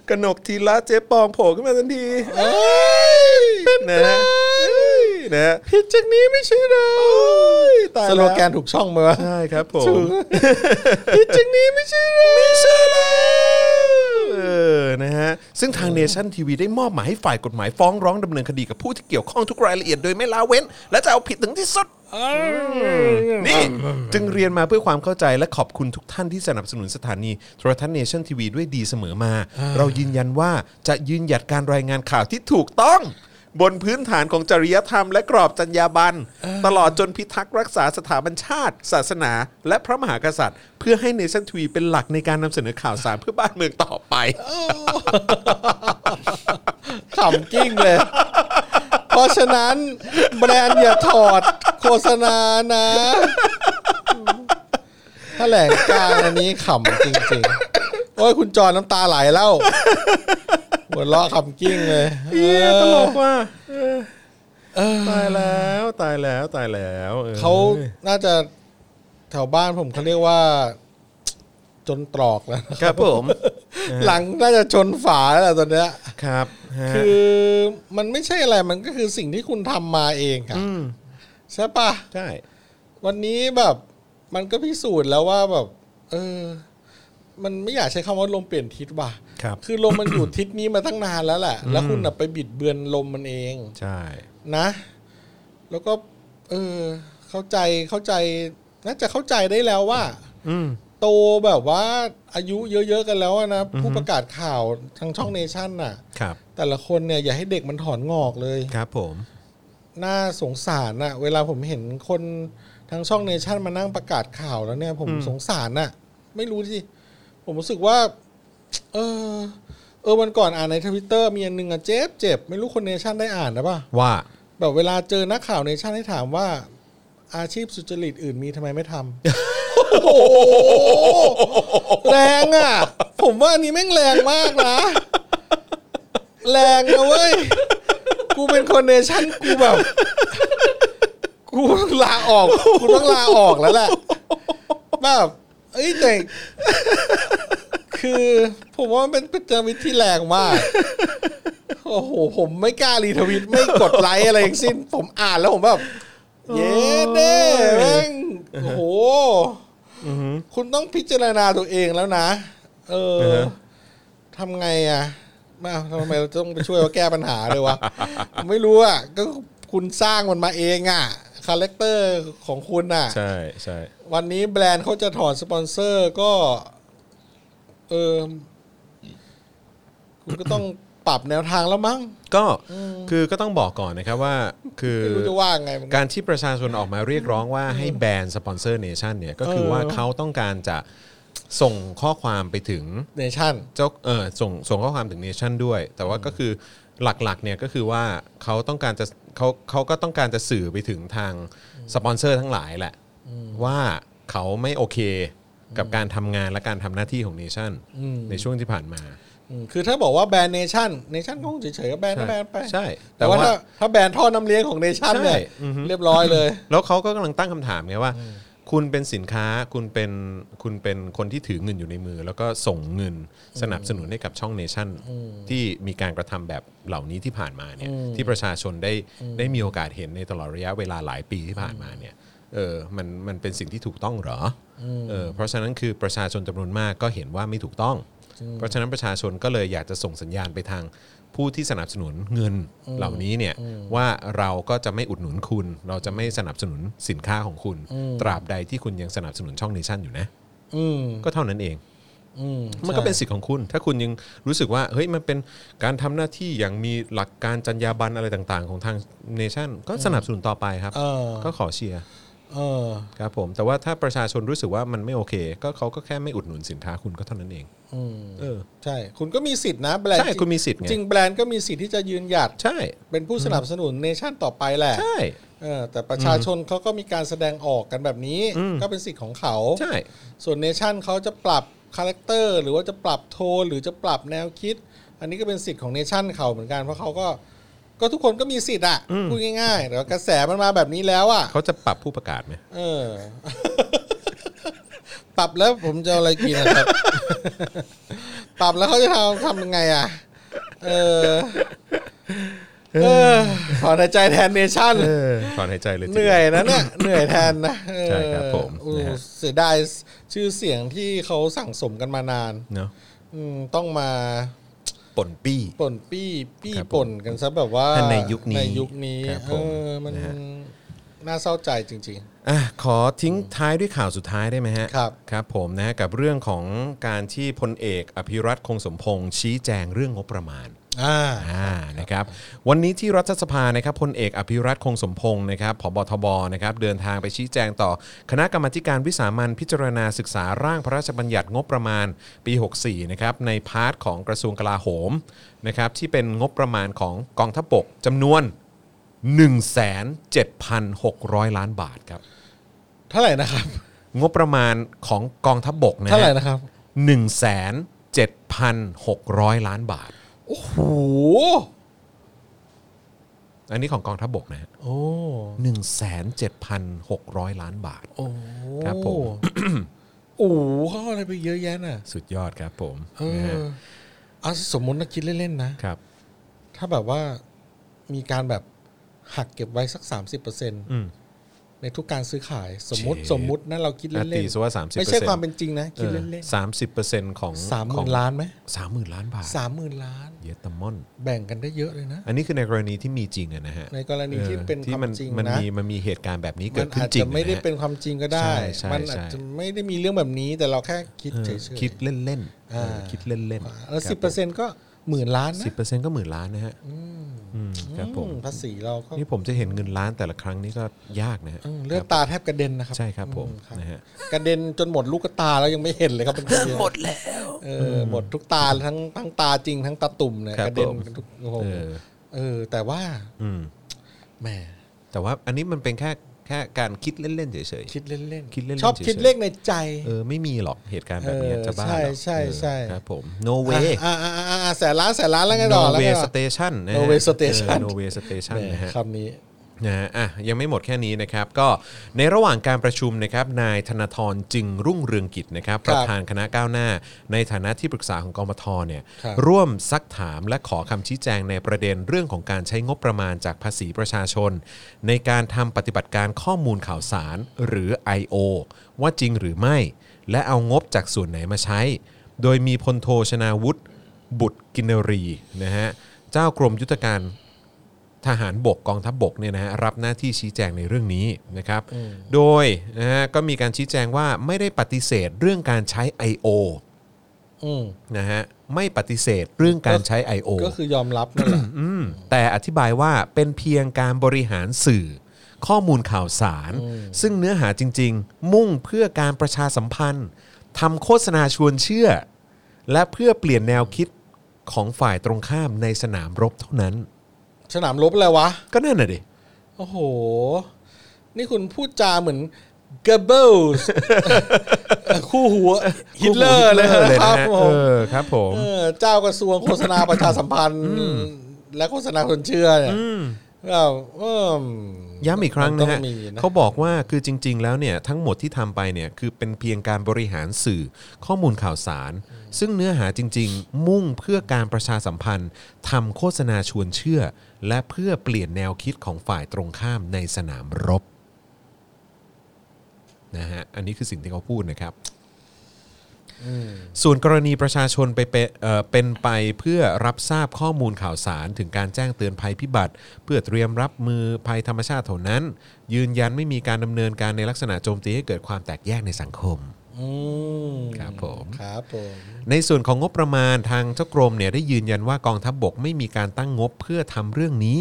กนกทีละเจ๊ปองโผล่ขึ้นมาทันทีนะฮะนะฮะ ผิดจากนี้ไม่ใช่เรา ตาย ส ล้ว โลแกนถูกช่องมา ใช่ครับผม ผิดจากนี้ไม่ใช่เรา ไม่ใช่แล้วเออ นะฮะ ซึ่งทางเนชั่นทีวีได้มอบหมายให้ฝ่ายกฎหมายฟ้องร้องดำเนินคดีกับผู้ที่เกี่ยวข้องทุกรายละเอียดโดยไม่ละเว้น และจะเอาผิดถึงที่สุด นี่จึงเรียนมาเพื่อความเข้าใจและขอบคุณทุกท่านที่สนับสนุนสถานีโทรทัศน์เนชั่นทีวีด้วยดีเสมอมา เรายืนยันว่าจะยืนหยัดการรายงานข่าวที่ถูกต้อง บนพื้นฐานของจริยธรรมและกรอบจรรยาบรรณตลอดจนพิทักษ์รักษาสถาบันชาติ ศาสนา และพระมหากษัตริย์ เพื่อให้เนชั่นทีวีเป็นหลักในการนำเสนอข่าวสารเพื่อบ้านเมืองต่อไป ขำกิ้งเลย เพราะฉะนั้น แบรนด์อย่าถอดโฆษณานะแถลงการณ์อันนี้ขำจริงๆ โอ้ยคุณจอน้ำตาไหลแล้วหัวเราะขำกิ้งเลยเออ ตลกว่ะตายแล้วตายแล้วตายแล้วออ เขาน่าจะแถวบ้านผมเขาเรียกว่า จนตรอกแล้วนะครับ ผม หลังน่าจะชนฝาแล้วล่ะตอนเนี้ย ครับฮะ คือมันไม่ใช่อะไรมันก็คือสิ่งที่คุณทำมาเองค่ะใช่ปะ ใช่ วันนี้แบบมันก็พิสูจน์แล้วว่าแบบ เออ มันไม่อยากใช้คำว่าลมเปลี่ยนทิศว่ะ ครับ คือลมมันอยู่ ทิศนี้มาตั้งนานแล้วแหละ แล้วคุณน่ะไปบิดเบือนลมมันเอง ใช่ นะ แล้วก็ เออ เข้าใจเข้าใจ น่าจะเข้าใจได้แล้วว่า อืม โตแบบว่าอายุเยอะๆกันแล้วอะนะผู้ประกาศข่าวทางช่องเนชั่นน่ะ ครับ แต่ละคนเนี่ยอย่าให้เด็กมันถอนงอกเลย ครับผม น่าสงสารน่ะ เวลาผมเห็นคนทางช่องเนชั่นมานั่งประกาศข่าวแล้วเนี่ย ผมสงสารน่ะ ไม่รู้สิผมรู้สึกว่า เออ เออวันก่อนอ่านในทวิตเตอร์มีอันหนึ่งอะเจ็บเจ็บไม่รู้คนเนชั่นได้อ่านนะป่ะ ว่า แบบเวลาเจอนักข่าวเนชั่นให้ถามว่า อาชีพสุจริตอื่นมีทำไมไม่ทำ แรงอ่ะ ผมว่าอันนี้แม่งแรงมากนะ แรงนะเว้ย กูเป็นคนเนชั่นกูแบบ กูต้องลาออก กูต้องลาออกแล้วแหละแบบเอ้ยแต่คือ ผมว่ามันเป็นเป็นทวิตที่แรงมาก โอ้โห ผมไม่กล้ารีทวิตไม่กดไลค์อะไรทั้งสิ้น ผมอ่านแล้วผมแบบ เย้เด้แม่งโอ้โห คุณต้องพิจารณาตัวเองแล้วนะ เออทำไงอ่ะมาทำไมเราต้องไปช่วยเขาแก้ปัญหาด้วยวะ ไม่รู้อ่ะ ก็คุณสร้างมันมาเองอ่ะ คาแรคเตอร์ของคุณอ่ะ ใช่ใช่ วันนี้แบรนด์เขาจะถอนสปอนเซอร์ก็ เออคุณก็ต้องปรับแนวทางแล้วมั้ง ก็คือก็ต้องบอกก่อนนะครับว่า คือ ไม่รู้จะว่าไงเหมือนกัน การที่ประชาชนออกมาเรียกร้องว่าให้แบนสปอนเซอร์เนชั่นเนี่ย ก็คือว่าเขาต้องการจะ ส่งข้อความไปถึง เนชั่น เจ้าเออส่งส่งข้อความถึงเนชั่นด้วย แต่ว่าก็คือหลักๆเนี่ยก็คือว่าเขาต้องการจะเขาเขาก็ต้องการจะสื่อไปถึงทางสปอนเซอร์ทั้งหลายแหละ ว่าเขาไม่โอเคกับการทำงานและการทำหน้าที่ของเนชั่น อืม ในช่วงที่ผ่านมา คือถ้าบอกว่าแบรนด์เนชั่นเนชั่นก็คงเฉยๆก็แบรนด์ก็แบรนด์ไป ใช่แต่ แต่ว่า ว่า ถ้าถ้าแบรนด์ท่อน้ำเลี้ยงของเนชั่นเนี่ย ใช่อือฮึ เรียบร้อยเลย แล้วเขาก็กำลังตั้งคำถามไงว่า คุณเป็นสินค้าคุณเป็นคุณเป็นคนที่ถือเงินอยู่ในมือ แล้วก็ส่งเงินสนับสนุนให้กับช่องเนชั่นที่มีการกระทำแบบเหล่านี้ที่ผ่านมาเนี่ยที่ประชาชนได้ได้มีโอกาสเห็นในตลอดระยะเวลาหลายปีที่ผ่านมาเนี่ยเออมันมันเป็นสิ่งที่ถูกต้องเหรออเออเพราะฉะนั้นคือประชาชนจำนวนมากก็เห็นว่าไม่ถูกต้อง เพราะฉะนั้นประชาชนก็เลยอยากจะส่งสัญญาณไปทาง ผู้ที่สนับสนุนเงินเหล่านี้เนี่ยว่าเราก็จะไม่อุดหนุนคุณ เราจะไม่สนับสนุนสินค้าของคุณ ตราบใดที่คุณยังสนับสนุนช่องเนชั่นอยู่นะ อืม ก็เท่านั้นเอง อืม มันก็เป็นสิทธิ์ของคุณ ถ้าคุณยังรู้สึกว่าเฮ้ยมันเป็นการทำหน้าที่อย่างมีหลักการจรรยาบรรณอะไรต่าง ๆ ของทางเนชั่นก็สนับสนุนต่อไปครับ เออ ก็ขอเชียร์ เออ ครับผมแต่ว่าถ้าประชาชนรู้สึกว่ามันไม่โอเค ก็เขาก็แค่ไม่อุดหนุนสินค้าคุณก็เท่านั้นเอง อืม เออ ใช่ คุณก็มีสิทธินะแบรนด์ ใช่คุณมีสิทธิ์ไง จริงแบรนด์ก็มีสิทธิ์ที่จะยืนหยัด ใช่ เป็นผู้สนับสนุนเนชั่นต่อไปแหละ ใช่ เออแต่ประชาชนเขาก็มีการแสดงออกกันแบบนี้ อืม ก็เป็นสิทธิ์ของเขา ใช่ ส่วนเนชั่นเขาจะปรับคาแรคเตอร์หรือว่าจะปรับโทนหรือจะปรับแนวคิด อันนี้ก็เป็นสิทธิ์ของเนชั่นเขาเหมือนกันเพราะเขาก็ก็ทุกคนก็มีสิทธิ์อ่ะ อืม พูดง่ายๆแต่ว่ากระแสมันมาแบบนี้แล้วอ่ะ เขาจะปรับผู้ประกาศไหม เออ ปรับแล้วผมจะเอาอะไรกินนะครับ ปรับแล้วเขาจะทำทำยังไงอ่ะเออเออถอนหายใจแทนเนชั่น ถอนหายใจเลยที เห ดีว นื่อยนะเนี่ย เหนื่อยแทนนะเออ ใช่ครับผม โอ้ นะฮะ เสียดายชื่อเสียงที่เขาสั่งสมกันมานาน เนาะ อืมต้องมา ป่นปี้ ป่นปี้ปี้ ครับผม ป่นกันซะแบบว่า ในยุคนี้ ในยุคนี้ ครับ เอ ผม อมัน นะฮะ น่าเศร้าใจจริง อ่ะขอทิ้งท้ายด้วยข่าวสุดท้ายได้ไหมฮะ ครับ ครับผมนะฮะกับเรื่องของการที่พลเอกอภิรัตคงสมพงษ์ชี้แจงเรื่องงบประมาณ ๆ อ่า อ่านะครับวันนี้ที่รัฐสภานะครับพลเอกอภิรัตคงสมพงศ์นะครับผบทบนะครับเดินทางไปชี้แจงต่อ คณะกรรมาธิการวิสามันพิจารณาศึกษาร่างพระราชบัญญัติงบประมาณปี 64นะครับในพาร์ทของกระทรวงกลาโหมนะครับที่เป็นงบประมาณของกองทัพบกจำนวน 17,600 ล้านบาทครับ เท่าไหร่นะครับ งบประมาณของกองทัพบกนะ เท่าไหร่นะครับ หนึ่งแสนเจ็ดพันหกร้อยล้านบาท โอ้โห อันนี้ของกองทัพบกนะฮะ โอ้ 17,600 ล้านบาท โอ้ ครับผม โอ้โหเขาเอาอะไรไปเยอะแยะน่ะ สุดยอดครับผม เอออ่ะสมมตินะคิดเล่นๆนะ ครับ ถ้าแบบว่ามีการแบบหักเก็บไว้สัก 30% อืม ในทุกการซื้อขายสมมติ เชฟ สมมุตินะเราคิด อ่ะ เล่ ตี น ซะว่า30 ๆไม่ใช่ความเป็นจริงนะ คิดเล่น สามสิบเปอร์เซ็นต์ของ ๆสามหมื่นล้านไหม สามหมื่นล้านบาท สามหมื่นล้าน เยตามอน แบ่งกันได้เยอะเลยนะ อันนี้คือในกรณีที่มีจริงอะนะฮะ ในกรณีที่ ออ เป็นความ มัน จริง มัน นะ มีมันมีเหตุการณ์แบบนี้ มั เกิด น ขึ้น อาจ จริง จะไม่ได้ ะฮะ เป็นความจริงก็ได้ ใช่ใช่ มัน ใช่ อาจจะไม่ได้มีเรื่องแบบนี้แต่เราแค่คิด เออ เฉยๆ คิดเล่นๆเออ อ่า คิดเล่นๆ อ่าแล้วสิบเปอร์เซ็นต์ก็หมื่นล้านนะ สิบเปอร์เซ็นต์ก็หมื่นล้านนะฮะอืมครับผม อืมภาษีเราก็ นี่ผมจะเห็นเงินล้านแต่ละครั้งนี่ก็ยากนะฮะ อืมเลือดตาแทบกระเด็นนะครับ ใช่ครับผม อืครับ นะฮะ กระเด็นจนหมดลูกตาแล้วยังไม่เห็นเลยครับเป็น หมดแล้วเออหมดทุกตาทั้งทั้งตาจริงทั้งตาตุ่มเนี่ย ครับ กระเด็น ผม เป็นทุกโอ้โห เออ เออ แต่ว่า อืม แหม แต่ว่าอันนี้มันเป็นแค่แค่การคิดเล่นๆเฉย คิดเล่นๆ คิดเล่นๆ ชอบ เฉยๆ คิดเลขในใจ ๆ เออไม่มีหรอกเหตุการณ์แบบเนี้ย เออ จะบ้าเหรอ ใช่ใช่ใช่ เออครับผม no way อ่าอ่าอ่าอ่าแสนล้านแสนล้านแล้วไงต่อ no แล้วไง way ต่อ station นะฮะ No way station เออ no way station แหม นะฮะ คำนี้ นะฮะอ่ะยังไม่หมดแค่นี้นะครับ ก็ในระหว่างการประชุมนะครับ นายธนาธรจึงรุ่งเรืองกิจนะครับ ค ป รับ ระธานคณะก้าวหน้า ในฐานะที่ปรึกษาของกมทเนี่ย ครับ ร่วมซักถามและขอคำชี้แจงในประเด็นเรื่องของการใช้งบประมาณจากภาษีประชาชน ในการทำปฏิบัติการข้อมูลข่าวสารหรือ I.O. ว่าจริงหรือไม่ และเอางบจากส่วนไหนมาใช้ โดยมีพลโทชนาวุฒิบุตรกินรีนะฮะเจ้ากรมยุทธการ ทหารบกกองทัพบกเนี่ยนะฮะรับหน้าที่ชี้แจงในเรื่องนี้นะครับ โดยนะฮะก็มีการชี้แจงว่าไม่ได้ปฏิเสธเรื่องการใช้ I.O. ืม นะฮะไม่ปฏิเสธเรื่องการใช้ I.O. ก็คือยอมรับนั่นแหละ อืมแต่อธิบายว่าเป็นเพียงการบริหารสื่อ ข้อมูลข่าวสาร ซึ่งเนื้อหาจริง ๆ มุ่งเพื่อการประชาสัมพันธ์ ทำโฆษณาชวนเชื่อ และเพื่อเปลี่ยนแนวคิดของฝ่ายตรงข้ามในสนามรบเท่านั้น สนามรบอะไรวะ ก็นั่นน่ะดิ โอ้โห นี่คุณพูดจาเหมือนเกเบิลส์ คู่หัวฮิตเลอร์เลยนะครับ เอ ผม อครับผม เออเจ้ากระทรวงโฆษณาประชาสัมพันธ์ และโฆษณาคนเชื่อเนี่ยก็เอิ่ม ย้ำอีกครั้งนะ ต้ ฮะ อมีนะ เขาบอกว่าคือจริง ๆ แล้วเนี่ยทั้งหมดที่ทำไปเนี่ยคือเป็นเพียงการบริหารสื่อข้อมูลข่าวสาร ซึ่งเนื้อหาจริง ๆ มุ่งเพื่อการประชาสัมพันธ์ทำโฆษณาชวนเชื่อ และเพื่อเปลี่ยนแนวคิดของฝ่ายตรงข้ามในสนามรบนะฮะอันนี้คือสิ่งที่เขาพูดนะครับ ส่วนกรณีประชาชนไปเป็นเอ่อเป็นไปเพื่อรับทราบข้อมูลข่าวสารถึงการแจ้งเตือนภัยพิบัติ เพื่อเตรียมรับมือภัยธรรมชาติเท่านั้น ยืนยันไม่มีการดำเนินการในลักษณะโจมตีให้เกิดความแตกแยกในสังคม อืม ครับผม ครับผม ในส่วนของงบประมาณทางเจ้ากรมเนี่ยได้ยืนยันว่ากองทัพบกไม่มีการตั้งงบเพื่อทำเรื่องนี้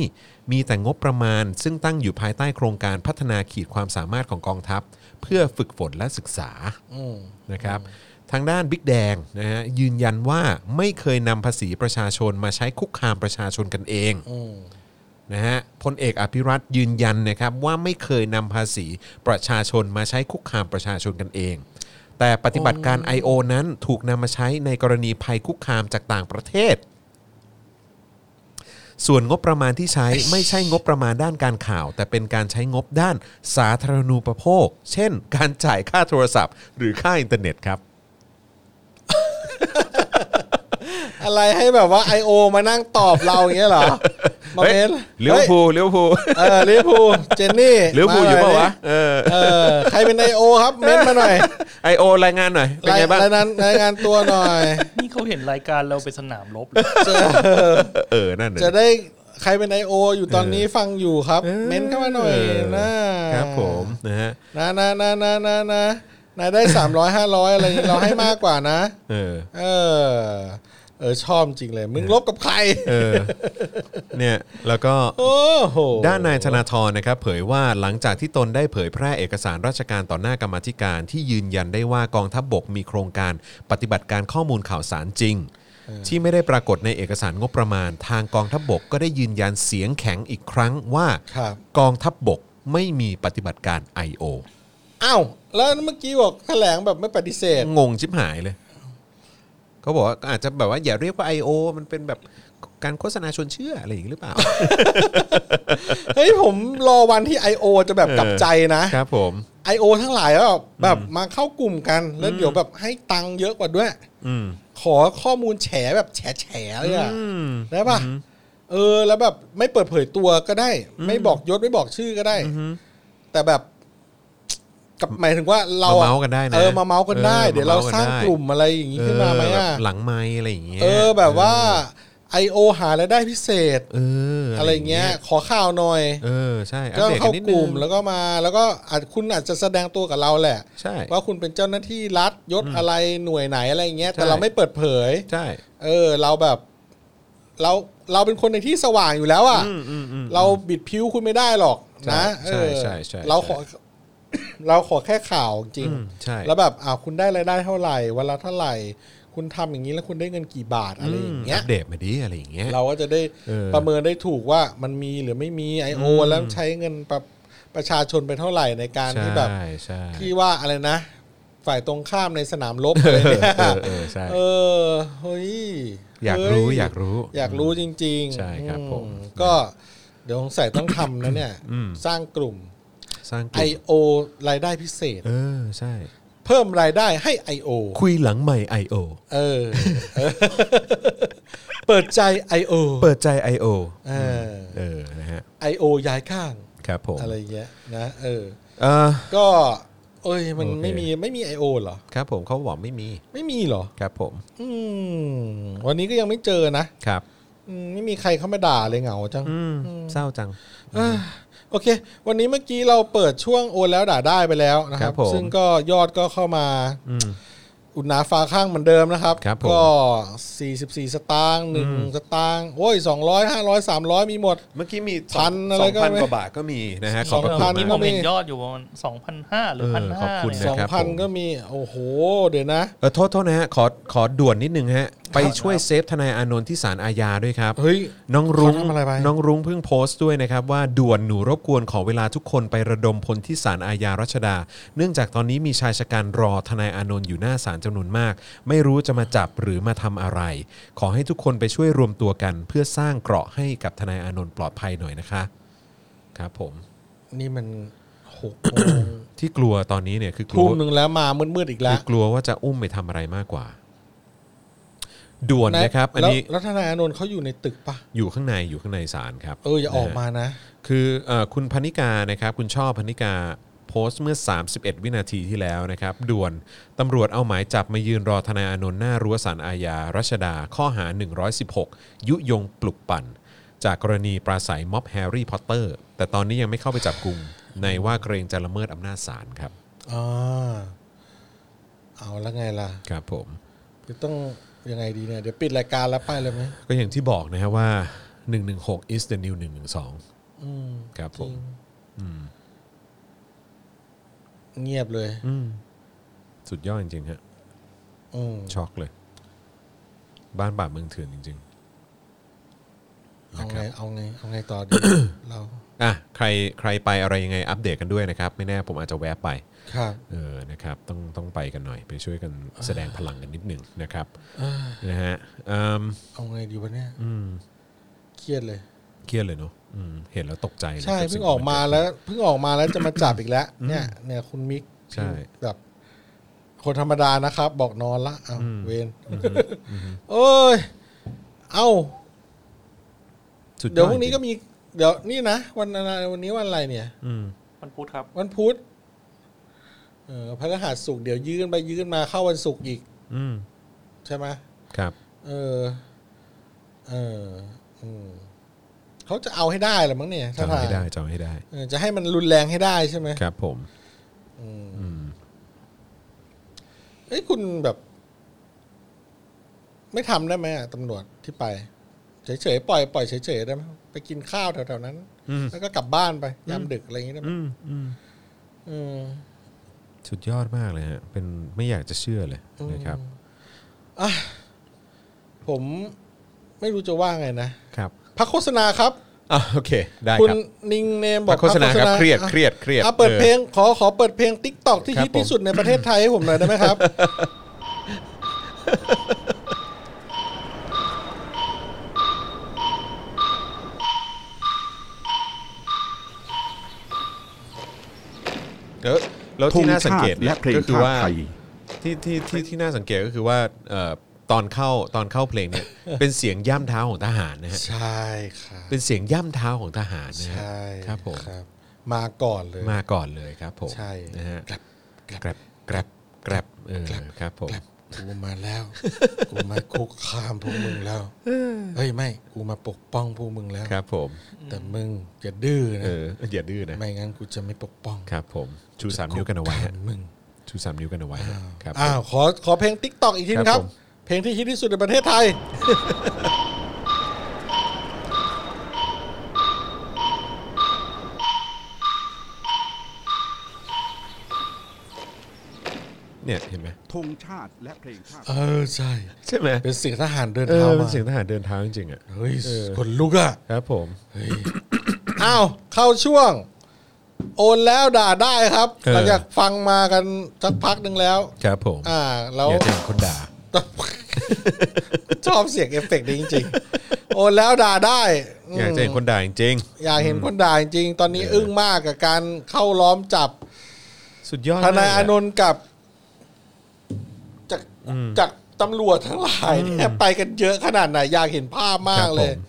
มีแต่งบประมาณ ซึ่งตั้งอยู่ภายใต้โครงการพัฒนาขีดความสามารถของกองทัพ เพื่อฝึกฝนและศึกษา อืม นะครับทางด้านบิ๊กแดงนะฮะยืนยันว่าไม่เคยนำภาษีประชาชนมาใช้คุกคามประชาชนกันเอง อืม นะฮะพลเอกอภิรัตน์ยืนยันนะครับว่าไม่เคยนำภาษีประชาชนมาใช้คุกคามประชาชนกันเอง แต่ปฏิบัติการ I.O. นั้นถูกนำมาใช้ในกรณีภัยคุกคามจากต่างประเทศ ส่วนงบประมาณที่ใช้ ไม่ใช่งบประมาณด้านการข่าว แต่เป็นการใช้งบด้านสาธารณูปโภค เช่น การจ่ายค่าโทรศัพท์ หรือค่าอินเทอร์เน็ตครับ อะไรให้แบบว่า I.O. มานั่งตอบเราอย่างเงี้ยเหรอมาเมน เลี้ยวภูลเลี้ยวภูล เออลิเวอร์พูลเจนนี่ เลี้ยวภูลอยู่ มหเปน่ล่าวะ ดิ เออ เออใครเป็น I.O. ครับเม้นมาหน่อย ไอโอรายงานหน่อยเป็นไงบ้าง รายนั้นรายงานตัวหน่ อย นี่เขาเห็นรายการเราเป็นสนามรบเลย จะ เออนั่นน่ จะได้ใครเป็นไอโออยู่ตอนนี้ฟังอยู่ครับ เม้นเข้ามาหน่อยนะครับ ผมนะฮะ นะนะนะนะนะนะนายได้สามร้อยห้าร้อยอะไรอย่างงี้เราให้มากกว่านะ เออ เออ เออชอบจริงเลย มึงลบกับใคร เออเนี่ยแล้วก็ โอ้โห ด้านนายธนาธรนะครับเผยว่าหลังจากที่ตนได้เผยแพร่เอกสารราชการต่อหน้ากรรมาธิการที่ยืนยันได้ว่ากองทัพบกมีโครงการปฏิบัติการข้อมูลข่าวสารจริง ที่ไม่ได้ปรากฏในเอกสารงบประมาณ ทางกองทัพบกก็ได้ยืนยันเสียงแข็งอีกครั้งว่า ครับ กองทัพบกไม่มีปฏิบัติการ I.O. อ้าวแล้วเมื่อกี้บอกแถลงแบบไม่ปฏิเสธ งงชิบหายเลย เขาบอกว่าอาจจะแบบว่าอย่าเรียกว่า I.O. มันเป็นแบบการโฆษณาชวนเชื่ออะไรอย่างนี้หรือเปล่า เฮ้ยผมรอวันที่ I.O. จะแบบกลับใจนะ ครับผม I.O. ทั้งหลายก็แบบมาเข้ากลุ่มกัน แล้วเดี๋ยวแบบให้ตังค์เยอะกว่าด้วย อืม ขอข้อมูลแฉแบบแฉแฉๆเลยอะ อืม ได้ปะเออ แล้วแบบไม่เปิดเผยตัวก็ได้ ไม่บอกยศไม่บอกชื่อก็ได้ แต่แบบ กับหมายถึงว่าเราอะ มาเมาส์กันได้นะ เออมาเมาส์กันได้ เออ เดี๋ยวเรา มาเมาส์กัน สร้าง ได้ กลุ่มอะไรอย่างนี้ขึ้นมาไหมอะ แบบหลังไม้อะไรอย่างเงี้ย เออ แบบว่า I.O. หารายได้พิเศษ เออ อะ อะไร เงี้ย ขอข่าวหน่อย เออใช่อัป ก็ ดต เข้าน นิด ก นึ ลุ่ ง มแล้วก็มา แล้วก็อาจคุณอาจจะแสดงตัวกับเราแหละ ใช่ ว่าคุณเป็นเจ้าหน้าที่รัฐยศอะไรหน่วยไหนอะไรอย่างเงี้ย แต่ ใช่ เราไม่เปิดเผย ใช่ เออเราแบบ เราเราเป็นคนในที่สว่างอยู่แล้วอะ่ะ อืมอืมอืม เราบิดพิ้วคุณไม่ได้หรอก ใช่ นะ ใช่ เออ ใช่ใช่ใช่ เราขอ เราขอแค่ข่าวจริง อืมใช่ แล้วแบบอ้าวคุณได้รายได้เท่าไหร่วันละเท่าไหร่ คุณทำอย่างนี้แล้วคุณได้เงินกี่บาทอะไรอย่างเงี้ อั ย ปเดตมาดิอะไรอย่างเงี้ย เราก็จะได้ เออ ประเมินได้ถูกว่ามันมีหรือไม่มี I.O. แล้วใช้เงินประประชาชนไปเท่าไหร่ในการ ใช่ ที่แบบ ใช่ ที่ว่าอะไรนะ ฝ่ายตรงข้ามในสนามรบอะไรเนี่ย เออเออใช่ เออเฮ้ย อยากรู้ เฮ้ อยากรู้ อยากรู้จริงๆ ใช่ครับผม อืก็เดี๋ยวสงสัยต้องทำนะเนี่ย สร้างกลุ่ม สร้างกลุ่ม I.O. รายได้พิเศษ เออใช่ เพิ่มรายได้ให้ I.O. คุยหลังใหม่ I.O. เออ เปิดใจ I.O. เปิดใจ I.O. เออ เออนะฮะ I.O. ย้ายข้าง ครับผม อะไรเงี้ยนะเออ เออ ก็เอ้ยมัน โอเค ไม่มีไม่มี I.O. เหรอ ครับผมเขาบอกไม่มี ไม่มีเหรอ ครับผม อืม วันนี้ก็ยังไม่เจอนะครับ อืมไม่มีใครเข้ามาด่าเลยเหงาจัง อืมเศร้าจัง อ่าโอเค วันนี้เมื่อกี้เราเปิดช่วงโอนแล้วด่าได้ไปแล้วนะครัครับบผม ซึ่งก็ยอดก็เข้ามา อุดหนาฟ้าข้างเหมือนเดิมนะครับ ครับผม ก็ 44 สตางค์หนึ่งสตางค์โอ้ย 200 500 300 มีหมด เมื่อกี้มี พันอะไรก็ สงพัน ไม่ กว่าบาทก็มีนะฮะข ส อบ ง พระคุ พั ณ ต มา อก นก็นี้ผม มี เห็นยอดอยู่ประมาณสองพันห้าหรือ เอ พัน อขอบ ห้า คุณ เนี่ย นะ ครับผม 2,000 ก็มีโอ้โห เดี๋ยวนะ เออโทษโทษนะฮะขอขอด่วนนิดนึงฮะ ไปช่วยเซฟทนายอานนท์ที่ศาลอาญาด้วยครับ เฮ้ย น้องรุ้ง เขาทำอะไรไป น้องรุ้งเพิ่งโพสต์ด้วยนะครับ ว่าด่วนหนูรบกวนขอเวลาทุกคนไประดมพลที่ศาลอาญารัชดา เนื่องจากตอนนี้มีชายชะกันรอทนายอานนท์อยู่หน้าศาลจำนวนมาก ไม่รู้จะมาจับหรือมาทำอะไร ขอให้ทุกคนไปช่วยรวมตัวกัน เพื่อสร้างเกราะให้กับทนายอานนท์ปลอดภัยหน่อยนะคะครับผม นี่มันหกโมง ที่กลัวตอนนี้เนี่ยคือกลั ทุ่ ว มหนึ่งแล้วมามืดๆอีกแล้ คื ว อกลัวว่าจะอุ้มไปทำอะไรมากกว่า ด่วนนะครับ อัน แล้ว นี้ แล้วทนายอานนท์เขาอยู่ในตึกปะ อยู่ข้างในอยู่ข้างในศาลครับ เออ อย่าออกมานะ คือเออคุณพนิกานะครับคุณช่อพนิกาโพสต์เมื่อ 31 วินาทีที่แล้วนะครับ ด่วนตำรวจเอาหมายจับมายืนรอทนายอานนท์หน้ารั้วศาลอาญารัชดา ข้อหา 116 ยุยงปลุกปั่น จากกรณีปราศัยม็อบแฮร์รี่พอตเตอร์ แต่ตอนนี้ยังไม่เข้าไปจับกลุ่มในว่าเกรงจะละเมิดอำนาจศาลครับ อ่าเอาแล้วไงล่ะ ครับผม จะต้องยังไงดีเนี่ย เดี๋ยวปิดรายการแล้วไปเลยไหม ก็อย่างที่บอกนะฮะว่า 116 is the new 112 อืม ครับ จ ผ ริ ม งเงียบเลย อืมสุดยอดจริงๆฮะ อืม ช็อกเลย บ้านป่าเมืองเถื่อนจริง เอาไงเอาไงเอาไงต่อ ดี เรา ๆ อ่ะ ใครใครไปอะไรยังไงอัปเดตกันด้วยนะครับ ไม่แน่ผมอาจจะแวะไป ครับ เออ นะครับ ต้องต้องไปกันหน่อย ไปช่วยกันแสดงพลังกันนิดหนึ่งนะครับ นะฮะอืม เอาไงดีวะเนี่ย อืม เครียดเลย เครียดเลยเนาะอืมเห็นแล้วตกใจเลย ใช่ บ เพิ่ สิ่ งออกมาแล้วเพิ่งออกมาแล้วจะมาจับอีกแล้ว เนี่ย เนี่ยคุณมิก ใช่ แบบ คนธรรมดานะครับ บอกนอนละเอาเวนโอ้ย เอ้า สุยอ เดี๋ยวพรุ่งนี้ก็ จ มีเดี๋ยวนี่นะวันอะไรวันนี้วันอะไรเนี่ย อืม มันพูดครับ วันพุธเออพฤหัสศุกร์เดี๋ยวยื้อกันไปยื้อกันมาเข้าวันศุกร์อีก อืม ใช่ไหม ครับ เออเอออืมเขาจะเอาให้ได้เหรือมั้งเนี่ย จะ ถ้า เอา ทาง ให้ได้จะเอาให้ได้ เออจะให้มันรุนแรงให้ได้ใช่ไหม ครับผม อืม อืม เอ้ยคุณแบบ ไม่ทำได้ไหมอะตำรวจที่ไปเฉยๆปล่อยปล่อยเฉยๆได้ไหมไปกินข้าวแถวๆนั้น อืม แล้วก็กลับบ้านไปยามดึกอะไรอย่างเงี้ยได้ไหม อืมอืม อืม สุดยอดมากเลยฮะ เป็นไม่อยากจะเชื่อเลยนะครับ ผมไม่รู้จะว่าไงนะครับ พักโฆษณาครับ อ่ะโอเค ได้ คุณ ครับ นิงเนมบอก พักโฆษณาครับเครียด อ่ะ เครียดเครียด อ่ะเปิดเพลงขอขอเปิดเพลงติ๊กตอกที่ ครับ ฮิตที่ ผม สุดในประเทศไทยให้ผมหน่อยได้ไหม ครับ เออแล้ว ธ ที่ ง น่าสัง ชา เกต ติ เนี่ และ ย เพลง ก็คือ ชาติ ว่า ไทย ที่ที่ที่ที่น่าสังเกตก็คือว่าเอ่อตอนเข้าตอนเข้าเพลง เนี่ย เป็นเสียงย่ำเท้าของทหารนะฮะ ใช่ครับ เป็นเสียงย่ำเท้าของทหารนะ ใช ฮะ ่ ครับผม ครับ มาก่อนเลย มาก่อนเลยครับผม ใช่ นะฮะ กลับกลับ แกร็บแกร็บแกร็บเออครับผม กลับกูมา แล้วกูมาคุกคามพวกมึง แล้วเฮ้ยไม่กูมาปกป้องพวกมึงแล้ว ครับผม แต่มึงอย่าดื้อ เอ นะ ออย่าดื้อนะ ไม่งั้นกูจะไม่ปกป้อง ครับผมชูสามนิ้วกันเอาไว้ฮะ มึง ชูสามนิ้วกันเอาไว้ฮะครับผม อ้าวขอขอเพลงติ๊กตอกอีกทีนึงค ครั รับ บผม เพลงที่ฮิตที่สุดในประเทศไทย เนี่ยเห็นไหม ธงชาติและเพลงชาติ เออใช่ ใช่ไหม เป็นเสียงทหารเดิน เอ เท้า อเป็ มาน เสียงทหารเดินเท้าจริงๆอ่ะ เฮ้ยขนลุกอ่ะ ครับผม อ้าวเข้าช่วง โอนแล้วด่าได้ครับหลังจากฟังมากันสักพักหนึ่งแล้ว ครับผม อ่าแล้ว อย่าเถียงคนด่า ชอบเสียงเอฟเฟกต์นี้จริงๆ โอนแล้วด่าได้ อยากจะเห็นคนด่าจริง อยากเห็นคนด่าจริงๆตอนนี้อึ้งมากกับการเข้าล้อมจับ ๆสุดยอด ทนามยกะ อานนท์กับจากจากตำรวจทั้งหลายเนี่ยไปกันเยอะขนาดไหนอยากเห็นภาพมากเลคยรับผม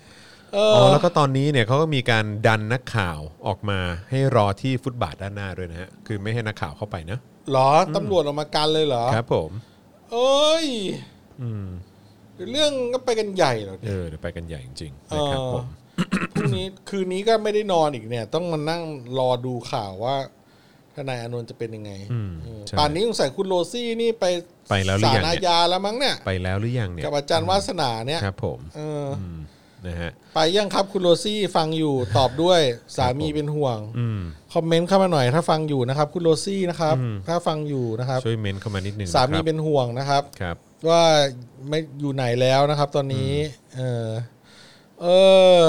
เอ อ๋ อ อแล้วก็ตอนนี้เนี่ยเขาก็มีการดันนักข่าวออกมาให้รอที่ฟุตบาทด้านหน้าด้วยนะฮะ คือไม่ให้นักข่าวเข้าไปนะ เหรอตำรวจออกมากันเลยเหรอ ครับผม เอ้ย อืม เรื่องก็ไปกันใหญ่เหรอ เออเดี๋ยวไปกันใหญ่จริงๆนะครับผม พรุ่งนี้คืนนี้ก็ไม่ได้นอนอีกเนี่ย ต้องมานั่งรอดูข่าวว่า ทนายอานนท์จะเป็นยังไง อืม เออ ใช่ ป่านนี้สงสัยคุณโรซี่นี่ไป ไปแล้วหรือ ศาล ยัง อา เนี่ย ญาแล้วมั้งเนี่ย ไปแล้วหรือยังเนี่ย กับอาจารย์วาสนาเนี่ย ครับผม เอออ อืมนะฮะ ไปยังครับคุณโรซี่ฟังอยู่ตอบด้วยสามีเป็นห่วง อืม คอมเมนต์เข้ามาหน่อย ถ้าฟังอยู่นะครับ คุณโรซี่นะครับ ถ้าฟังอยู่นะครับ ช่วยเม้นเข้ามานิดนึง สามี ครับ เป็นห่วงนะครับ ครับ ว่าไม่อยู่ไหนแล้วนะครับ ตอนนี้ เออเออ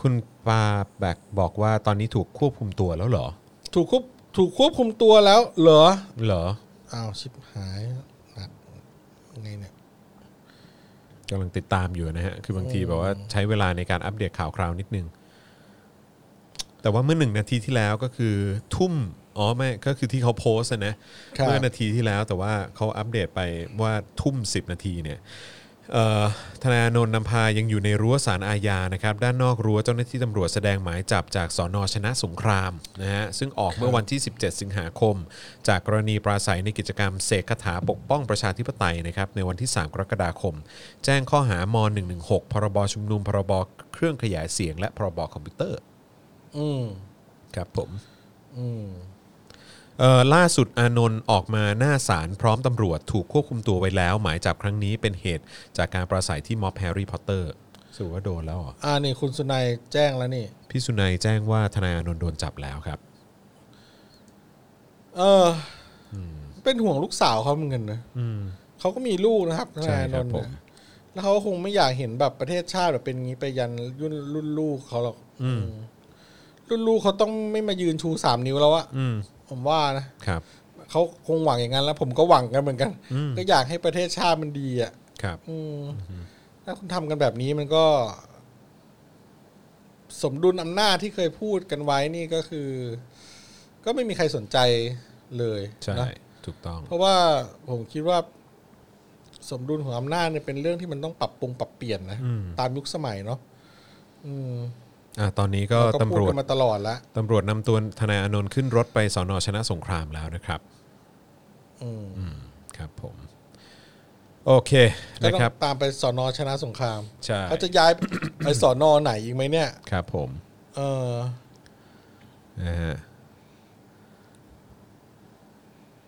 คุณปาแบกบอกว่าตอนนี้ถูกควบคุมตัวแล้วเหรอ ถูกควบถูกควบคุมตัวแล้ว เหรอ เหรอ อ้าวชิบหายหนักไงเนี่ย กำลังติดตามอยู่นะฮะ คือบางทีแบบว่าใช้เวลาในการอัปเดตข่าวคราวนิดนึง แต่ว่าเมื่อหนึ่งนาทีที่แล้วก็คือทุ่ม อ๋อไม่ก็คือที่เขาโพสต์อะนะ ครับ เมื่อนาทีที่แล้วแต่ว่าเขาอัปเดตไปว่าทุ่ม 10 นาทีเนี่ยเอ่อธนาโนนนำพายังอยู่ในรั้วศาลอาญานะครับ ด้านนอกรั้วเจ้าหน้าที่ตำรวจแสดงหมายจับจากสอนอชนะสงครามนะฮะซึ่งออกเมื่อวันที่ 17 สิงหาคม จากกรณีปราศัยในกิจกรรมเสกคาถาปกป้องประชาธิปไตยนะครับในวันที่ 3 กรกฎาคม แจ้งข้อหาม116 พรบชุมนุม พรบเครื่องขยายเสียง และพรบคอมพิวเตอร์ อืม ครับผม อืม เอ่อล่าสุดอานนท์ออกมาหน้าศาลพร้อมตำรวจถูกควบคุมตัวไว้แล้ว หมายจับครั้งนี้เป็นเหตุจากการปราศัยที่ม็อบแฮร์รี่พอตเตอร์สือว่าโดนแล้วเหรอ อ่านี่คุณสุนัยแจ้งแล้วนี่ พี่สุนัยแจ้งว่าทนายอานนท์โดนจับแล้วครับ เอออเป็นห่วงลูกสาวเขาเหมือนกันนะเขาก็มีลูกนะครับท ใช่ นายอ ครับนนท์ ผม เนี่ยแล้วเขาก็คงไม่อยากเห็นแบบประเทศชาติแบบเป็นงี้ไปยันรุ่นรุ่นลูกเขาหรอกรุ่นลูกเขาต้องไม่มายืนชูสามนิ้วแล้วอะ อืม ผมว่านะครับ เขาคงหวังอย่างนั้นแล้ว ผมก็หวังกันเหมือนกัน ก็อยากให้ประเทศชาติมันดีอะ ครับ อืมถ้าคุณทำกันแบบนี้มันก็ สมดุลอำนาจที่เคยพูดกันไว้นี่ก็คือ ก็ไม่มีใครสนใจเลย ใช่ นะ ถูกต้อง เพราะว่าผมคิดว่า สมดุลของอำนาจเนี่ยเป็นเรื่องที่มันต้องปรับปรุงปรับเปลี่ยนนะตามยุคสมัยเนาะอืม อ่ะตอนนี้ก็ เราก็พูด ตำรวจ กันมาตลอดละ ตำรวจนำตัวทนายอานนท์ขึ้นรถไปสอนอชนะสงครามแล้วนะครับ อืม ครับผม โอเค ก็ นะ ต้อ ครับ งตามไปสอนอชนะสงคราม ใช่ เขาจะย้าย ไปสอนอไหนอีกไหมเนี่ย ครับผม เออ นะฮะ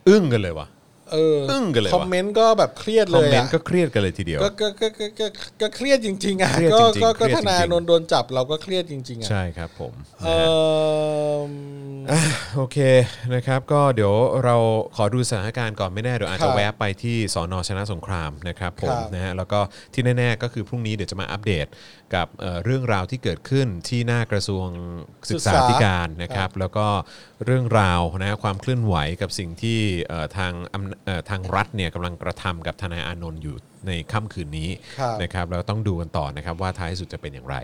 อึ้งกันเลยวะ เออ อึ้งกันเลยวะ คอมเมนต์ก็แบบเครียด ค เล อม ย เมน อะ ต์ก็เครียดกันเลยทีเดียว ก็ก็ก็ก็ก็ก็เครียดจริงๆอ่ะ เครียด ก็ จริงๆ ก็ก็ เครียด ทนาย จริงๆ อานนท์โดนจับเราก็เครียดจริง ๆอ่ะ ใช่ครับผม เอ นะฮะ อ อ่ะโอเคนะครับ ก็เดี๋ยวเราขอดูสถานการณ์ก่อนไม่แน่เดี๋ยวอาจ ครั จะ บ แวะไปที่สอนอชนะสงครามนะครับผม ครับ นะฮะแล้วก็ที่แน่ๆก็คือพรุ่งนี้เดี๋ยวจะมาอัปเดตกับเอ่อเรื่องราวที่เกิดขึ้นที่หน้ากระทรวงศึกษา ศึกษา ธิการนะครับ แล้วก็เรื่องราวนะความเคลื่อนไหวกับสิ่งที่เอ่อทางอำเอ่อทางรัฐเนี่ยกำลังกระทำกับทนายอานนท์อยู่ในค่ำคืนนี้ ครับ นะครับแล้วต้องดูกันต่อนะครับว่าท้ายสุดจะเป็นอย่างไร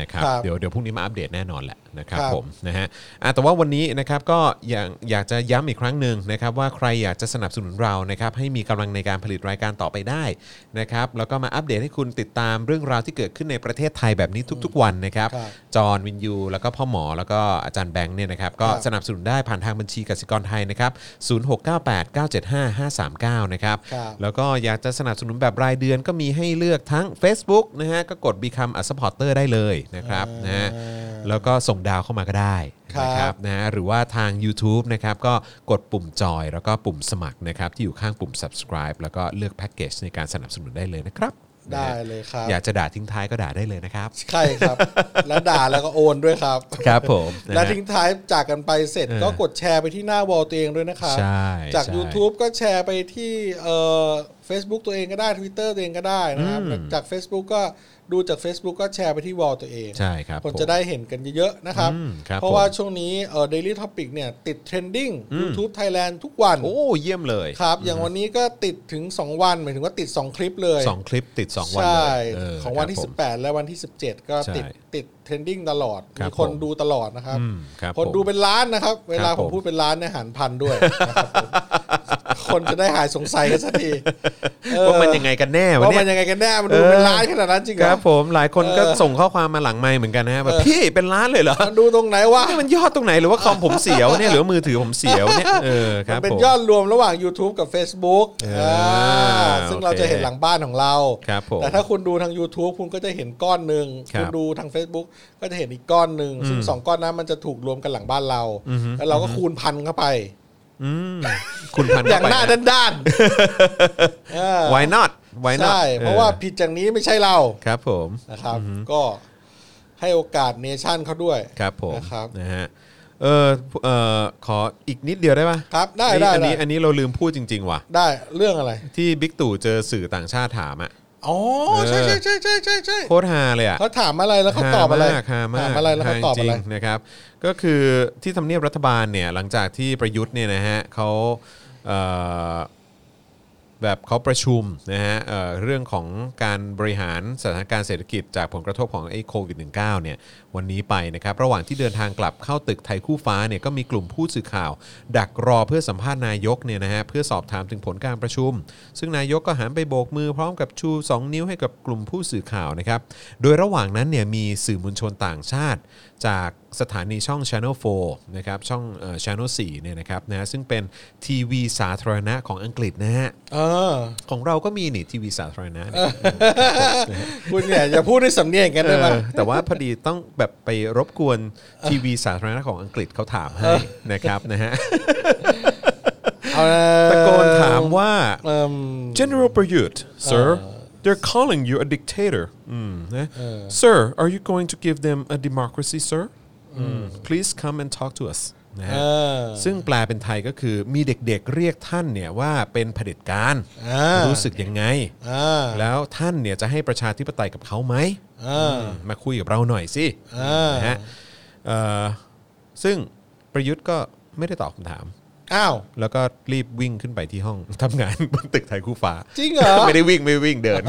นะครับ ครับ เดี๋ยวเดี๋ยวพรุ่งนี้มาอัปเดตแน่นอนแหละนะครับ ครับ ผมนะฮะอ่ะแต่ว่าวันนี้นะครับก็อย่างอยากจะย้ำอีกครั้งหนึ่งนะครับว่าใครอยากจะสนับสนุนเรานะครับให้มีกำลังในการผลิตรายการต่อไปได้นะครับแล้วก็มาอัปเดตให้คุณติดตามเรื่องราวที่เกิดขึ้นในประเทศไทยแบบนี้ทุก ๆ วันนะครับ ครับ จอห์นวินยู แล้วก็พ่อหมอแล้วก็อาจารย์แบงค์เนี่ยนะครับก็ ครับ สนับสนุนได้ผ่านทางบัญชีกสิกรไทยนะครับ0698975539นะครับ ครับ แล้วก็อยากจะสนับสนุนแบบรายเดือนก็มีให้เลือกทั้ง Facebook นะฮะก็กด Become a supporter ได้เลยนะครับนะฮะ อ่า แล้วก็ส่งดาวเข้ามาก็ได้นะค ครั รับบ นะฮะหรือว่าทาง YouTube นะครับก็กดปุ่มจอยแล้วก็ปุ่มสมัครนะครับ ที่อยู่ข้างปุ่ม subscribe แล้วก็เลือกแพ็กเกจในการสนับสนุนได้เลยนะครับ ได้ นะฮะ เลยครับ อยากจะด่าทิ้งท้ายก็ด่าได้เลยนะครับ ใช่ครับ แล้วด่าแล้วก็โอนด้วยครับ ครับผมนะฮะ และทิ้งท้ายจากกันไปเสร็จ เออ ก็กดแชร์ไปที่หน้าวอลตัวเองด้วยนะครับ ใช่ จาก ใช่ YouTube ก็แชร์ไปที่เอ่อ Facebook ตัวเองก็ได้ Twitter ตัวเองก็ได้นะครับ อืม จาก Facebook ก็ดูจาก Facebook ก็แชร์ไปที่วอลตัวเอง ใช่ครับ คน ผม จะได้เห็นกันเยอะๆนะครับ อืมครับ เพราะว่า ผม ช่วงนี้เอ่อ Daily Topic เนี่ยติดเทรนดิ้ง อืม YouTube Thailand ทุกวัน โอ้เยี่ยมเลย ครับ อย่างวันนี้ก็ติดถึง 2 วันหมายถึงว่าติด 2 คลิปเลย สองคลิปติด 2 วันเล ใช่ ยเ ของวันที่ ครับผม 18 และวันที่ 17 ก็ติด ใช่ ติดเทรนดิ้งตลอด ครับ มีคน ผม ดูตลอดนะครับ อืมครับ คน ผม ดูเป็นล้านนะครับ เวลา ครับผผม ม พูดเป็นล้านเนี่ยหารพันด้วยนะครับผม คนจะได้หายสงสัยกันสักทีเออ ว่ามันยังไงกันแน่วะ ว่า เนี่ มั ย นยังไงกันแน่มันดู เออ เป็นร้านขนาดนั้นจริงเห ค รอ รับผมหลายคนก็ เออ ส่งข้อความมาหลังไมค์เหมือนกันนะฮะแบบพี่เป็นร้านเลยเหรอ มันดูตรงไหนวะ นี่มันยอดตรงไหนหรือว่าคอมผมเสียวเนี่ยหรือว่ามือถือผมเสียวเนี่ยเออค มั รั น บ เป็น ผม ยอดรวมระหว่าง YouTube กับ Facebook เอออ่ าซึ่งเรา โอเค จะเห็นหลังบ้านของเรา ครับผม แต่ถ้าคุณดูทาง YouTube คุณก็จะเห็นก้อนหนึ่ง ครับ คุณดูทาง Facebook ก็จะเห็นอีกก้อนหนึ่งซึ่งสองก้อนนั้นมันจะถูกรวมกันหลังบ้านเรา อือฮึ แล้วเราก็คูณพันเข้าไป อืมคุณพัน อ เข้ ย่าง ไป หน้า นะ ด้านๆ เออ why not why not ใช่เพราะว่าผิดจากนี้ไม่ใช่เรา ครับผม นะครับ ก็ให้โอกาสเนชั่นเขาด้วย ครับผม นะครับ นะฮะเออเออขออีกนิดเดียวได้ปะ ครับได้ อันนี้ ได้ อันนี้ ได้ อันนี้เราลืมพูดจริง ๆ ว่ะ ได้เรื่องอะไร ที่บิ๊กตู่เจอสื่อต่างชาติถามอะ อ๋อใช่ใช่ใช่ใช่ใช่ใช่ โคตรฮาเลยอะ เขาถามอะไรแล้วเขาตอบอะไร ฮามากฮามาก ถามอะไรแล้วเขา ฮ ตอบ จ อะไร งๆนะครับ ก็คือที่ทำเนียบรัฐบาลเนี่ยหลังจากที่ประยุทธ์เนี่ยนะฮะเขาเอ่อแบบเขาประชุมนะฮะเอ่อเรื่องของการบริหารสถานการณ์เศรษฐกิจจากผลกระทบของไอ้โควิด -19 เนี่ยวันนี้ไปนะครับ ระหว่างที่เดินทางกลับเข้าตึกไทยคู่ฟ้าเนี่ยก็มีกลุ่มผู้สื่อข่าว ดักรอเพื่อสัมภาษณ์นายกเนี่ยนะฮะเพื่อสอบถามถึงผลการประชุม ซึ่งนายกก็หันไปโบกมือพร้อมกับชู 2 นิ้วให้กับกลุ่มผู้สื่อข่าวนะครับ โดยระหว่างนั้นเนี่ยมีสื่อมวลชนต่างชาติ จากสถานีช่อง Channel 4นะครับช่องเอ่อ Channel 4เนี่ยนะครับนะฮะซึ่งเป็นทีวีสาธารณะของอังกฤษนะฮะ เออ ของเราก็มีนี่ทีวีสาธารณะเนี่ย คุณเนี่ยอย่าพูดด้วยสำเนียงอย่างนั้นได้ไหม เออแต่ว่าพอดีต้องแบบไปรบกวนทีวีสาธารณะของอังกฤษเขาถามให้นะครับนะฮะตะโกนถามว่า General Prayut sir they're calling you a dictator อืมนะ sir are you going to give them a democracy sir อืม please come and talk to us นะฮะ เออ ซึ่งแปลเป็นไทยก็คือมีเด็กๆเรียกท่านเนี่ยว่าเป็นเผด็จการ อ่า รู้สึกยังไง อ่า แล้วท่านเนี่ยจะให้ประชาธิปไตยกับเขาไหม อ่า มาคุยกับเราหน่อยสิ อ่าน ะฮะเอ่อซึ่งประยุทธ์ก็ไม่ได้ตอบคำถาม อ้าว แล้วก็รีบวิ่งขึ้นไปที่ห้อง ทำงานบนตึกไทยคู่ฟ้า จริงเหรอ ไม่ได้วิ่งไม่วิ่งเดิน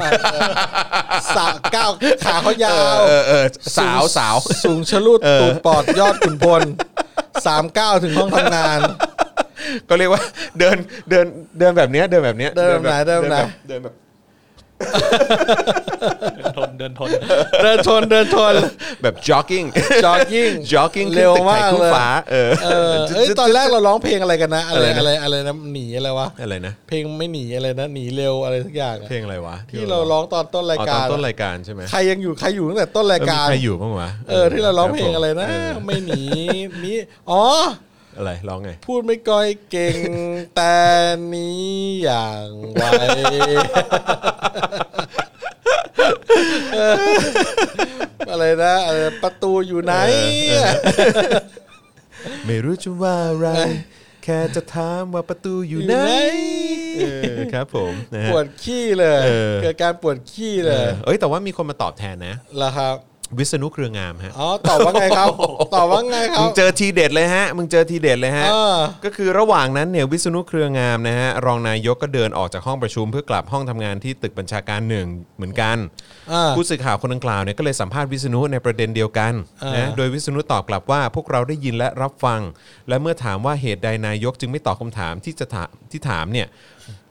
สาวก้าวขาเขายา เออวเออเออสาวสาว สูงชะลุด เออ ตูดปอดยอดขุนพลสามเก้าถึงห้องทำงาน ก็เรียกว่า เดินเดินเดินแบบเนี้ยเดินแบบเนี้ย เดินแบบไหนเดินแบบไหน เดินแบบ เดินทนเดินทน เดินชนเดินชน แบบ jogging จอกกิ้ง jogging ขึ้น เร็ว ตึกไท มาย ก คู่ เลย ฟ้าเออ เออเอ้ยตอนแรกเราร้องเพลงอะไรกันนะ อะไร อะ อะไร ไร นะ อะไรนะหนีอะไรวะ อะไรนะ เพลงไม่หนีอะไรนะหนีเร็วอะไรสักอย่างอะ เพลงอะไรวะ ที่เราร้องตอนต้นราย อ๋อต กา อน ร ต้นรายการใช่ไหม ใครยังอยู่ใครอยู่ตั้งแต่ต้นราย เออมี การ ใครอยู่บ้างวะ เออที่เราร้องเพลงอะไรนะ คบผม ไม่หนีหนีอ๋อ เอออะไรร้องไง พูดไม่ก้อยเก่ง แต่หนี้อย่าง ไวเอออะไรนะเออประตูอยู่ไหน ไม่รู้จะว่า อะไรแค่จะถามว่าประตูอยู่ไหน อยู่ไหน เออครับผมนะฮะ ปวดขี้เลย เออ เกิดการปวดขี้เล เอย อเอ้ยแต่ว่ามีคนมาตอบแทนนะ เหรอครับ วิษณุเครืองามฮะ อ๋อ ตอบว่าไงครับ ตอบว่าไงครั มึ บ งเจอทีเด็ดเลยฮะมึงเจอทีเด็ดเลยฮะ เออ ก็คือระหว่างนั้นเนี่ยวิษณุเครืองามนะฮะรองนายกก็เดินออกจากห้องประชุม เพื่อกลับห้องทำงานที่ตึกบัญชาการหนึ่งเหมือนกัน อ่า ผู้สื่อข่าวคนดังกล่าวเนี่ยก็เลยสัมภาษณ์วิษณุในประเด็นเดียวกัน อ่าน นะโดยวิษณุตอบกลับว่าพวกเราได้ยินและรับฟัง และเมื่อถามว่าเหตุใดนายกจึงไม่ตอบคำถามที่จะถามที่ถามเนี่ย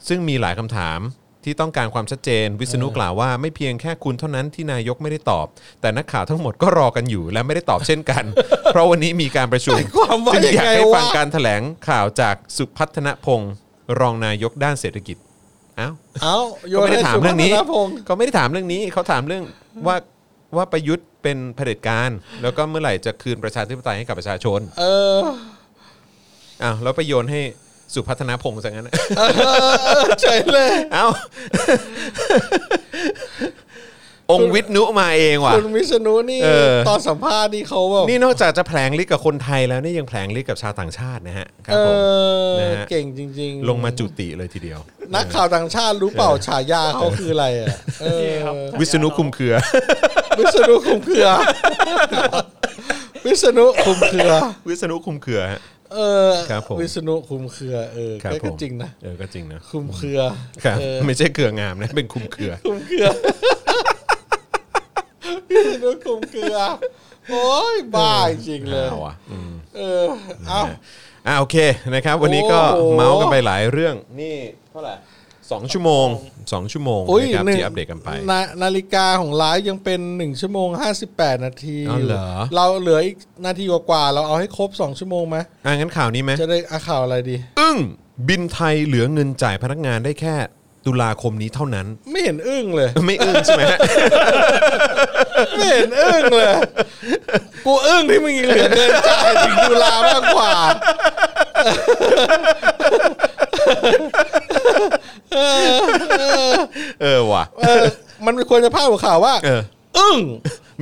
ซึ่งมีหลายคำถามที่ต้องการความชัดเจน วิษณุกล่าวว่าไม่เพียงแค่คุณเท่านั้นที่นายกไม่ได้ตอบ แต่นักข่าวทั้งหมดก็รอกันอยู่ และไม่ได้ตอบเช่น กัน เพราะวันนี้มีการประชุม ความว่า จึง ยัง อยาก ไง ให้ฟั วะ งการแถลงข่าวจากสุพัฒนพงศ์รองนายกด้านเศรษฐกิจเอ้า เอ้าโย ก็ น ไม่ได้ ให้ ถาม สุ เรื่องนี้ พัฒพงศ์ เขาไม่ได้ถามเรื่องนี้เขาถามเรื่องว่าว่าประยุทธ์เป็นเผด็จการ แล้วก็เมื่อไหร่จะคืนประชาธิปไตยให้กับประชาชน เออ อ้าวแล้วไปโยนให้สุพัฒนพงศ์ซะงั้ น เออเออเฉยเลย เอ้า องค์วิทย์นุมาเองว่ะ คุณวิษณุนี่ เออ ตอนสัมภาษณ์นี่เขาแบบ นี่นอกจากจะแผลงฤทธิ์กับคนไทยแล้วนี่ยังแผลงฤทธิ์กับชาวต่างชาตินะฮะครับ เอ ผม อ นะฮะ เก่งจริงๆ ลงมาจุติเลยทีเดียว นักข่าวต่างชาติรู้เปล่าฉายาเขาคืออะไรอ่ะเออ นี่ครับ วิษณุคุมเค รือ วิษณุคุมเครือ วิษณุคุมเครือ วิษณุคุมเครือฮะ เออ ครับผม วิษณุคุมเครือเออ ครับผ ก็ ม จริงนะ เออก็จริงนะ คุมเครือ ครับ เออ ไม่ใช่เครืองามนะเป็นคุมเครือ คุมเครือ วิษณุคุมเครือ โอ้ยบ้าจริงเลย เอาอ่ะอืม เออเอ้า อ่าโอเคนะครับ วันนี้ก็ โอ้โห เมาส์กันไปหลายเรื่องนี่เท่าไหร่สองชั่วโมงสองชั่วโมง โอ้ย นะครับ หนึ่ง ที่อัปเดตกันไป นานาฬิกาของไลฟ์ยังเป็น1ชั่วโมง 58 นาที อ๋อเหรอ เราเหลืออีกนาทีกว่าๆเราเอาให้ครบ 2 ชั่วโมงไหม อ่างั้นข่าวนี้ไหม จะได้อาข่าวอะไรดี อึ้งบินไทยเหลือเงินจ่ายพนักงานได้แค่ตุลาคมนี้เท่านั้น ไม่เห็นอึ้งเลย ไม่อึ้งใช่ไหม ฮะ ไม่เห็นอึ้งเลย กูอึ้งที่มึงยังเหลือเดินจ่ายถึงตุลามากกว่า เออว่ะ เออ มันควรจะพาดหัวข่าวว่า เออ อึ้ง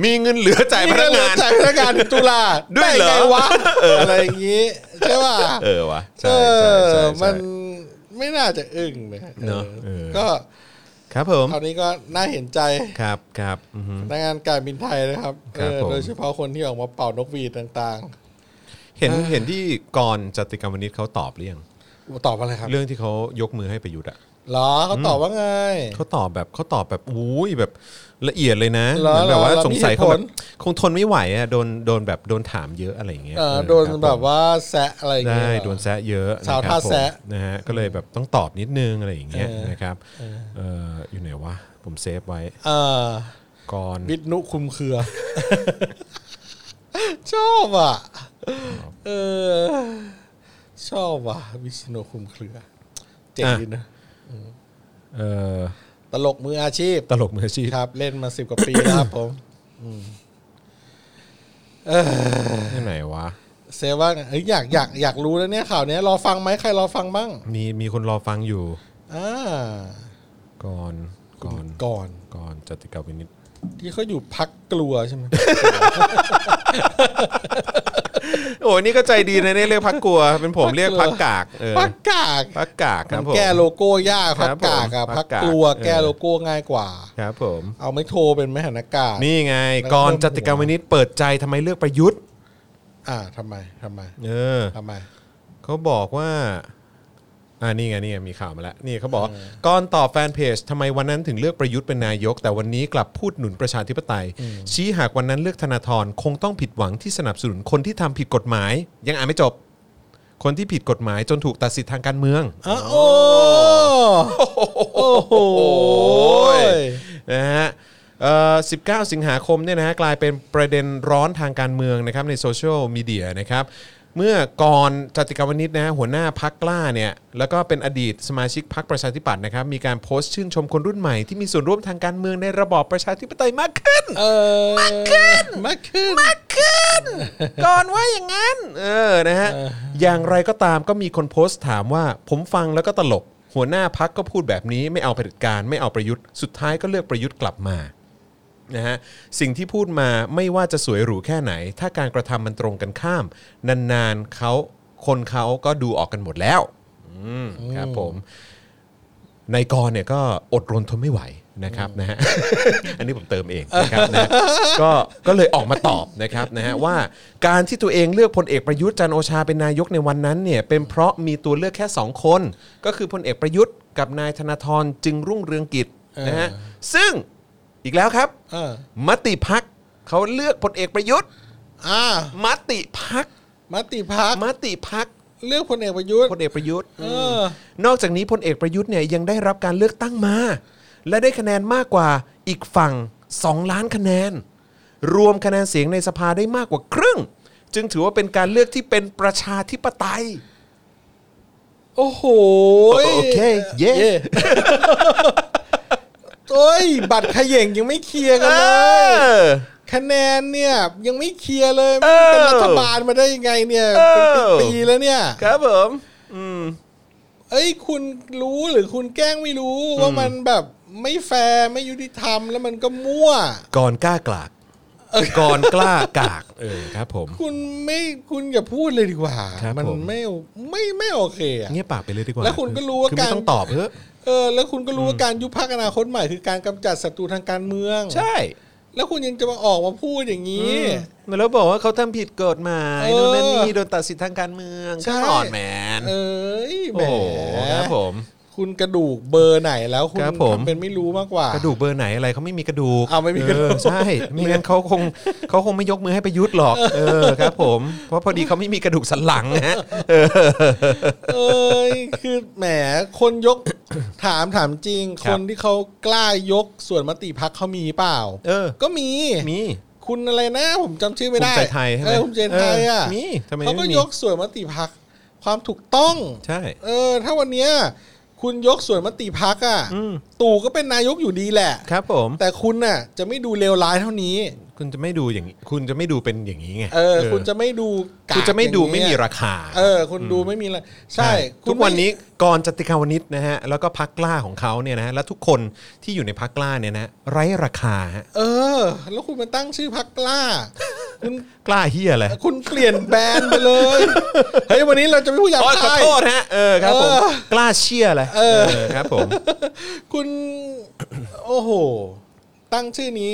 มีเงินเหลือจ่ายพนักงาน จ่ายพนักงานถึงตุลา ด้วยเหรอ ไไงวะอะไรอย่างงี้ ใช่ป่ะ เออว่ะ เอ ใช่ใช่ใช่ อ ใช่ มันไม่น่าจะอึ้งเลย เนอะ ออ เออ ก็ ครับผม คราวนี้ก็น่าเห็นใจ ครับครับอือฮึ พนักงานการบินไทยนะครับ ค เอ รับ อ ผม โดยเฉพาะคนที่ออกมาเป่านกหวีดต่าง เห็นเห็นที่กรณ์จติกรรมนิตเขาตอบหรือยัง ๆอู้ตอบอะไรครับ เรื่องที่เขายกมือให้ประยุทธ์อ่ะ เหรอเขาตอบว่าไง เขาตอบแบบเขาตอบแบบอุ้ยแบบละเอียดเลยนะ เหรอ มือนแบบว่า เหรอ สงสัยเขาแบบ มีเหตุผล คงทนไม่ไหวอ่ะโดนโดนแบบโดนถามเยอะอะไรอย่างเงี้ย เออ เออ โดน ครับ แบบว่าแซะอะไรอย่าง ได้ เงี้ย โดนแซะเยอะ สาว นะครับ ท่าแซะ ผมนะฮะก็เลยแบบต้องตอบนิดนึงอะไรอย่างเงี้ย เออ นะครับเอออยู่ไหนวะผมเซฟไว้ เออก รณ์ วิทนุคุมเครือ ชอบอ่ะเออชอบว่ะวิชนุคุมเครือเจ๋ง อ่ะ ดีนะ เออ ตลกมืออาชีพ ตลกมืออาชีพ ครับ เล่นมาสิบกว่าปีแล้วครับผม ที่ไหนวะ เซว่าไงเอ้ยอยากอยากอยากรู้แล้วเนี่ยข่าวเนี้ยรอฟังไหมใครรอฟังบ้าง มีมีคนรอฟังอยู่ อ่า ก่อนก่อน ก่อน ก่อนจติกาวินิต ที่เขาอยู่พักกลัวใช่ไหม โอ้ยนี่ก็ใจดีนะเนี่ยเรียกพักกลัว เป็นผมเรียกพักกากเออ พักกาก พักกากค มั รับ น ผม แก้โลโก้ยาก ครั พั บ กกากอะ ผมพั พั ก ก กาก กลัว เออ แก้โลโก้ง่ายกว่า ครับผม เอาไม่โทรเป็นไหมหันอากาศ นี่ไง แล้วก็ ก่อนจติกาวินิตเปิดใจทำไมเลือกประยุทธ์ อ่าทำไมทำไม เออ ทำไม เขาบอกว่าอ่านี่ไงนี่ไงมีข่าวมาแล้วนี่เขาบอกว่าก่อนตอบแฟนเพจทำไมวันนั้นถึงเลือกประยุทธ์เป็นนายก แต่วันนี้กลับพูดหนุนประชาธิปไตย ชี้หากวันนั้นเลือกธนาธรคงต้องผิดหวังที่สนับสนุนคนที่ทำผิดกฎหมาย ยังอ่านไม่จบ คนที่ผิดกฎหมายจนถูกตัดสิทธิ์ทางการเมือง อ้าวโอ้โอ้โห นะฮะเอ่อ19 สิงหาคมเนี่ยนะฮะกลายเป็นประเด็นร้อนทางการเมืองนะครับในโซเชียลมีเดียนะครับเมื่อก่อนจติกาวนิตนะฮะหัวหน้าพักกล้าเนี่ยแล้วก็เป็นอดีตสมาชิกพักประชาธิปัตย์นะครับมีการโพสต์ชื่นชมคนรุ่นใหม่ที่มีส่วนร่วมทางการเมืองในระบอบประชาธิปไตยมากขึ้น เออมากขึ้นมากขึ้น ขึ้น ก่อนว่าอย่างนั้น เออนะฮะอย่างไรก็ตามก็มีคนโพสต์ถามว่าผมฟังแล้วก็ตลก หัวหน้าพักก็พูดแบบนี้ไม่เอาเผด็จการไม่เอาประยุทธ์สุดท้ายก็เลือกประยุทธ์กลับมานะฮะสิ่งที่พูดมาไม่ว่าจะสวยหรูแค่ไหน ถ้าการกระทำมันตรงกันข้าม นานๆเขาคนเขาก็ดูออกกันหมดแล้วอืมครับผมนายกรเนี่ยก็อดรนทนไม่ไหวนะครับนะฮ ะ อันนี้ผมเติมเองนะครับ นะ ก็ก็เลยออกมาตอบนะครับนะฮะว่าการที่ตัวเองเลือกพลเอกประยุทธ์จันทร์โอชาเป็นนายกในวันนั้นเนี่ยเป็นเพราะมีตัวเลือกแค่ 2 คน ก็คือพลเอกประยุทธ์กับนายธนาธรจึงรุ่งเรืองกิจนะฮะซึ่งอีกแล้วครับ เออ มติพักเขาเลือกพลเอกประยุทธ์ อ่าม ติพัก มติพัก มติพัก เลือกพลเอกประยุทธ์ พลเอกประยุทธ์ เออ นอกจากนี้พลเอกประยุทธ์เนี่ยยังได้รับการเลือกตั้งมา และได้คะแนนมากกว่าอีกฝั่ง 2 ล้านคะแนน รวมคะแนนเสียงในสภาได้มากกว่าครึ่ง จึงถือว่าเป็นการเลือกที่เป็นประชาธิปไตย โอ้โห โอเคเย่ โอ้ยบัตรเขย่งยังไม่เคลียร์กันเลย อ คะแนนเนี่ยยังไม่เคลียร์เลย เอ มัน อ เป็นรัฐบาลมาได้ยังไงเนี่ยเป็น เออ ปีๆแล้วเนี่ย ครับผมอืม เอ้ยคุณรู้หรือคุณแกล้งไม่รู้ว่ามันแบบไม่แฟร์ไม่ยุติธรรมแล้วมันก็มั่ว ก่อนกล้ากลากก่อนกล้ากากเออครับผม คุณไม่คุณอย่าพูดเลยดีกว่า ครับ มั ผม ไม่ไม่ไม่โอเคอะ เงียบปากไปเลยดีกว่า แล้วคุณก็รู้ว่า คือไม่ การ ต้องตอบเถอะ เออแล้วคุณก็รู้ว่าการยุบพักอนาคตใหม่คือการกำจัดศัตรูทางการเมือง ใช่ แล้วคุณยังจะมาออกมาพูดอย่างนี้ อืมาแล้วบอกว่าเขาทำผิดกฎหมาย เออ โน่นนั่นนี่โดนตัดสิทธิ์ทางการเมือง ใช่ ก็อ่อนแมน เอ้ยแหม โอ้โหครับผม คุณกระดูกเบอร์ไหนแล้วคุณ ครับผม ทำเป็นไม่รู้มากกว่า กระดูกเบอร์ไหนอะไรเขาไม่มีกระดูก อ้าวไม่มีกระดูก เออใช่ไม่งั้นเขาคงเขาคงไม่ยกมือให้ประยุทธ์หรอกเออครับ ผมเพราะพอดีเขาไม่มีกระดูกสันหลังนะฮะเออ เอ้ยคือแหมคนยก ถามถามจริง ครับคนที่เขากล้ายกส่วนมติพักเขามีเปล่า เออ ก็มี มี คุณอะไรนะผมจำชื่อไม่ได้ ภูมิใจไทยใช่ไหม เออภูมิใจไทยอ่ะ เออมีทำไมไม่มี เขาก็ยกส่วนมติพักความถูกต้อง ใช่ เออ ถ้าวันเนี้ยคุณยกส่วนมติพักอ่ะ อืม ตู่ก็เป็นนายกอยู่ดีแหละ ครับผม แต่คุณน่ะ จะไม่ดูเลวร้ายเท่านี้ คุณจะไม่ดูอย่างนี้คุณจะไม่ดูเป็นอย่างนี้ไง เออ คุณจะไม่ดูกาก คุณจะไม่ดู อย่ง ไม่ เงี้ย มีราคา เออ คุณดูไม่มีละใช่ ทุกวันนี้กรจติกาวนิชนะฮะแล้วก็พักกล้าของเขาเนี่ยนะฮะและทุกคนที่อยู่ในพักกล้าเนี่ยนะไร้ราคาฮะ เออ แล้วคุณมาตั้งชื่อพักกล้า คุณ กล้าเฮียอะไร คุณเปลี่ยนแบรนด์ไปเลย เฮ้ย วันนี้เราจะไม่พูดหยาบ โอ๊ยขอ คาย โทษฮะเออครับผม เออ กล้าเชี่ยอะไรเออครับผม คุณ โอ้โห ตั้งชื่อนี้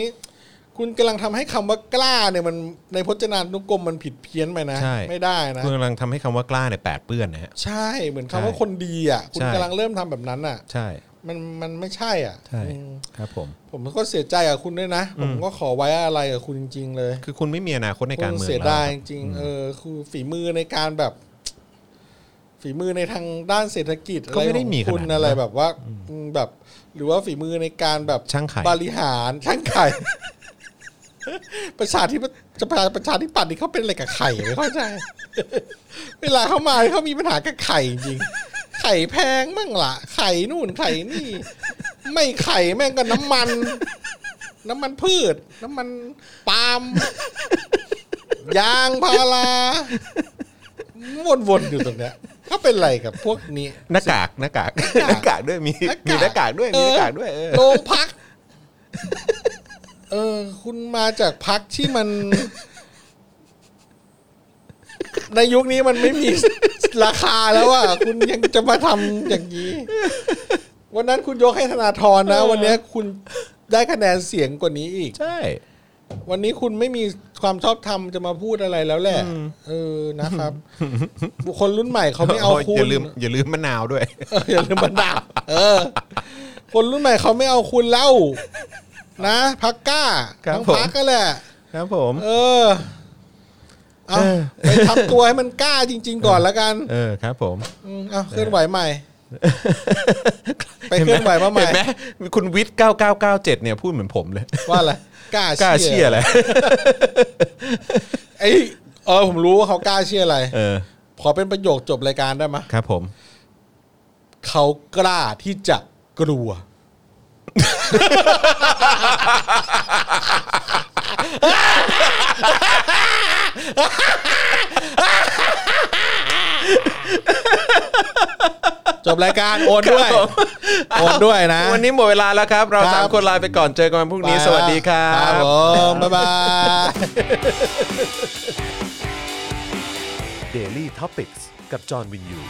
คุณกำลังทำให้คำว่ากล้าเนี่ยมันในพจนานุกรมมันผิดเพี้ยนไปนะ ใช่ ไม่ได้นะ คุณกำลังทำให้คำว่ากล้าเนี่ยแปดเปื้อนนะฮะ ใช่เหมือนคำว่าคนดีอ่ะ คุณ ใช่ กำลังเริ่มทำแบบนั้นอ่ะ ใช่ มันมันไม่ใช่อ่ะ ใช่ อืม ครับผม ผมก็เสียใจกับคุณด้วยนะ ผมก็ขอไว้อะไรกับคุณจริง ๆ เลย คือคุณไม่มีอนาคตในการเมือง เสีย แล้ว ดาย ค จ รับ ริงๆเออคือฝีมือในการแบบ ฝีมือในทางด้านเศรษฐกิจ ก็ไม่ได้ อะรของ มีขนาด คุณ นั้น อะไรแบบว่าอืมแบบ หรือว่าฝีมือในการแบบ ช่างไข่ บริหารช่างไข่ ประชาธิปจะประชาประชาธิปัตย์นี่เขาเป็นอะไรกับไข่ไม่เข้าใจ เวลาเขามาเขามีปัญหากับไข่จริงไข่แพงมั่งล่ะ ไข่นู่นไข่นี่ ไม่ไข่แม่งก็น้ำมัน น้ำมันพืช น้ำมันปาล์ม ยางพาราวนๆอยู่ตรงเนี้ยก็เป็นไรกับพวกนี้ หน้ากากหน้ากากหน้ากากด้วยมี หน้ากาก มีหน้ากากด้วยมีหน้ากากด้วยเออ โรงพัก เออ คุณมาจากพักที่มัน ในยุคนี้มันไม่มี ราคาแล้วอ่ะคุณยังจะมาทำอย่างนี้ วันนั้นคุณยกให้ธนาธรนะ วันเนี้ยคุณได้คะแนนเสียงกว่านี้อีก ใช่ วันนี้คุณไม่มีความชอบธรรมจะมาพูดอะไรแล้วแหละ เออนะครับ บุคคลรุ่นใหม่เขาไม่เอา โย คุอณย่าลืมอย่าลืมมะนาวด้วย เอออย่าลืมมันดาเออ คนรุ่นใหม่เขาไม่เอาคุณแล้ว นะพักกล้า ครับ ทั้ง ผม พักก็แหละ ครับผม เออเอาไปทำตัวให้มันกล้าจริง ๆ ก่อนละกัน เออครับผม อืมเอาเคลื่อนไหวใหม่ ไปเคลื่อนไหวมาใหม่ เห็นไหมคุณวิทย์9997เนี่ยพูดเหมือนผมเลย ว่าอะไรกล้าก ล้าเชียร์แหละ ไอเออผมรู้ว่าเขากล้าเชียร์อะไร เออ ขอเป็นประโยคจบรายการได้ไหมย ครับผม เขากล้าที่จะกลัว จบรายการโอนด้วย โอนด้วยนะ วันนี้หมดเวลาแล้วครับ เรา ครับ สามคนลาไปก่อนเจอกันวันพรุ่งนี้สวัสดีครั ครับ บ ผมบ๊ายบาย Daily t o p i c กกับจอห์นวินยู